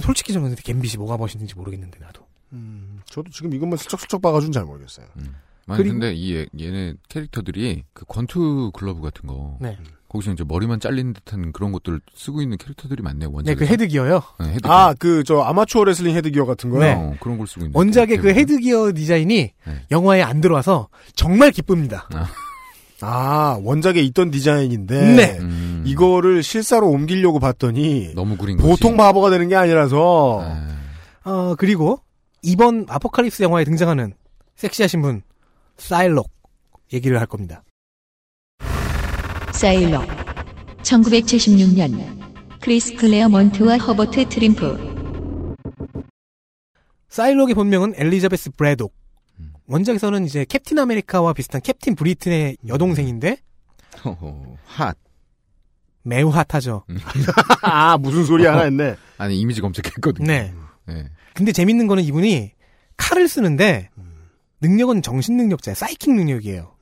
Speaker 7: 솔직히 저는 근데 갬빗이 뭐가 멋있는지 모르겠는데 나도.
Speaker 2: 음, 저도 지금 이것만 슬쩍슬쩍 봐가지고 잘 모르겠어요.
Speaker 7: 음.
Speaker 3: 아니
Speaker 2: 그리고-
Speaker 3: 근데 이 얘- 얘네 캐릭터들이 그 권투 글러브 같은 거
Speaker 7: 네.
Speaker 3: 거기서 이제 머리만 잘린 듯한 그런 것들을 쓰고 있는 캐릭터들이 많네요 원작.
Speaker 7: 네, 그 헤드기어요.
Speaker 3: 네, 헤드.
Speaker 2: 아, 그, 저, 아마추어 레슬링 헤드기어 같은 거요?
Speaker 7: 네.
Speaker 3: 어, 그런 걸 쓰고 있는.
Speaker 7: 원작의
Speaker 3: 네.
Speaker 7: 그 헤드기어 디자인이 영화에 안 들어와서 정말 기쁩니다.
Speaker 2: 아, 원작에 있던 디자인인데. 음.
Speaker 7: 네.
Speaker 2: 이거를 실사로 옮기려고 봤더니.
Speaker 3: 음. 너무 구린 네.
Speaker 2: 보통 바보가 되는 게 아니라서.
Speaker 7: 어, 그리고 이번 아포칼립스 영화에 등장하는 섹시하신 분 사일록 얘기를 할 겁니다.
Speaker 1: 사일록 1976년 크리스 클레어먼트와 허버트 트림프
Speaker 7: 사일록의 본명은 엘리자베스 브래독. 원작에서는 이제 캡틴 아메리카와 비슷한 캡틴 브리튼의 여동생인데
Speaker 3: 핫.
Speaker 7: 매우 핫하죠.
Speaker 2: 아, 무슨 소리
Speaker 7: 어.
Speaker 2: 하나 했네.
Speaker 3: 아니 이미지 검색했거든요.
Speaker 7: 네.
Speaker 3: 네.
Speaker 7: 근데 재밌는 거는 이분이 칼을 쓰는데 능력은 정신 능력자예요. 사이킹 능력이에요.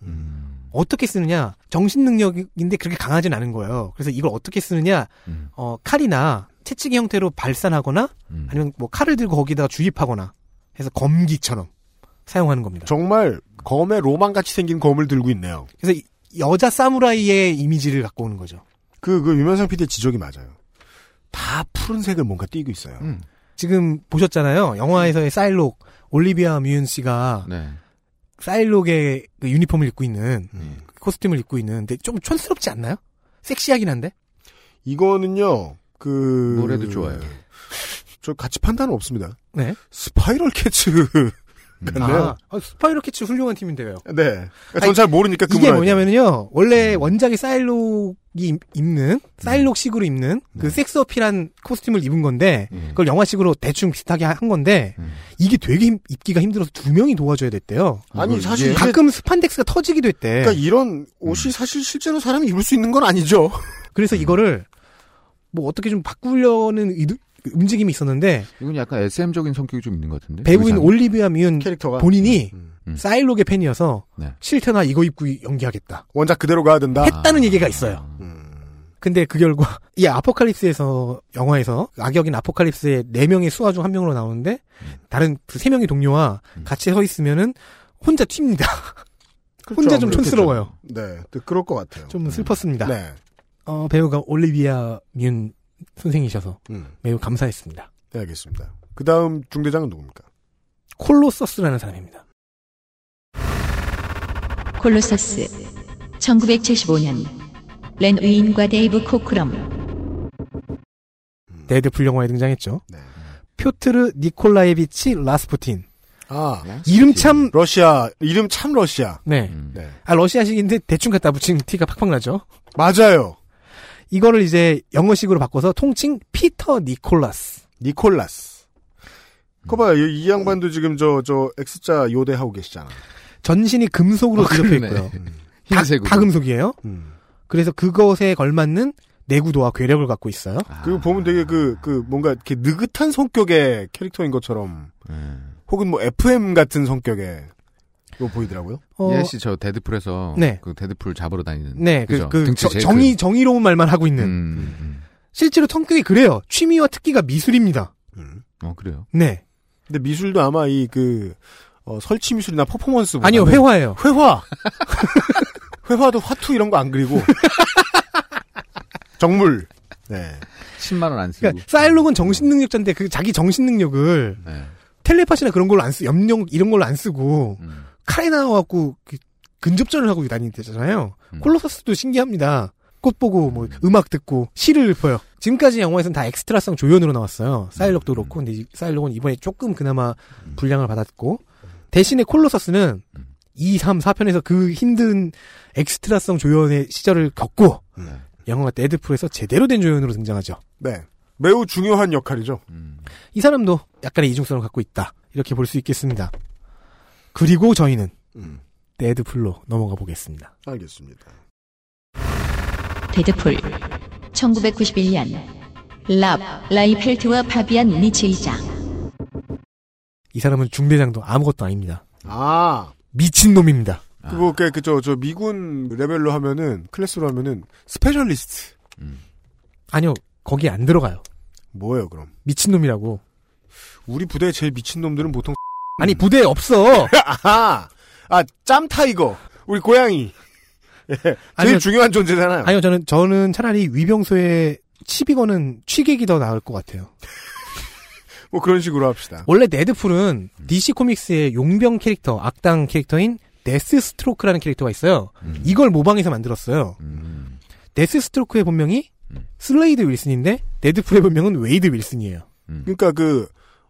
Speaker 7: 어떻게 쓰느냐? 정신 능력인데 그렇게 강하진 않은 거예요. 그래서 이걸 어떻게 쓰느냐? 어, 칼이나 채찍의 형태로 발산하거나
Speaker 3: 음.
Speaker 7: 아니면 뭐 칼을 들고 거기다가 주입하거나 해서 검기처럼 사용하는 겁니다.
Speaker 2: 정말 검에 로망같이 생긴 검을 들고 있네요.
Speaker 7: 그래서 이- 여자 사무라이의 이미지를 갖고 오는 거죠.
Speaker 2: 그, 그, 유명상 PD의 지적이 맞아요. 다 푸른색을 뭔가 띄고 있어요.
Speaker 7: 음.
Speaker 3: 음.
Speaker 7: 지금 보셨잖아요. 영화에서의 사일록 올리비아 뮤은
Speaker 2: 네.
Speaker 7: 씨가
Speaker 3: 네. 음.
Speaker 7: 사일록의 그 유니폼을 입고 있는
Speaker 2: 네.
Speaker 7: 그 코스튬을 입고 있는 근데 좀 촌스럽지 않나요? 섹시하긴 한데.
Speaker 2: 이거는요, 그.
Speaker 3: 노래도 좋아요.
Speaker 2: 저 같이 판단은 없습니다.
Speaker 7: 네.
Speaker 2: 스파이럴 캐츠. 같네요.
Speaker 7: 아, 아, 스파이럴 캐치 훌륭한 팀인데요.
Speaker 2: 네.
Speaker 7: 아니,
Speaker 2: 전 잘 모르니까 그
Speaker 7: 이게
Speaker 2: 모양이에요. 음.
Speaker 7: 뭐냐면요. 원래 원작의 사일록이 입- 입는 사일록식으로 입는
Speaker 2: 네.
Speaker 7: 그 섹스 어필한 코스튬을 입은 건데
Speaker 3: 예.
Speaker 7: 그걸 영화식으로 대충 비슷하게 한 건데
Speaker 2: 음.
Speaker 7: 이게 되게 힘- 입기가 힘들어서 두 명이 도와줘야 됐대요.
Speaker 2: 아니, 사실 이게-
Speaker 7: 가끔 스판덱스가 터지기도 했대.
Speaker 2: 예. 그러니까 이런
Speaker 7: 음.
Speaker 2: 옷이 사실 실제로 사람이 입을 수 있는 건 아니죠. 음.
Speaker 7: 그래서 이거를 뭐 어떻게 좀 바꾸려는 의도- 움직임이 있었는데
Speaker 3: 이건 약간 SM적인 성격이 좀 있는 것 같은데.
Speaker 7: 배우인
Speaker 3: 의상.
Speaker 7: 올리비아 뮨 본인이
Speaker 2: 음,
Speaker 7: 음. 사일록의 팬이어서
Speaker 3: 네.
Speaker 7: 싫다나 이거 입고 연기하겠다
Speaker 2: 원작 그대로 가야
Speaker 3: 아.
Speaker 2: 된다. 음.
Speaker 7: 했다는 얘기가
Speaker 3: 음.
Speaker 7: 있어요. 근데 그 결과 이 아포칼립스에서 영화에서 악역인 아포칼립스의 네 명의 수화 중 한 명으로 나오는데
Speaker 2: 음.
Speaker 7: 다른 그세 명의 동료와 같이 서 있으면은 혼자 튑니다. 혼자 좀
Speaker 2: 그렇겠죠.
Speaker 7: 촌스러워요.
Speaker 2: 네, 또 그럴 것 같아요.
Speaker 7: 좀 슬펐습니다.
Speaker 2: 네.
Speaker 7: 어, 배우가 올리비아 뮨 선생이셔서
Speaker 2: 음.
Speaker 7: 매우 감사했습니다.
Speaker 2: 네, 알겠습니다. 그 다음 중대장은 누굽니까?
Speaker 7: 콜로서스라는 사람입니다.
Speaker 1: 콜로서스 1975년 렌 위인과 데이브 코크럼
Speaker 7: 데드풀 영화에 등장했죠.
Speaker 2: 네.
Speaker 7: 네. 표트르 니콜라예비치 라스푸틴.
Speaker 2: 아,
Speaker 7: 이름 참
Speaker 2: 러시아, 이름 참 러시아.
Speaker 7: 네.
Speaker 2: 네.
Speaker 7: 아 러시아식인데 대충 갖다 붙인 티가 팍팍 나죠.
Speaker 2: 맞아요.
Speaker 7: 이거를 이제 영어식으로 바꿔서 통칭 피터 니콜라스.
Speaker 2: 니콜라스.
Speaker 7: 음.
Speaker 2: 그거 봐요. 이, 이 양반도 지금 저, 저, X자 요대하고 계시잖아.
Speaker 7: 전신이 금속으로
Speaker 2: 아,
Speaker 7: 뒤덮여
Speaker 2: 그러네.
Speaker 7: 있고요.
Speaker 2: 음.
Speaker 7: 다,
Speaker 2: 흰색으로.
Speaker 7: 다 금속이에요.
Speaker 2: 음.
Speaker 7: 그래서 그것에 걸맞는 내구도와 괴력을 갖고 있어요.
Speaker 3: 아,
Speaker 2: 그리고 보면 되게 그, 그, 뭔가 이렇게
Speaker 3: 예.
Speaker 2: 느긋한 성격의 캐릭터인 것처럼. 혹은 뭐 FM 같은 성격의. 그거 보이더라고요.
Speaker 7: 어,
Speaker 3: 예씨저 데드풀에서
Speaker 7: 네.
Speaker 3: 그 데드풀 잡으러 다니는
Speaker 7: 네, 그,
Speaker 3: 그죠?
Speaker 7: 그
Speaker 3: 등치
Speaker 7: 저-
Speaker 3: 제일
Speaker 7: 정의 정의로운 말만 하고 있는.
Speaker 3: 음, 음,
Speaker 7: 실제로 성격이 그래요. 취미와 특기가 미술입니다.
Speaker 3: 음. 어 그래요.
Speaker 7: 네.
Speaker 2: 근데 미술도 아마 이 그 설치 뭐 미술이나 퍼포먼스
Speaker 7: 아니요, 회화예요.
Speaker 2: 회화. 회화도 화투 이런 거 안 그리고 정물. 네.
Speaker 3: 10만 원 안 쓰고.
Speaker 7: 그러니까 사일록은 정신 능력자인데 그 자기 정신 능력을
Speaker 3: 네.
Speaker 7: 텔레파시나 그런 걸로 안 쓰, 염력 이런 걸로 안 쓰고
Speaker 3: 음,
Speaker 7: 칼에 나와갖고 그 근접전을 하고 다니잖아요. 콜로서스도 신기합니다. 꽃 보고 뭐 음악 듣고 시를 읊어요. 지금까지 영화에서는 다 엑스트라성 조연으로 나왔어요. 사일록도 그렇고 근데 이- 사일록은 이번에 조금 그나마 분량을 받았고 대신에 콜로서스는 2, 3, 4편에서 그 힘든 엑스트라성 조연의 시절을 겪고 영화가 데드풀에서 제대로 된 조연으로 등장하죠.
Speaker 2: 네. 매우 중요한 역할이죠.
Speaker 3: 음.
Speaker 7: 이 사람도 약간의 이중성을 갖고 있다. 이렇게 볼 수 있겠습니다. 그리고 저희는 데드풀로 넘어가 보겠습니다.
Speaker 2: 알겠습니다.
Speaker 1: 데드풀 1991년 랍 라이펠트와 파비안 니체이자
Speaker 7: 이 사람은 중대장도 아무것도 아닙니다.
Speaker 2: 아.
Speaker 7: 미친놈입니다.
Speaker 2: 그거 그 그저 저 미군 레벨로 하면은 클래스로 하면은 스페셜리스트.
Speaker 7: 아니요. 거기 안 들어가요.
Speaker 2: 뭐예요, 그럼?
Speaker 7: 미친놈이라고.
Speaker 2: 우리 부대에 제일 미친 놈들은 보통
Speaker 7: 아니 부대에 없어.
Speaker 2: 아하. 아, 짬타이거. 우리 고양이. 예. 제일
Speaker 7: 아니요.
Speaker 2: 중요한 존재잖아요.
Speaker 7: 아니요. 저는 저는 차라리 위병소에 치비거는 취객이 더 나을 것 같아요.
Speaker 2: 뭐 그런 식으로 합시다.
Speaker 7: 원래 데드풀은 DC 코믹스의 용병 캐릭터, 악당 캐릭터인 데스 스트로크라는 캐릭터가 있어요. 이걸 모방해서 만들었어요. 데스 스트로크의 본명이 슬레이드 윌슨인데 데드풀의 본명은 웨이드 윌슨이에요.
Speaker 2: 그러니까 그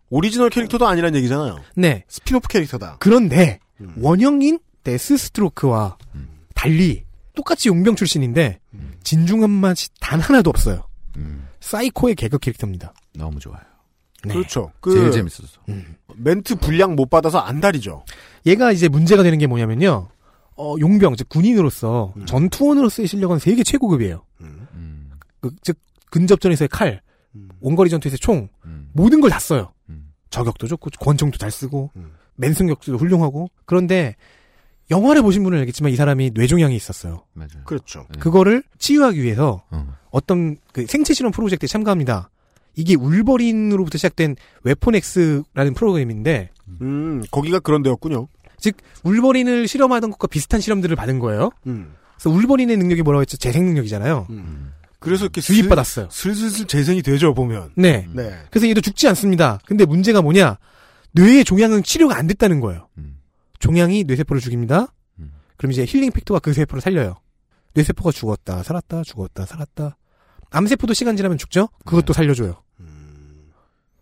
Speaker 2: 오리지널 캐릭터도 아니란 얘기잖아요.
Speaker 7: 네.
Speaker 2: 스피노프 캐릭터다.
Speaker 7: 그런데 원형인 데스 스트로크와 달리 똑같이 용병 출신인데 진중한 맛이 단 하나도 없어요.
Speaker 3: 음.
Speaker 7: 사이코의 개그 캐릭터입니다.
Speaker 3: 너무 좋아요.
Speaker 7: 네.
Speaker 2: 그렇죠. 그
Speaker 3: 제일 재밌었어.
Speaker 7: 음.
Speaker 2: 멘트 분량 못 받아서 안달이죠.
Speaker 7: 얘가 이제 문제가 되는 게 뭐냐면요. 어, 용병, 즉 군인으로서 전투원으로서의 실력은 세계 최고급이에요.
Speaker 3: 음,
Speaker 7: 그, 즉 근접전에서의 칼, 원거리 전투에서의 총,
Speaker 3: 음.
Speaker 7: 모든 걸 다 써요. 저격도 좋고 권총도 잘 쓰고 맨승격도 훌륭하고 그런데 영화를 보신 분은 알겠지만 이 사람이 뇌종양이 있었어요.
Speaker 3: 맞아요.
Speaker 2: 그렇죠.
Speaker 7: 그거를 치유하기 위해서 어떤 그 생체 실험 프로젝트에 참가합니다. 이게 울버린으로부터 시작된 웨폰엑스라는 프로그램인데
Speaker 2: 음, 거기가 그런 데였군요.
Speaker 7: 즉 울버린을 실험하던 것과 비슷한 실험들을 받은 거예요.
Speaker 2: 음.
Speaker 7: 그래서 울버린의 능력이 뭐라고 했죠? 재생 능력이잖아요.
Speaker 2: 그래서 이렇게
Speaker 7: 음. 주입받았어요.
Speaker 2: 슬슬슬 재생이 되죠, 보면.
Speaker 7: 네.
Speaker 2: 네.
Speaker 7: 그래서 얘도 죽지 않습니다. 근데 문제가 뭐냐? 뇌의 종양은 치료가 안 됐다는 거예요. 종양이 뇌세포를 죽입니다. 그럼 이제 힐링 팩토가 그 세포를 살려요. 뇌세포가 죽었다, 살았다, 죽었다, 살았다. 암세포도 시간 지나면 죽죠? 그것도 살려줘요.
Speaker 2: 음.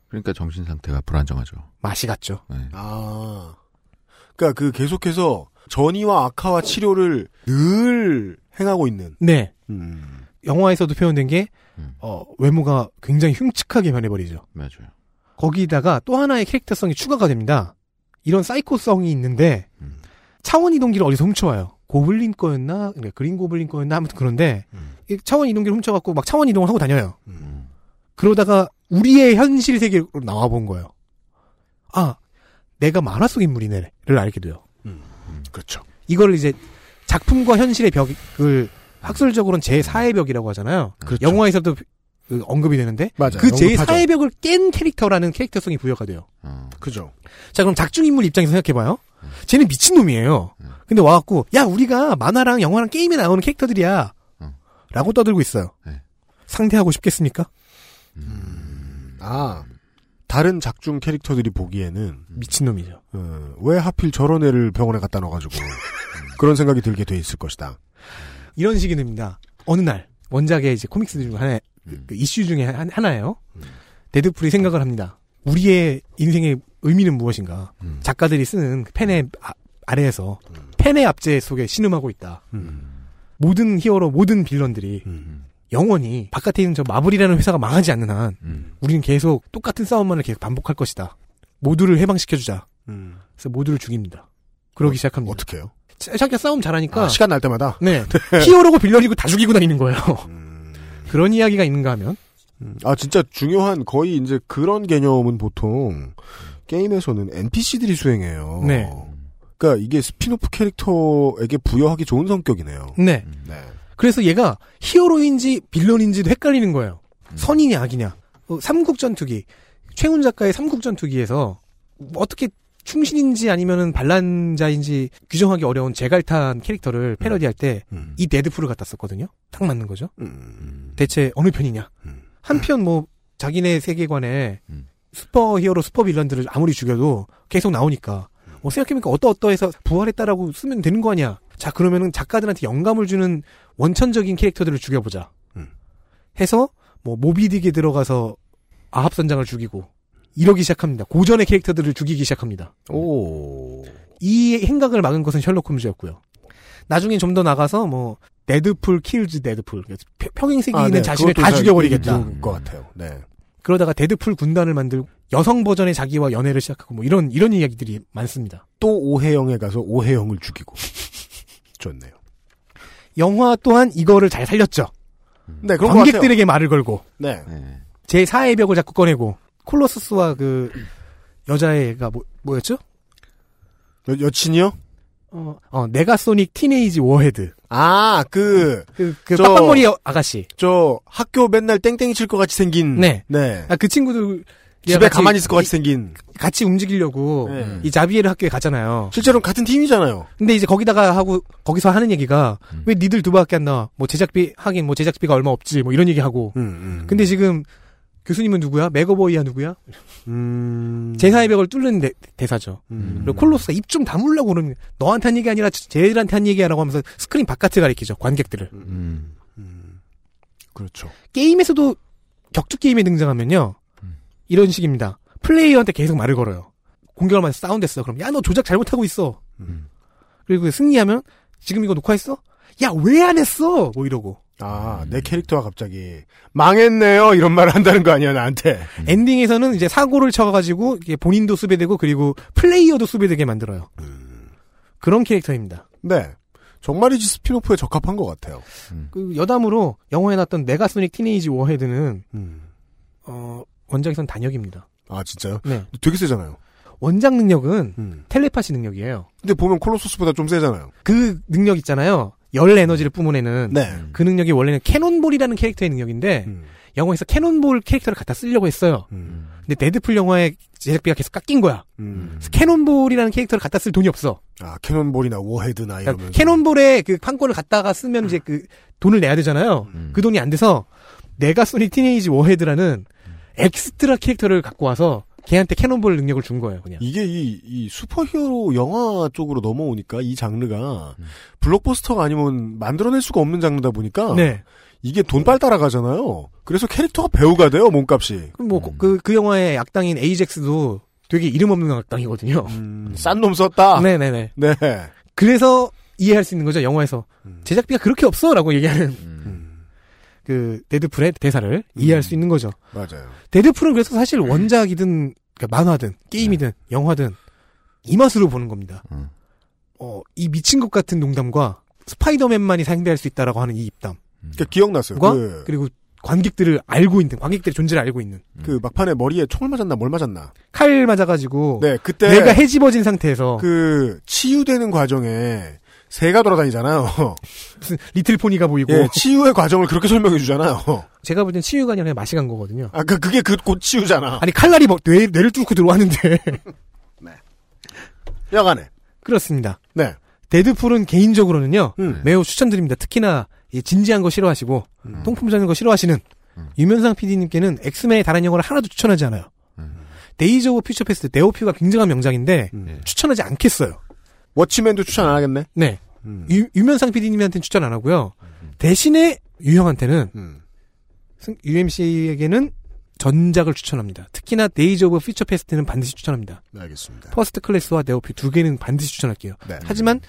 Speaker 3: 그러니까 정신 상태가 불안정하죠. 네,
Speaker 7: 맛이 갔죠.
Speaker 2: 아. 그러니까 그 계속해서 전이와 악화와 치료를 늘 행하고 있는.
Speaker 7: 네.
Speaker 2: 음.
Speaker 7: 영화에서도 표현된 게, 어, 외모가 굉장히 흉측하게 변해버리죠.
Speaker 3: 맞아요.
Speaker 7: 거기다가 또 하나의 캐릭터성이 추가가 됩니다. 이런 사이코성이 있는데
Speaker 2: 음.
Speaker 7: 차원 이동기를 어디서 훔쳐와요. 고블린 거였나? 그러니까 그린 고블린 거였나? 아무튼 그런데
Speaker 2: 음.
Speaker 7: 이 차원 이동기를 훔쳐갖고 막 차원 이동을 하고 다녀요. 그러다가 우리의 현실 세계로 나와 본 거예요. 아, 내가 만화 속 인물이네를 알게 돼요.
Speaker 2: 그렇죠.
Speaker 7: 이걸 이제 작품과 현실의 벽을 학술적으로는 제4의 벽이라고 하잖아요. 영화에서도 그 언급이 되는데
Speaker 2: 맞아요.
Speaker 7: 그
Speaker 2: 그렇죠. 네, 언급하죠.
Speaker 7: 제4의 벽을 깬 캐릭터라는 캐릭터성이 부여가 돼요.
Speaker 3: 어.
Speaker 2: 그죠.
Speaker 7: 자 그럼 작중 인물 입장에서 생각해봐요. 쟤는 미친 놈이에요.
Speaker 2: 음.
Speaker 7: 근데 와갖고 야 우리가 만화랑 영화랑 게임에 나오는 캐릭터들이야.
Speaker 2: 음.
Speaker 7: 라고 떠들고 있어요.
Speaker 2: 네.
Speaker 7: 상대하고 싶겠습니까?
Speaker 2: 아. 다른 작중 캐릭터들이 보기에는
Speaker 7: 미친놈이죠.
Speaker 2: 어, 왜 하필 저런 애를 병원에 갖다 넣어가지고 그런 생각이 들게 돼 있을 것이다.
Speaker 7: 이런 식이 됩니다. 어느 날 원작의 이제 코믹스 중 하나
Speaker 2: 음.
Speaker 7: 그 이슈 중에 한- 하나예요. 데드풀이 생각을 합니다. 우리의 인생의 의미는 무엇인가?
Speaker 2: 음.
Speaker 7: 작가들이 쓰는 펜의 아, 아래에서 펜의 압제 속에 신음하고 있다. 모든 히어로, 모든 빌런들이
Speaker 2: 음.
Speaker 7: 영원히 바깥에 있는 저 마블이라는 회사가 망하지 않는 한 우리는 계속 똑같은 싸움만을 계속 반복할 것이다. 모두를 해방시켜주자. 그래서 모두를 죽입니다. 그러기
Speaker 2: 음.
Speaker 7: 시작합니다.
Speaker 2: 어떻게 해요?
Speaker 7: 자- 자기가 싸움 잘하니까
Speaker 2: 아, 시간 날 때마다?
Speaker 7: 네. 음. 히어로고 빌런이고 다 죽이고 다니는 거예요. 그런 이야기가 있는가 하면
Speaker 2: 아 진짜 중요한 거의 이제 그런 개념은 보통 게임에서는 NPC들이 수행해요.
Speaker 7: 네.
Speaker 2: 보니까 이게 스피노프 캐릭터에게 부여하기 좋은 성격이네요.
Speaker 7: 네. 그래서 얘가 히어로인지 빌런인지도 헷갈리는 거예요. 선이냐 악이냐. 어, 삼국전투기 최훈 작가의 삼국전투기에서 어떻게 충신인지 아니면은 반란자인지 규정하기 어려운 제갈탄 캐릭터를 패러디할 때 이
Speaker 2: 음.
Speaker 7: 데드풀을 갖다 썼거든요. 딱 맞는 거죠. 대체 어느 편이냐? 한편 뭐 자기네 세계관에 슈퍼히어로 슈퍼빌런들을 아무리 죽여도 계속 나오니까 어, 생각해보니까 어떠어떠해서 부활했다라고 쓰면 되는 거 아니야. 자 그러면은 작가들한테 영감을 주는 원천적인 캐릭터들을 죽여보자. 해서 뭐 모비딕에 들어가서 아합 선장을 죽이고 이러기 시작합니다. 고전의 캐릭터들을 죽이기 시작합니다.
Speaker 3: 오.
Speaker 7: 이 행각을 막은 것은 셜록 홈즈였고요. 나중에 좀 더 나가서 뭐 데드풀 킬즈 데드풀 펴- 평행세계
Speaker 2: 아,
Speaker 7: 있는
Speaker 2: 네.
Speaker 7: 자신을
Speaker 2: 그것도
Speaker 7: 다
Speaker 2: 잘
Speaker 7: 죽여버리겠다.
Speaker 2: 읽은 것 같아요. 네.
Speaker 7: 그러다가 데드풀 군단을 만들고 여성 버전의 자기와 연애를 시작하고 뭐 이런 이런 이야기들이 많습니다.
Speaker 2: 또 오해영에 가서 오해영을 죽이고. 좋네요.
Speaker 7: 영화 또한 이거를 잘 살렸죠.
Speaker 2: 네, 그런 것
Speaker 7: 관객들에게 말을 걸고
Speaker 2: 네.
Speaker 7: 제 4의 벽을 자꾸 꺼내고 콜로서스와 그 여자애가 뭐, 뭐였죠?
Speaker 2: 여, 여친이요?
Speaker 7: 어, 어, 네가소닉 티네이지 워헤드.
Speaker 2: 아, 그,
Speaker 7: 그, 그 빡빡머리 여- 아가씨.
Speaker 2: 저, 학교 맨날 땡땡이 칠 것 같이 생긴.
Speaker 7: 네.
Speaker 2: 네.
Speaker 7: 아, 그 친구들.
Speaker 2: 집에
Speaker 7: 같이
Speaker 2: 가만히 있을 것 같이
Speaker 7: 이-
Speaker 2: 생긴.
Speaker 7: 같이 움직이려고
Speaker 2: 네.
Speaker 7: 이 자비에르 학교에 가잖아요.
Speaker 2: 실제로는 같은 팀이잖아요.
Speaker 7: 근데 이제 거기다가 하고 거기서 하는 얘기가 왜 니들 두밖에 안 나와? 뭐 제작비 하긴 뭐 제작비가 얼마 없지 뭐 이런 얘기 하고.
Speaker 2: 음,
Speaker 7: 근데 지금 교수님은 누구야? 맥어보이야 누구야?
Speaker 2: 음.
Speaker 7: 제사의 벽을 뚫는 데- 대사죠. 그리고 콜로스가 입 좀 다물라고 그러는 너한테 한 얘기 아니라 제일한테 한 얘기야라고 하면서 스크린 바깥을 가리키죠 관객들을. 음.
Speaker 2: 음. 그렇죠.
Speaker 7: 게임에서도 격투 게임에 등장하면요 이런 식입니다. 플레이어한테 계속 말을 걸어요. 공격을 많이 다운됐어. 그럼 야 너 조작 잘못하고 있어. 그리고 승리하면 지금 이거 녹화했어? 야 왜 안 했어? 뭐 이러고
Speaker 2: 아, 내 캐릭터가 갑자기 망했네요. 이런 말을 한다는 거 아니야, 나한테.
Speaker 7: 엔딩에서는 이제 사고를 쳐가지고 이게 본인도 수배되고 그리고 플레이어도 수배되게 만들어요. 그런 캐릭터입니다.
Speaker 2: 네. 정말이지 스피노프에 적합한 것 같아요.
Speaker 7: 그 여담으로 영화에 났던 메가소닉 티네이지 워헤드는
Speaker 2: 음.
Speaker 7: 어, 원작에선 단역입니다.
Speaker 2: 아, 진짜요?
Speaker 7: 네.
Speaker 2: 되게 세잖아요.
Speaker 7: 원작 능력은 텔레파시 능력이에요.
Speaker 2: 근데 보면 콜로소스보다 좀 세잖아요.
Speaker 7: 그 능력 있잖아요. 열 에너지를 뿜어내는
Speaker 2: 네. 음.
Speaker 7: 그 능력이 원래는 캐논볼이라는 캐릭터의 능력인데 영화에서 캐논볼 캐릭터를 갖다 쓰려고 했어요.
Speaker 2: 음.
Speaker 7: 근데 데드풀 영화의 제작비가 계속 깎인 거야. 그래서 캐논볼이라는 캐릭터를 갖다 쓸 돈이 없어.
Speaker 2: 아, 캐논볼이나 워헤드나
Speaker 7: 그러니까
Speaker 2: 이러면서.
Speaker 7: 캐논볼의 그 판권을 갖다가 쓰면 이제 그 돈을 내야 되잖아요. 그 돈이 안 돼서 내가 소닉 티네이지 워헤드라는 엑스트라 캐릭터를 갖고 와서 걔한테 캐논볼 능력을 준 거예요, 그냥.
Speaker 2: 이게 이, 이 슈퍼히어로 영화 쪽으로 넘어오니까 이 장르가
Speaker 7: 음.
Speaker 2: 블록버스터가 아니면 만들어낼 수가 없는 장르다 보니까
Speaker 7: 네.
Speaker 2: 이게 돈빨 따라가잖아요. 그래서 캐릭터가 배우가 돼요 몸값이.
Speaker 7: 그럼 뭐, 그, 그 영화의 악당인 에이젝스도 되게 이름 없는 악당이거든요. 아.
Speaker 2: 싼 놈 썼다.
Speaker 7: 네네네.
Speaker 2: 네.
Speaker 7: 그래서 이해할 수 있는 거죠, 영화에서.
Speaker 2: 음.
Speaker 7: 제작비가 그렇게 없어! 라고 얘기하는 그, 데드풀의 대사를
Speaker 2: 음.
Speaker 7: 이해할 수 있는 거죠.
Speaker 2: 맞아요.
Speaker 7: 데드풀은 그래서 사실 원작이든, 그러니까 만화든, 게임이든,
Speaker 2: 네.
Speaker 7: 영화든, 이 맛으로 보는 겁니다. 어, 이 미친 것 같은 농담과 스파이더맨만이 상대할 수 있다라고 하는 이 입담.
Speaker 2: 그러니까 기억났어요.
Speaker 7: 과
Speaker 2: 그,
Speaker 7: 그리고 관객들을 알고 있는, 관객들의 존재를 알고 있는.
Speaker 2: 그 막판에 머리에 총을 맞았나 뭘 맞았나.
Speaker 7: 칼 맞아가지고,
Speaker 2: 네 그때
Speaker 7: 내가 해집어진 상태에서,
Speaker 2: 그 치유되는 과정에 새가
Speaker 7: 뭐?
Speaker 2: 돌아다니잖아요.
Speaker 7: 무슨 리틀 포니가 보이고,
Speaker 2: 예, 치유의 과정을 그렇게 설명해 주잖아요.
Speaker 7: 제가 볼 땐 치유가 아니라 그냥 맛이 간 거거든요.
Speaker 2: 아까 그게 그 곧 치유잖아.
Speaker 7: 아니 칼날이 뭐 뇌, 뇌를 뚫고 들어왔는데
Speaker 2: 여간에.
Speaker 7: 그렇습니다.
Speaker 2: 네.
Speaker 7: 데드풀은 개인적으로는요 매우 추천드립니다. 특히나 이 진지한 거 싫어하시고 통품 잡는 거 싫어하시는 유면상 PD님께는 엑스맨의 다른 영화를 하나도 추천하지 않아요. 데이즈 오브 퓨처 패스트 네오퓨가 굉장한 명작인데 추천하지 않겠어요.
Speaker 2: 워치맨도 추천 안 하겠네.
Speaker 7: 네
Speaker 2: 음,
Speaker 7: 유, 유면상 PD님한테는 추천 안 하고요. 대신에 유형한테는 UMC에게는 전작을 추천합니다. 특히나 데이즈 오브 퓨처 패스트는 반드시 추천합니다.
Speaker 2: 네, 알겠습니다.
Speaker 7: 퍼스트 클래스와 네오피 두 개는 반드시 추천할게요.
Speaker 2: 네.
Speaker 7: 하지만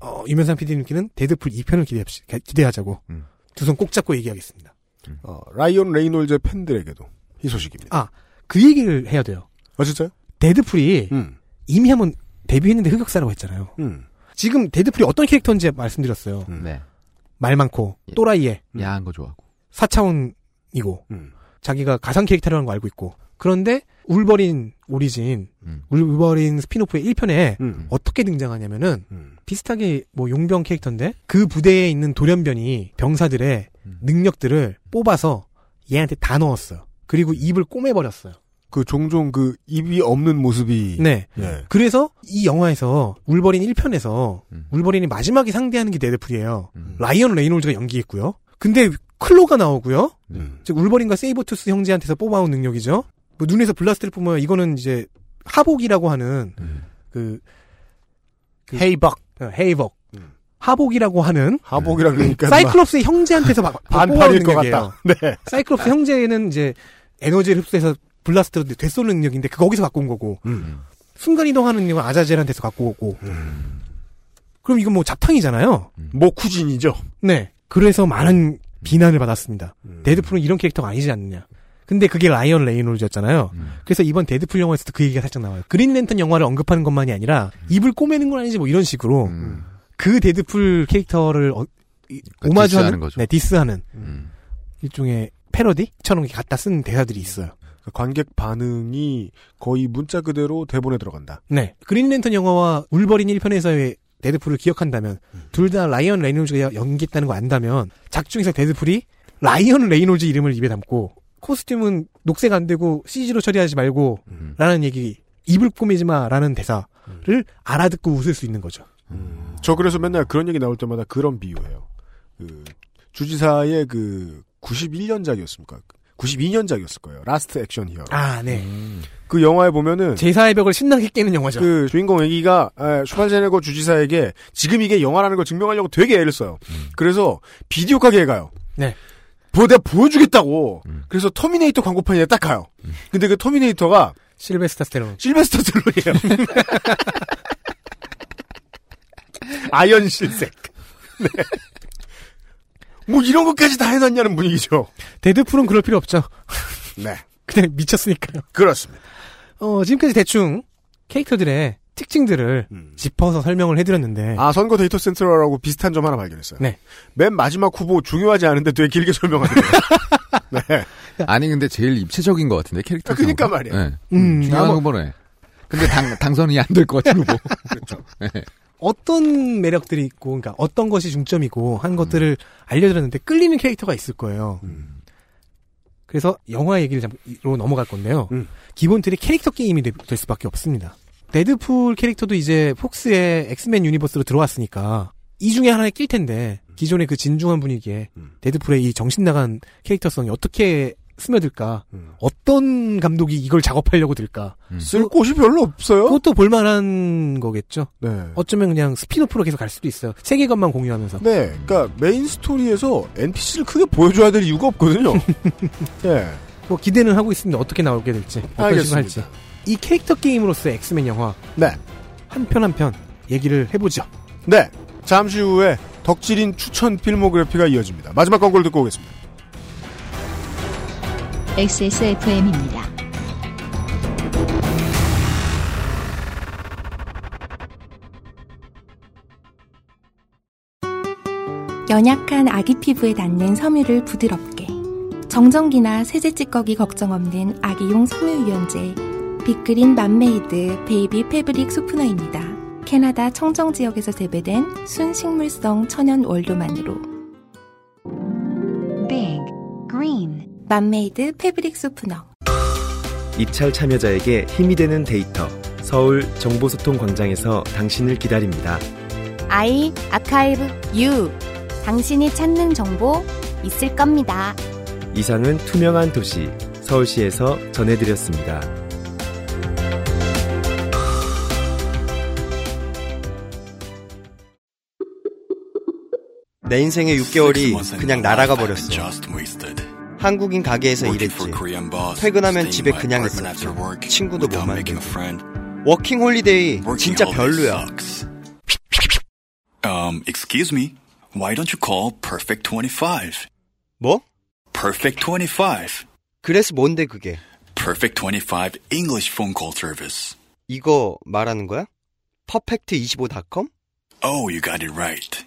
Speaker 7: 어, 유면상 PD님께는 데드풀 2편을 기대합시, 기- 기대하자고
Speaker 2: 음.
Speaker 7: 두 손 꼭 잡고 얘기하겠습니다.
Speaker 2: 어, 라이언 레이놀즈의 팬들에게도 이 소식입니다.
Speaker 7: 아, 그 얘기를 해야 돼요.
Speaker 2: 아 진짜요?
Speaker 7: 데드풀이
Speaker 2: 음.
Speaker 7: 이미 한번 데뷔했는데 흑역사라고 했잖아요.
Speaker 2: 음.
Speaker 7: 지금 데드풀이 어떤 캐릭터인지 말씀드렸어요.
Speaker 3: 네.
Speaker 7: 말 많고
Speaker 2: 예.
Speaker 7: 또라이에
Speaker 3: 야한 거 좋아하고.
Speaker 2: 음,
Speaker 7: 사차원이고 자기가 가상 캐릭터라는 거 알고 있고 그런데 울버린 오리진,
Speaker 2: 음.
Speaker 7: 울버린 스피노프의 1편에 어떻게 등장하냐면은
Speaker 2: 음.
Speaker 7: 비슷하게 뭐 용병 캐릭터인데 그 부대에 있는 돌연변이 병사들의 능력들을 뽑아서 얘한테 다 넣었어요. 그리고 입을 꼬매버렸어요.
Speaker 2: 그 종종 그 입이 없는 모습이
Speaker 7: 네.
Speaker 2: 예.
Speaker 7: 그래서 이 영화에서 울버린 1편에서 울버린이 마지막에 상대하는 게 데드풀이에요. 라이언 레이놀즈가 연기했고요. 근데 클로가 나오고요.
Speaker 2: 음.
Speaker 7: 즉 울버린과 세이버투스 형제한테서 뽑아온 능력이죠. 뭐 눈에서 블라스트를 뿜어요. 이거는 이제 하복이라고 하는 그, 그 헤이벅, 헤이벅. 하복이라고 하는
Speaker 2: 하복이라 그러니까
Speaker 7: 사이클롭스의 형제한테서 막- 뽑아온
Speaker 2: 반팔일 것
Speaker 7: 능력이에요.
Speaker 2: 같다. 네.
Speaker 7: 사이클롭스 형제는 이제 에너지를 흡수해서 블라스트로 되쏘는 능력인데 그 거기서 갖고 온 거고 순간 이동하는 능력은 아자젤한테서 갖고 오고 그럼 이건 뭐 잡탕이잖아요.
Speaker 2: 뭐 모쿠진이죠.
Speaker 7: 네. 그래서 많은 비난을 받았습니다.
Speaker 2: 음.
Speaker 7: 데드풀은 이런 캐릭터가 아니지 않느냐. 근데 그게 라이언 레이놀즈였잖아요.
Speaker 3: 음.
Speaker 7: 그래서 이번 데드풀 영화에서도 그 얘기가 살짝 나와요. 그린랜턴 영화를 언급하는 것만이 아니라
Speaker 2: 음.
Speaker 7: 입을 꼬매는 건 아니지 뭐 이런 식으로 그 데드풀 캐릭터를 어- 이- 오마주하는
Speaker 3: 아, 디스하는 거죠. 음.
Speaker 7: 네, 디스하는 일종의 패러디처럼 이렇게 갖다 쓴 대사들이 있어요.
Speaker 2: 그러니까 관객 반응이 거의 문자 그대로 대본에 들어간다.
Speaker 7: 네. 그린랜턴 영화와 울버린 1편에서의 데드풀을 기억한다면
Speaker 3: 음.
Speaker 7: 둘 다 라이언 레이놀즈가 연기했다는 거 안다면 작중에서 데드풀이 라이언 레이놀즈 이름을 입에 담고 코스튬은 녹색 안 되고 CG로 처리하지 말고
Speaker 3: 음.
Speaker 7: 라는 얘기 입을 꾸미지 마라는 대사를 알아듣고 웃을 수 있는 거죠.
Speaker 2: 저 그래서 맨날 그런 얘기 나올 때마다 그런 비유해요. 그 주지사의 그 91년작이었습니까? 92년작이었을 거예요. 라스트 액션 히어로.
Speaker 7: 아, 네.
Speaker 2: 그 영화에 보면은
Speaker 7: 제사의 벽을 신나게 깨는 영화죠.
Speaker 2: 그 주인공 애기가 에, 슈발제네거 주지사에게 지금 이게 영화라는 걸 증명하려고 되게 애를 써요. 그래서 비디오 가게에 가요.
Speaker 7: 네.
Speaker 2: 보 내가 보여주겠다고. 그래서 터미네이터 광고판에 딱 가요. 근데 그 터미네이터가
Speaker 7: 실베스터 스텔론.
Speaker 2: 실베스터 스텔론이에요. 아연 실색. 네. 뭐 이런 것까지 다 해놨냐는 분위기죠.
Speaker 7: 데드풀은 그럴 필요 없죠.
Speaker 2: 네.
Speaker 7: 그냥 미쳤으니까요.
Speaker 2: 그렇습니다.
Speaker 7: 어, 지금까지 대충 캐릭터들의 특징들을 짚어서 설명을 해드렸는데.
Speaker 2: 아 선거 데이터 센트럴하고 비슷한 점 하나 발견했어요.
Speaker 7: 네.
Speaker 2: 맨 마지막 후보 중요하지 않은데 되게 길게 설명하네요.
Speaker 3: 아니 근데 제일 입체적인 것 같은데 캐릭터.
Speaker 2: 그러니까
Speaker 3: 생각보다.
Speaker 2: 말이에요.
Speaker 3: 네.
Speaker 7: 음,
Speaker 3: 중요한
Speaker 7: 아마-
Speaker 3: 건 뭐네. 근데 당 당선이 안 될 것 같은 후보. 네.
Speaker 7: 어떤 매력들이 있고, 그러니까 어떤 것이 중점이고 한 것들을 알려드렸는데 끌리는 캐릭터가 있을 거예요.
Speaker 2: 음.
Speaker 7: 그래서 영화 얘기를 잠로 넘어갈 건데요.
Speaker 2: 음.
Speaker 7: 기본 틀이 캐릭터 게임이 되- 될 수밖에 없습니다. 데드풀 캐릭터도 이제 폭스의 엑스맨 유니버스로 들어왔으니까 이 중에 하나에 낄 텐데
Speaker 2: 음.
Speaker 7: 기존의 그 진중한 분위기에 데드풀의 이 정신 나간 캐릭터성이 어떻게 스며들까?
Speaker 2: 음.
Speaker 7: 어떤 감독이 이걸 작업하려고 들까?
Speaker 2: 쓸 곳이 별로 없어요.
Speaker 7: 그것도 볼만한 거겠죠.
Speaker 2: 네.
Speaker 7: 어쩌면 그냥 스피노프로 계속 갈 수도 있어요. 세계관만 공유하면서.
Speaker 2: 네, 그러니까 메인 스토리에서 NPC를 크게 보여줘야 될 이유가 없거든요. 예.
Speaker 7: 뭐 기대는 하고 있습니다. 어떻게 나오게 될지, 어떤 식으로
Speaker 2: 알겠습니다.
Speaker 7: 할지. 이 캐릭터 게임으로서의 엑스맨 영화
Speaker 2: 네.
Speaker 7: 한 편 한 편 얘기를 해보죠.
Speaker 2: 네, 잠시 후에 덕질인 추천 필모그래피가 이어집니다. 마지막 광고를 듣고 오겠습니다.
Speaker 1: XSFM입니다.
Speaker 9: 연약한 아기 피부에 닿는 섬유를 부드럽게 정전기나 세제 찌꺼기 걱정 없는 아기용 섬유 유연제 빅그린 맘메이드 베이비 패브릭 소프너입니다. 캐나다 청정 지역에서 재배된 순식물성 천연 월도만으로 Big Green 맘메이드 패브릭 소프너
Speaker 12: 입찰 참여자에게 힘이 되는 데이터 서울 정보소통광장에서 당신을 기다립니다.
Speaker 10: 아이 아카이브 유 당신이 찾는 정보 있을 겁니다.
Speaker 12: 이상은 투명한 도시 서울시에서 전해드렸습니다.
Speaker 15: 내 인생의 6개월이 그냥 날아가 버렸어. 한국인 가게에서 일했지. 퇴근하면 집에 그냥 있어. 친구도 못 만들고. 워킹 홀리데이 진짜 별로야.
Speaker 14: Um, excuse me. Why don't you call Perfect 25?
Speaker 15: 뭐?
Speaker 14: Perfect 25.
Speaker 15: 그래서 뭔데 그게?
Speaker 14: Perfect 25 English phone call service.
Speaker 15: 이거 말하는 거야? 퍼펙트25.com?
Speaker 14: Oh, you got it right.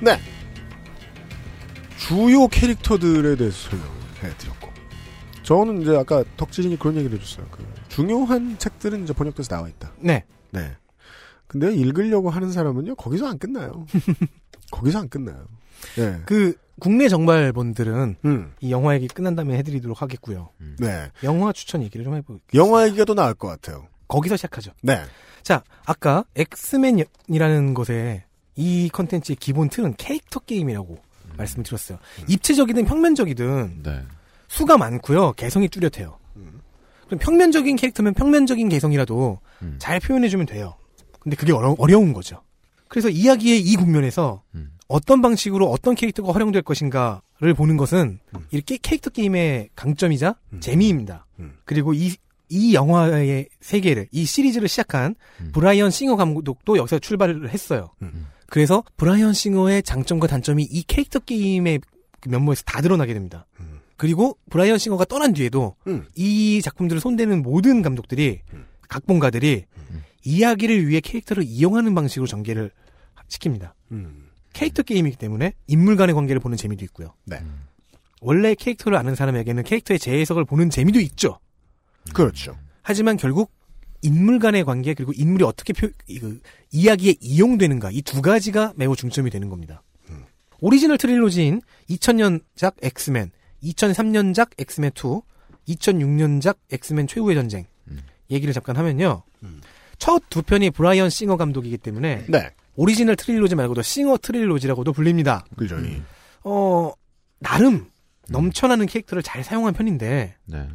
Speaker 2: 네. 주요 캐릭터들에 대해서 설명해드렸고 저는 이제 아까 덕질인이 그런 얘기를 해줬어요. 그 중요한 책들은 이제 번역돼서 나와 있다.
Speaker 7: 네.
Speaker 2: 네. 근데 읽으려고 하는 사람은요 거기서 안 끝나요. 거기서 안 끝나요. 네.
Speaker 7: 그 국내 정발본들은
Speaker 2: 음.
Speaker 7: 이 영화 얘기 끝난 다음에 해드리도록 하겠고요.
Speaker 2: 네.
Speaker 7: 영화 추천 얘기를 좀 해볼게요.
Speaker 2: 영화 얘기가 더 나을 것 같아요.
Speaker 7: 거기서 시작하죠.
Speaker 2: 네.
Speaker 7: 자, 아까 엑스맨이라는 것에 이 컨텐츠의 기본 틀은 캐릭터 게임이라고 말씀을 드렸어요. 입체적이든 평면적이든
Speaker 3: 네.
Speaker 7: 수가 많고요. 개성이 뚜렷해요. 그럼 평면적인 캐릭터면 평면적인 개성이라도 잘 표현해주면 돼요. 근데 그게 어려, 어려운 거죠. 그래서 이야기의 이 국면에서 어떤 방식으로 어떤 캐릭터가 활용될 것인가를 보는 것은 이렇게 캐릭터 게임의 강점이자 재미입니다. 그리고 이, 이 영화의 세계를, 이 시리즈를 시작한 브라이언 싱어 감독도 여기서 출발을 했어요. 그래서 브라이언 싱어의 장점과 단점이 이 캐릭터 게임의 그 면모에서 다 드러나게 됩니다. 그리고 브라이언 싱어가 떠난 뒤에도 이 작품들을 손대는 모든 감독들이 각본가들이 이야기를 위해 캐릭터를 이용하는 방식으로 전개를 시킵니다. 캐릭터 게임이기 때문에 인물 간의 관계를 보는 재미도 있고요.
Speaker 2: 네.
Speaker 7: 원래 캐릭터를 아는 사람에게는 캐릭터의 재해석을 보는 재미도 있죠.
Speaker 2: 그렇죠.
Speaker 7: 하지만 결국 인물 간의 관계 그리고 인물이 어떻게 표, 이- 그 이야기에 이용되는가 이 두 가지가 매우 중점이 되는 겁니다. 오리지널 트릴로지인 2000년작 엑스맨, 2003년작 엑스맨 2, 2006년작 엑스맨 최후의 전쟁 얘기를 잠깐 하면요. 첫 두 편이 브라이언 싱어 감독이기 때문에
Speaker 2: 네.
Speaker 7: 오리지널 트릴로지 말고도 싱어 트릴로지라고도 불립니다.
Speaker 2: 그죠.
Speaker 7: 어 나름 넘쳐나는 캐릭터를 잘 사용한 편인데
Speaker 3: 네.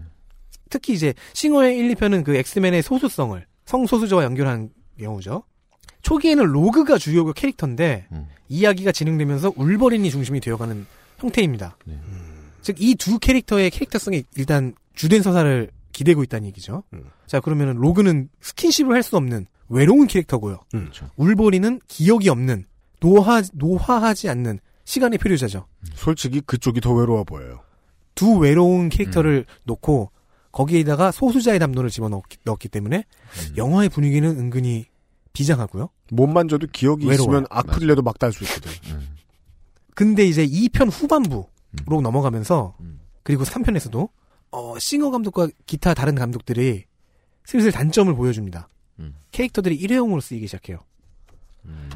Speaker 7: 특히 이제 싱어의 1, 2편은 그 엑스맨의 소수성을 성소수자와 연결한 경우죠. 초기에는 로그가 주요 캐릭터인데 이야기가 진행되면서 울버린이 중심이 되어가는 형태입니다. 음. 즉 이 두 캐릭터의 캐릭터성이 일단 주된 서사를 기대고 있다는 얘기죠. 자 그러면은 로그는 스킨십을 할 수 없는 외로운 캐릭터고요. 울버린은 기억이 없는 노화 노화하지 않는 시간의 필요자죠.
Speaker 2: 솔직히 그쪽이 더 외로워 보여요.
Speaker 7: 두 외로운 캐릭터를 놓고 거기에다가 소수자의 담론을 집어넣었기 넣었기 때문에 영화의 분위기는 은근히 비장하고요.
Speaker 2: 못 만져도 기억이
Speaker 7: 외로워요. 음.
Speaker 2: 있으면 악플이라도 막 달 수 있거든.
Speaker 7: 근데 이제 2편 후반부로
Speaker 2: 음.
Speaker 7: 넘어가면서 그리고 3편에서도 어, 싱어 감독과 기타 다른 감독들이 슬슬 단점을 보여줍니다.
Speaker 2: 음.
Speaker 7: 캐릭터들이 일회용으로 쓰이기 시작해요.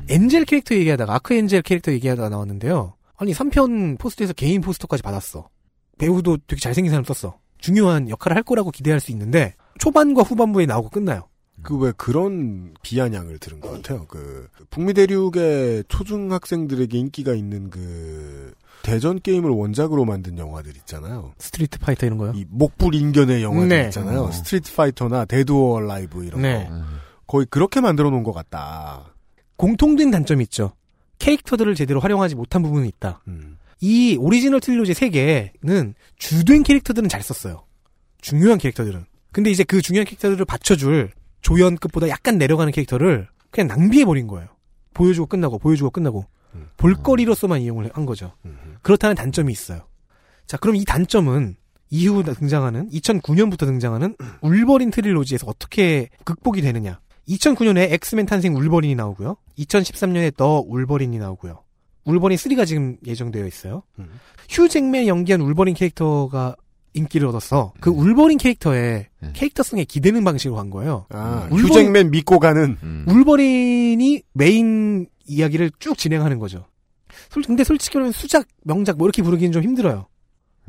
Speaker 7: 엔젤 캐릭터 얘기하다가 아크 엔젤 캐릭터 얘기하다가 나왔는데요. 아니 3편 포스터에서 개인 포스터까지 받았어. 배우도 되게 잘생긴 사람 썼어. 중요한 역할을 할 거라고 기대할 수 있는데 초반과 후반부에 나오고 끝나요.
Speaker 2: 그 왜 그런 비아냥을 들은 것 같아요. 그 북미 대륙의 초중학생들에게 인기가 있는 그 대전 게임을 원작으로 만든 영화들 있잖아요.
Speaker 7: 스트리트 파이터 이런 거요?
Speaker 2: 이 목불 인견의 영화들
Speaker 7: 어? 네.
Speaker 2: 있잖아요.
Speaker 7: 어.
Speaker 2: 스트리트 파이터나 데드 오어 라이브 이런
Speaker 7: 네.
Speaker 2: 거. 거의 그렇게 만들어 놓은 것 같다.
Speaker 7: 공통된 단점이 있죠. 캐릭터들을 제대로 활용하지 못한 부분이 있다.
Speaker 2: 음.
Speaker 7: 이 오리지널 트릴로지 세개는 주된 캐릭터들은 잘 썼어요. 중요한 캐릭터들은. 근데 이제 그 중요한 캐릭터들을 받쳐줄 조연급보다 약간 내려가는 캐릭터를 그냥 낭비해버린 거예요. 보여주고 끝나고, 보여주고 끝나고. 볼거리로서만 이용을 한 거죠. 그렇다는 단점이 있어요. 자, 그럼 이 단점은 이후 등장하는 2009년부터 등장하는 울버린 트릴로지에서 어떻게 극복이 되느냐? 2009년에 엑스맨 탄생 울버린이 나오고요. 2013년에 더 울버린이 나오고요. 울버린 3가 지금 예정되어 있어요. 휴 잭맨이 연기한 울버린 캐릭터가 인기를 얻어서 그 울버린 캐릭터의 캐릭터성에 기대는 방식으로 간 거예요.
Speaker 2: 아,
Speaker 7: 음. 울버린-
Speaker 2: 휴잭맨 믿고
Speaker 7: 음.
Speaker 2: 가는
Speaker 3: 음.
Speaker 7: 울버린이 메인 이야기를 쭉 진행하는 거죠. 솔- 근데 솔직히 말하면 수작, 명작 뭐 이렇게 부르기는 좀 힘들어요.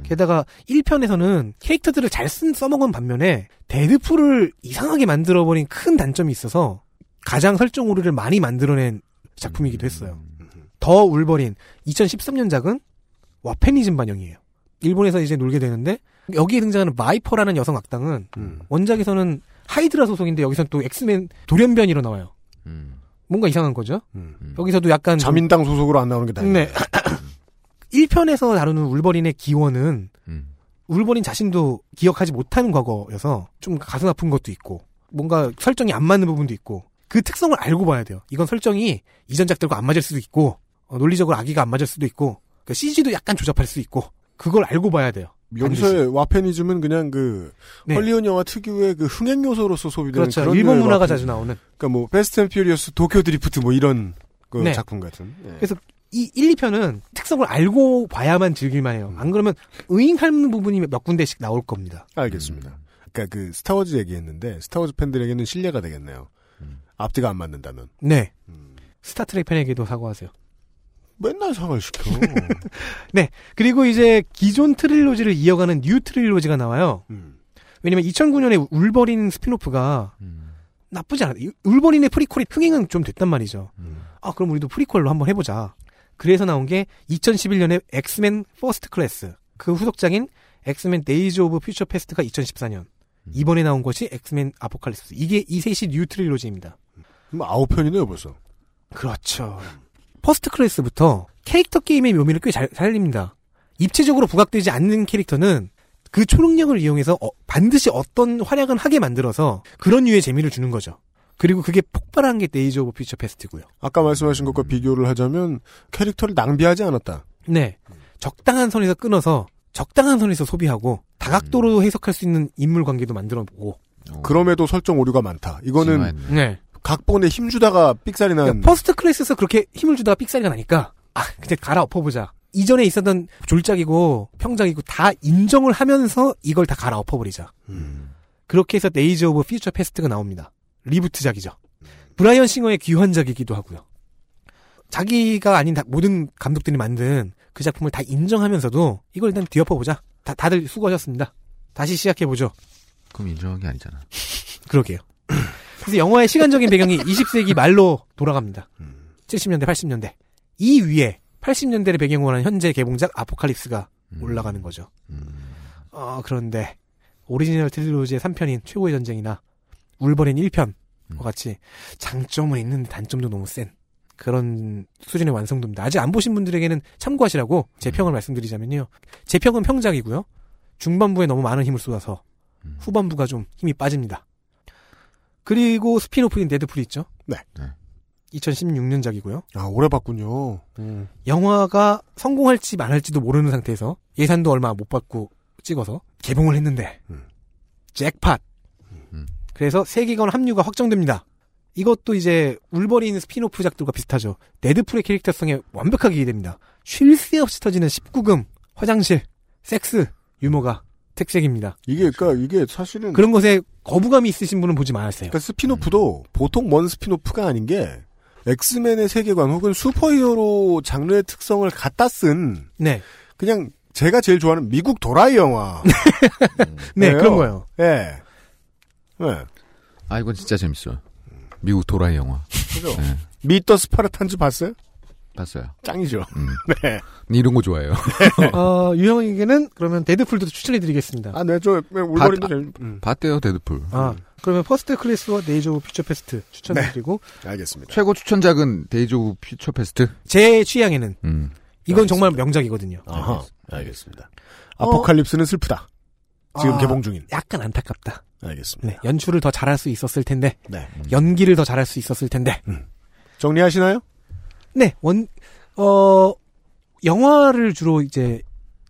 Speaker 7: 게다가 1편에서는 캐릭터들을 잘 쓴 써먹은 반면에 데드풀을 이상하게 만들어버린 큰 단점이 있어서 가장 설정 오류를 많이 만들어낸
Speaker 3: 음.
Speaker 7: 작품이기도 했어요. 더 울버린 2013년작은 와페니즘 반영이에요. 일본에서 이제 놀게 되는데 여기에 등장하는 마이퍼라는 여성 악당은 원작에서는 하이드라 소속인데 여기서는 또 엑스맨 돌연변이로 나와요.
Speaker 3: 음.
Speaker 7: 뭔가 이상한 거죠. 여기서도 약간 좀-
Speaker 2: 자민당 소속으로 안 나오는 게 다행이에요.
Speaker 7: 네. 1편에서 다루는 울버린의 기원은
Speaker 3: 음.
Speaker 7: 울버린 자신도 기억하지 못하는 과거여서 좀 가슴 아픈 것도 있고 뭔가 설정이 안 맞는 부분도 있고 그 특성을 알고 봐야 돼요. 이건 설정이 이전작들과 안 맞을 수도 있고 어, 논리적으로 아기가 안 맞을 수도 있고 그 CG도 약간 조잡할 수 있고 그걸 알고 봐야 돼요. 반드시.
Speaker 2: 여기서의 와페니즘은 그냥 그
Speaker 7: 네.
Speaker 2: 헐리우드 영화 특유의 그 흥행 요소로서 소비되는
Speaker 7: 그렇죠.
Speaker 2: 런
Speaker 7: 일본 문화가 자주 나오는.
Speaker 2: 그러니까 뭐 베스트 앤 퓨리어스 도쿄 드리프트 뭐 이런 그
Speaker 7: 네.
Speaker 2: 작품 같은. 네.
Speaker 7: 그래서 이 1, 2편은 특성을 알고 봐야만 즐길만 해요. 안 그러면 의인하는 부분이 몇 군데씩 나올 겁니다.
Speaker 2: 알겠습니다. 그러니까 그 스타워즈 얘기했는데 스타워즈 팬들에게는 신뢰가 되겠네요. 앞뒤가 안 맞는다면
Speaker 7: 네.
Speaker 2: 음.
Speaker 7: 스타트렉 팬에게도 사과하세요.
Speaker 2: 맨날 상을 시켜.
Speaker 7: 네. 그리고 이제 기존 트릴로지를 이어가는 뉴 트릴로지가 나와요.
Speaker 2: 음.
Speaker 7: 왜냐면 2009년에 울버린 스피노프가 나쁘지 않아. 이 울버린의 프리퀄이 흥행은 좀 됐단 말이죠. 아, 그럼 우리도 프리퀄로 한번 해보자. 그래서 나온 게 2011년에 엑스맨 퍼스트 클래스. 그 후속작인 엑스맨 데이즈 오브 퓨처 페스트가 2014년. 이번에 나온 것이 엑스맨 아포칼립스. 이게 이 셋이 뉴 트릴로지입니다.
Speaker 2: 아홉 편이네요, 벌써.
Speaker 7: 그렇죠. 퍼스트 클래스부터 캐릭터 게임의 묘미를 꽤 잘 살립니다. 입체적으로 부각되지 않는 캐릭터는 그 초능력을 이용해서 어- 반드시 어떤 활약은 하게 만들어서 그런 류의 재미를 주는 거죠. 그리고 그게 폭발한 게 데이즈 오브 피처 페스트고요.
Speaker 2: 아까 말씀하신 것과 비교를 하자면 캐릭터를 낭비하지 않았다.
Speaker 7: 네. 적당한 선에서 끊어서 적당한 선에서 소비하고 다각도로 해석할 수 있는 인물 관계도 만들어 보고
Speaker 2: 그럼에도 설정 오류가 많다. 이거는
Speaker 3: 음.
Speaker 7: 네.
Speaker 2: 각본에 힘 주다가 삑살이 난
Speaker 7: 그러니까 퍼스트 클래스에서 그렇게 힘을 주다가 삑사리가 나니까 아 그냥 갈아엎어보자 이전에 있었던 졸작이고 평작이고 다 인정을 하면서 이걸 다 갈아엎어버리자 그렇게 해서 데이즈 오브 퓨처 페스트가 나옵니다 리부트작이죠 브라이언 싱어의 귀환작이기도 하고요 자기가 아닌 다- 모든 감독들이 만든 그 작품을 다 인정하면서도 이걸 일단 뒤엎어보자 다, 다들 수고하셨습니다 다시 시작해보죠
Speaker 3: 그럼 인정한 게 아니잖아.
Speaker 7: 그러게요. 그래서 영화의 시간적인 배경이 20세기 말로 돌아갑니다. 70년대, 80년대. 이 위에 80년대를 배경으로 한 현재 개봉작 아포칼립스가 올라가는 거죠. 어, 그런데 오리지널 트릴로지의 3편인 최고의 전쟁이나 울버린 1편과 같이 장점은 있는데 단점도 너무 센 그런 수준의 완성도입니다. 아직 안 보신 분들에게는 참고하시라고 제 평을 말씀드리자면요. 제 평은 평작이고요. 중반부에 너무 많은 힘을 쏟아서 후반부가 좀 힘이 빠집니다. 그리고 스피노프인 데드풀이 있죠?
Speaker 2: 네.
Speaker 7: 2016년작이고요.
Speaker 2: 아, 오래 봤군요.
Speaker 7: 영화가 성공할지 말할지도 모르는 상태에서 예산도 얼마 못 받고 찍어서 개봉을 했는데 잭팟. 그래서 세계관 합류가 확정됩니다. 이것도 이제 울버린 스피노프작들과 비슷하죠. 데드풀의 캐릭터성에 완벽하게 이해됩니다. 쉴 새 없이 터지는 19금, 화장실, 섹스, 유머가 특색입니다.
Speaker 2: 이게 그러니까 이게 사실은
Speaker 7: 그런 것에 거부감이 있으신 분은 보지 마세요.
Speaker 2: 그러니까 스피노프도 보통 먼 스피노프가 아닌 게 엑스맨의 세계관 혹은 슈퍼히어로 장르의 특성을 갖다 쓴
Speaker 7: 네.
Speaker 2: 그냥 제가 제일 좋아하는 미국 도라이 영화.
Speaker 7: 네,
Speaker 2: 예요.
Speaker 7: 그런 거예요.
Speaker 2: 예. 네.
Speaker 3: 아 이건 진짜 재밌어요. 미국 도라이 영화.
Speaker 2: 그죠?
Speaker 3: 네,
Speaker 2: 미터 스파르탄즈 봤어요?
Speaker 3: 봤어요.
Speaker 2: 짱이죠.
Speaker 3: 음.
Speaker 2: 네.
Speaker 3: 근데 이런 거 좋아해요.
Speaker 7: 어, 유형에게는 그러면 데드풀도 추천해드리겠습니다.
Speaker 2: 아, 네, 저, 울버린도
Speaker 3: 봤-
Speaker 2: 재밌, 음,
Speaker 3: 봤대요 데드풀.
Speaker 7: 아, 그러면 퍼스트 클래스와 네이저 오브 퓨처 페스트 추천드리고
Speaker 2: 네. 알겠습니다.
Speaker 3: 최고 추천작은 데이즈 오브 퓨처 페스트.
Speaker 7: 제 취향에는
Speaker 3: 음.
Speaker 7: 이건 정말 명작이거든요.
Speaker 2: 아하, 알겠습니다. 어? 아포칼립스는 슬프다. 지금
Speaker 7: 아,
Speaker 2: 개봉 중인.
Speaker 7: 약간 안타깝다.
Speaker 2: 알겠습니다.
Speaker 7: 네, 연출을 더 잘할 수 있었을 텐데.
Speaker 2: 네.
Speaker 7: 연기를 더 잘할 수 있었을 텐데.
Speaker 2: 음. 정리하시나요?
Speaker 7: 네, 원, 어, 영화를 주로 이제,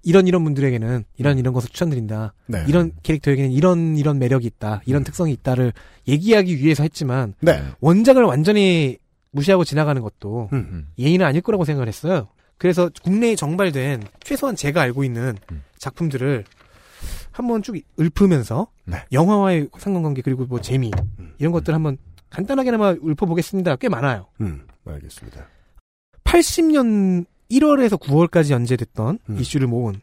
Speaker 7: 이런 이런 분들에게는 이런 이런 것을 추천드린다.
Speaker 2: 음. 네. 음.
Speaker 7: 이런 캐릭터에게는 이런 이런 매력이 있다. 이런 특성이 있다를 얘기하기 위해서 했지만
Speaker 2: 네.
Speaker 7: 원작을 완전히 무시하고 지나가는 것도 예의는 아닐 거라고 생각을 했어요. 그래서 국내에 정발된 최소한 제가 알고 있는 작품들을 한번 쭉 읊으면서
Speaker 2: 네.
Speaker 7: 영화와의 상관관계 그리고 뭐 재미 이런 것들 을 한번 간단하게나마 읊어보겠습니다. 꽤 많아요.
Speaker 2: 음, 알겠습니다.
Speaker 7: 80년 1월에서 9월까지 연재됐던 이슈를 모은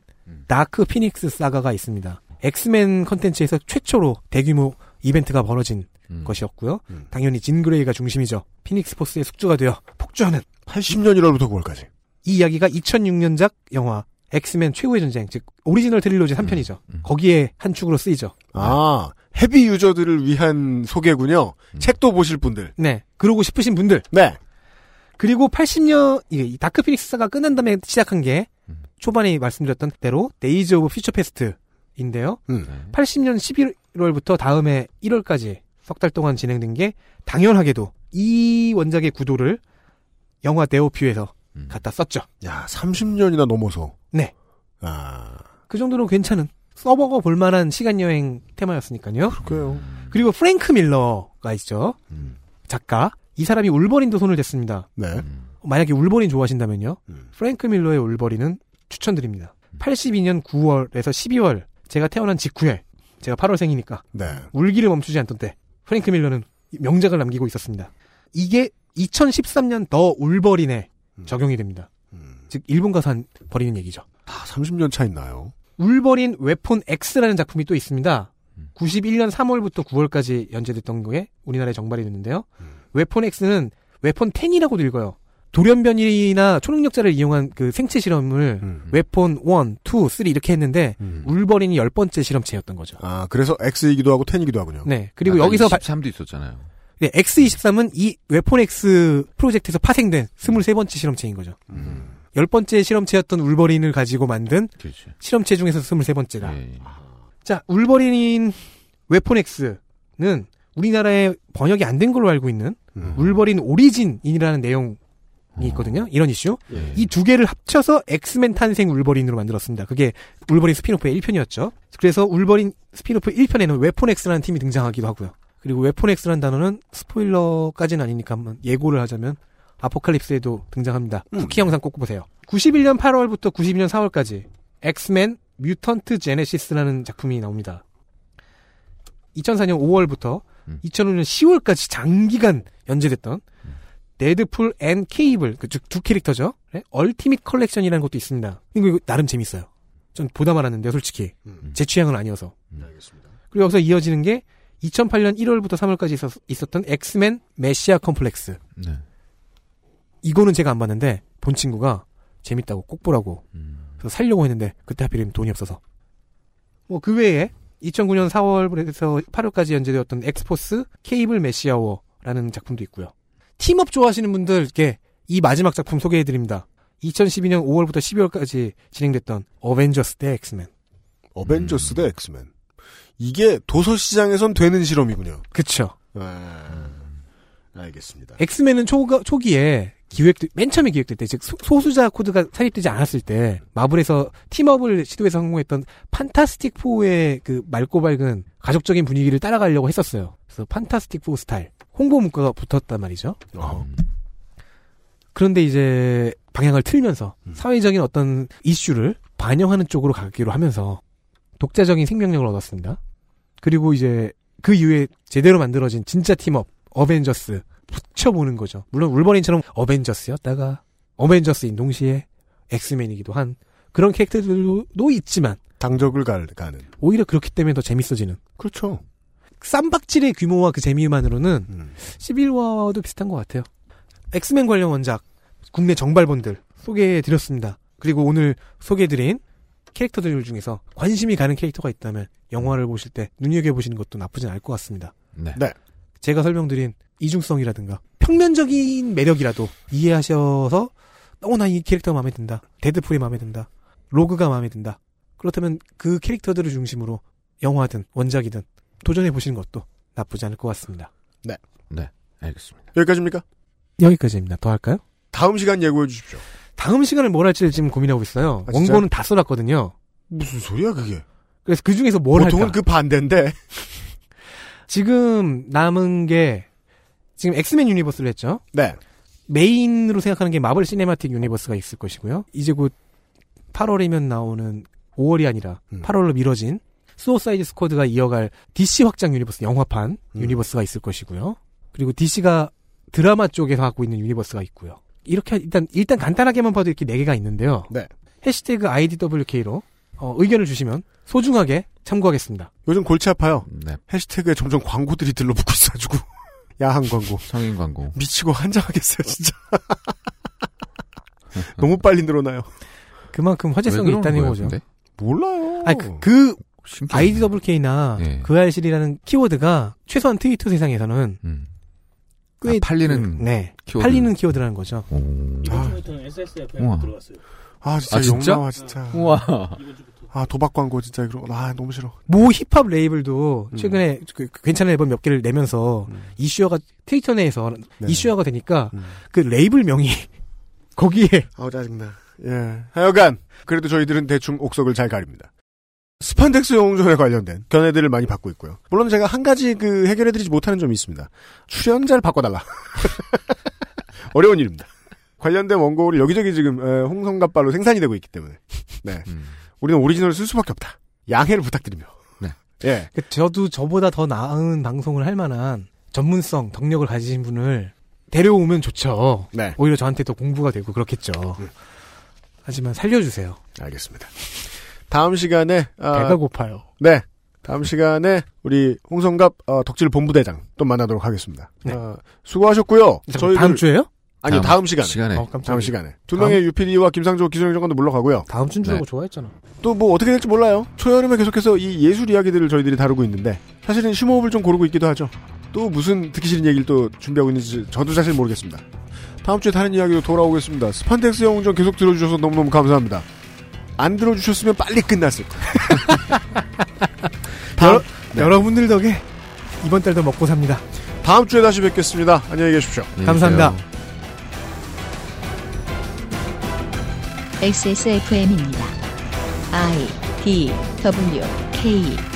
Speaker 7: 다크 피닉스 사가가 있습니다. 엑스맨 컨텐츠에서 최초로 대규모 이벤트가 벌어진
Speaker 3: 음.
Speaker 7: 것이었고요. 당연히 진 그레이가 중심이죠. 피닉스 포스의 숙주가 되어 폭주하는
Speaker 2: 80년 1월부터 9월까지.
Speaker 7: 이 이야기가 2006년작 영화 엑스맨 최후의 전쟁 즉 오리지널 트릴로지 3편이죠. 거기에 한 축으로 쓰이죠.
Speaker 2: 아, 헤비 유저들을 위한 소개군요. 책도 보실 분들.
Speaker 7: 네. 그러고 싶으신 분들.
Speaker 2: 네.
Speaker 7: 그리고 80년 이게 이 다크 피닉스가 끝난 다음에 시작한 게 초반에 말씀드렸던 대로 데이즈 오브 퓨처 페스트인데요.
Speaker 2: 음.
Speaker 7: 80년 11월부터 다음에 1월까지 석 달 동안 진행된 게 당연하게도 이 원작의 구도를 영화 네오퓨에서 갖다 썼죠.
Speaker 2: 야, 30년이나 넘어서.
Speaker 7: 네.
Speaker 2: 아,
Speaker 7: 그 정도로 괜찮은 써먹어 볼 만한 시간 여행 테마였으니까요.
Speaker 2: 그래요.
Speaker 7: 그리고 프랭크 밀러가 있죠. 작가. 이 사람이 울버린도 손을 댔습니다.
Speaker 2: 네.
Speaker 7: 만약에 울버린 좋아하신다면요. 프랭크 밀러의 울버린은 추천드립니다. 82년 9월에서 12월 제가 태어난 직후에 제가 8월생이니까
Speaker 2: 네.
Speaker 7: 울기를 멈추지 않던 때 프랭크 밀러는 명작을 남기고 있었습니다. 이게 2013년 더 울버린에 적용이 됩니다. 즉 일본 가산 버리는 얘기죠.
Speaker 2: 다 30년 음. 아, 차이 나요.
Speaker 7: 울버린 웨폰 X라는 작품이 또 있습니다. 91년 3월부터 9월까지 연재됐던 게 우리나라에 정발이 됐는데요. 웨폰 X는 웨폰 10이라고도 읽어요. 돌연변이나 초능력자를 이용한 그 생체 실험을 웨폰 1, 2, 3 이렇게 했는데 울버린이 열 번째 실험체였던 거죠.
Speaker 2: 아, 그래서 X이기도 하고 10이기도 하군요.
Speaker 7: 네. 그리고 여기서 바-
Speaker 3: 3도 아, 있었잖아요.
Speaker 7: 네, X23은 이 웨폰 X 프로젝트에서 파생된 23번째 실험체인 거죠. 열 번째 실험체였던 울버린을 가지고 만든 실험체 중에서 23번째다.
Speaker 3: 네. 예,
Speaker 7: 자, 울버린인 웨폰 X는 우리나라에 번역이 안 된 걸로 알고 있는 울버린 오리진인이라는 내용이 있거든요. 이런 이슈.
Speaker 16: 예.
Speaker 7: 이 두 개를 합쳐서 엑스맨 탄생 울버린으로 만들었습니다. 그게 울버린 스피노프의 1편이었죠. 그래서 울버린 스피노프 1편에는 웨폰 X라는 팀이 등장하기도 하고요. 그리고 웨폰 X라는 단어는 스포일러까지는 아니니까 한번 예고를 하자면 아포칼립스에도 등장합니다. 쿠키 영상 꼭 보세요. 91년 8월부터 92년 4월까지 엑스맨 뮤턴트 제네시스라는 작품이 나옵니다. 2004년 5월부터 2005년 10월까지 장기간 연재됐던 데드풀 앤 케이블 그즉두 캐릭터죠. 네? 얼티밋 컬렉션이라는 것도 있습니다. 이거, 이거 나름 재밌어요. 전 보다 말았는데요, 솔직히 제 취향은 아니어서. 그리고 여기서 이어지는 게 2008년 1월부터 3월까지 있었, 던 엑스맨 메시아 컴플렉스.
Speaker 3: 네.
Speaker 7: 이거는 제가 안 봤는데 본 친구가 재밌다고 꼭 보라고 그래서 살려고 했는데 그때 하필이면 돈이 없어서 뭐 그 외에 2009년 4월에서 8월까지 연재되었던 엑스포스 케이블 메시아워라는 작품도 있고요. 팀업 좋아하시는 분들께 이 마지막 작품 소개해드립니다. 2012년 5월부터 12월까지 진행됐던 어벤져스 대 엑스맨.
Speaker 2: 어벤져스 대 엑스맨. 이게 도서시장에선 되는 실험이군요. 네.
Speaker 7: 그쵸.
Speaker 2: 알겠습니다.
Speaker 7: 엑스맨은 초가, 초기에 기획, 맨 처음에 기획될 때, 즉, 소- 소수자 코드가 사립되지 않았을 때, 마블에서 팀업을 시도해서 성공했던 판타스틱4의 그 맑고 밝은 가족적인 분위기를 따라가려고 했었어요. 그래서 판타스틱4 스타일. 홍보 문구가 붙었단 말이죠.
Speaker 2: 어,
Speaker 3: 음.
Speaker 7: 그런데 이제 방향을 틀면서 사회적인 어떤 이슈를 반영하는 쪽으로 가기로 하면서 독자적인 생명력을 얻었습니다. 그리고 이제 그 이후에 제대로 만들어진 진짜 팀업 어벤져스 붙여보는 거죠. 물론 울버린처럼 어벤져스였다가 어벤져스인 동시에 엑스맨이기도 한 그런 캐릭터들도 있지만
Speaker 2: 당적을 갈- 가는
Speaker 7: 오히려 그렇기 때문에 더 재밌어지는
Speaker 2: 그렇죠.
Speaker 7: 쌈박질의 규모와 그 재미만으로는
Speaker 2: 음.
Speaker 7: 11화도 비슷한 것 같아요. 엑스맨 관련 원작 국내 정발본들 소개해드렸습니다. 그리고 오늘 소개해드린 캐릭터들 중에서 관심이 가는 캐릭터가 있다면 영화를 보실 때 눈여겨보시는 것도 나쁘진 않을 것 같습니다.
Speaker 3: 네.
Speaker 7: 제가 설명드린 이중성이라든가 평면적인 매력이라도 이해하셔서 어, 나 이 캐릭터 마음에 든다. 데드풀이 마음에 든다. 로그가 마음에 든다. 그렇다면 그 캐릭터들을 중심으로 영화든 원작이든 도전해 보시는 것도 나쁘지 않을 것 같습니다.
Speaker 2: 네.
Speaker 3: 네. 알겠습니다.
Speaker 2: 여기까지입니까?
Speaker 7: 여기까지입니다. 더 할까요?
Speaker 2: 다음 시간 예고해 주십시오.
Speaker 7: 다음 시간을 뭘 할지를 지금 고민하고 있어요.
Speaker 2: 아, 진짜요?
Speaker 7: 원고는 다 써놨거든요.
Speaker 2: 무슨 소리야 그게?
Speaker 7: 그래서 그 중에서 뭘
Speaker 2: 보통은
Speaker 7: 할까?
Speaker 2: 그 반대인데.
Speaker 7: 지금 남은 게 지금 엑스맨 유니버스를 했죠.
Speaker 2: 네.
Speaker 7: 메인으로 생각하는 게 마블 시네마틱 유니버스가 있을 것이고요. 이제 곧 8월이면 나오는 5월이 아니라
Speaker 3: 음.
Speaker 7: 8월로 미뤄진 수호사이드 스쿼드가 이어갈 DC 확장 유니버스 영화판
Speaker 3: 음.
Speaker 7: 유니버스가 있을 것이고요. 그리고 DC가 드라마 쪽에서 하고 있는 유니버스가 있고요. 이렇게 일단 일단 간단하게만 봐도 이렇게 네 개가 있는데요.
Speaker 2: 네.
Speaker 7: 해시태그 IDWK로 어, 의견을 주시면 소중하게 참고하겠습니다.
Speaker 2: 요즘 골치 아파요.
Speaker 3: 네.
Speaker 2: 해시태그에 점점 광고들이 들러붙고 있어가지고 야한 광고,
Speaker 3: 성인 광고.
Speaker 2: 미치고 환장하겠어요 진짜. 너무 빨리 늘어나요.
Speaker 7: 그만큼
Speaker 3: 왜
Speaker 7: 화제성이
Speaker 3: 그러는
Speaker 7: 있다는
Speaker 3: 거예요,
Speaker 7: 거죠.
Speaker 3: 근데?
Speaker 2: 몰라요.
Speaker 7: 아니, 그, 그
Speaker 3: 신기하네.
Speaker 7: IDWK나
Speaker 3: 예.
Speaker 7: 그 알실이라는 키워드가 최소한 트위터 세상에서는 아, 꽤
Speaker 3: 음. 팔리는
Speaker 7: 네, 아.
Speaker 3: 키워드.
Speaker 7: 팔리는 키워드라는 거죠.
Speaker 3: 우와.
Speaker 2: 아 진짜
Speaker 3: 아, 진짜?
Speaker 2: 영롱아, 진짜.
Speaker 3: 우와.
Speaker 2: 아 도박 광고 진짜 그런. 아 너무 싫어.
Speaker 7: 모 힙합 레이블도 최근에 그- 그 괜찮은 앨범 몇 개를 내면서 이슈화가 트위터 내에서 이슈화가 되니까 그 레이블 명이 거기에
Speaker 2: 아우 짜증나. 예. 하여간 그래도 저희들은 대충 옥석을 잘 가립니다. 스판덱스 영웅전에 관련된 견해들을 많이 받고 있고요. 물론 제가 한 가지 그 해결해드리지 못하는 점이 있습니다. 출연자를 바꿔달라. 어려운 일입니다. 관련된 원고를 여기저기 지금 에, 홍성갑발로 생산이 되고 있기 때문에 네. 우리는 오리지널을 쓸 수밖에 없다. 양해를 부탁드리며.
Speaker 3: 네.
Speaker 2: 예.
Speaker 7: 그 저도 저보다 더 나은 방송을 할 만한 전문성, 덕력을 가지신 분을 데려오면 좋죠.
Speaker 2: 네.
Speaker 7: 오히려 저한테 더 공부가 되고 그렇겠죠. 하지만 살려주세요.
Speaker 2: 알겠습니다. 다음 시간에 아,
Speaker 7: 배가 고파요.
Speaker 2: 네. 다음 시간에 우리 홍성갑 어, 덕질 본부대장 또 만나도록 하겠습니다. 어, 수고하셨고요.
Speaker 7: 잠깐, 네. 다음 주에요?
Speaker 2: 아니요, 다음,
Speaker 7: 다음
Speaker 2: 시간에.
Speaker 3: 시간에. 어,
Speaker 2: 다음 시간에. 두
Speaker 7: 다음-
Speaker 2: 명의 유PD와 김상조 기성용 정관도 물러가고요.
Speaker 7: 다음 주인 줄
Speaker 2: 네.
Speaker 7: 알고 좋아했잖아.
Speaker 2: 또 뭐 어떻게 될지 몰라요. 초여름에 계속해서 이 예술 이야기들을 저희들이 다루고 있는데 사실은 심호흡을 좀 고르고 있기도 하죠. 또 무슨 듣기 싫은 얘기를 또 준비하고 있는지 저도 사실 모르겠습니다. 다음 주에 다른 이야기로 돌아오겠습니다. 스판덱스 영웅전 계속 들어주셔서 너무너무 감사합니다. 안 들어주셨으면 빨리 끝났을 거예요. 다음, 네.
Speaker 7: 여러분들 덕에 이번 달도 먹고 삽니다.
Speaker 2: 다음 주에 다시 뵙겠습니다. 안녕히 계십시오.
Speaker 3: 네,
Speaker 7: 감사합니다.
Speaker 1: XSFM입니다. I D W K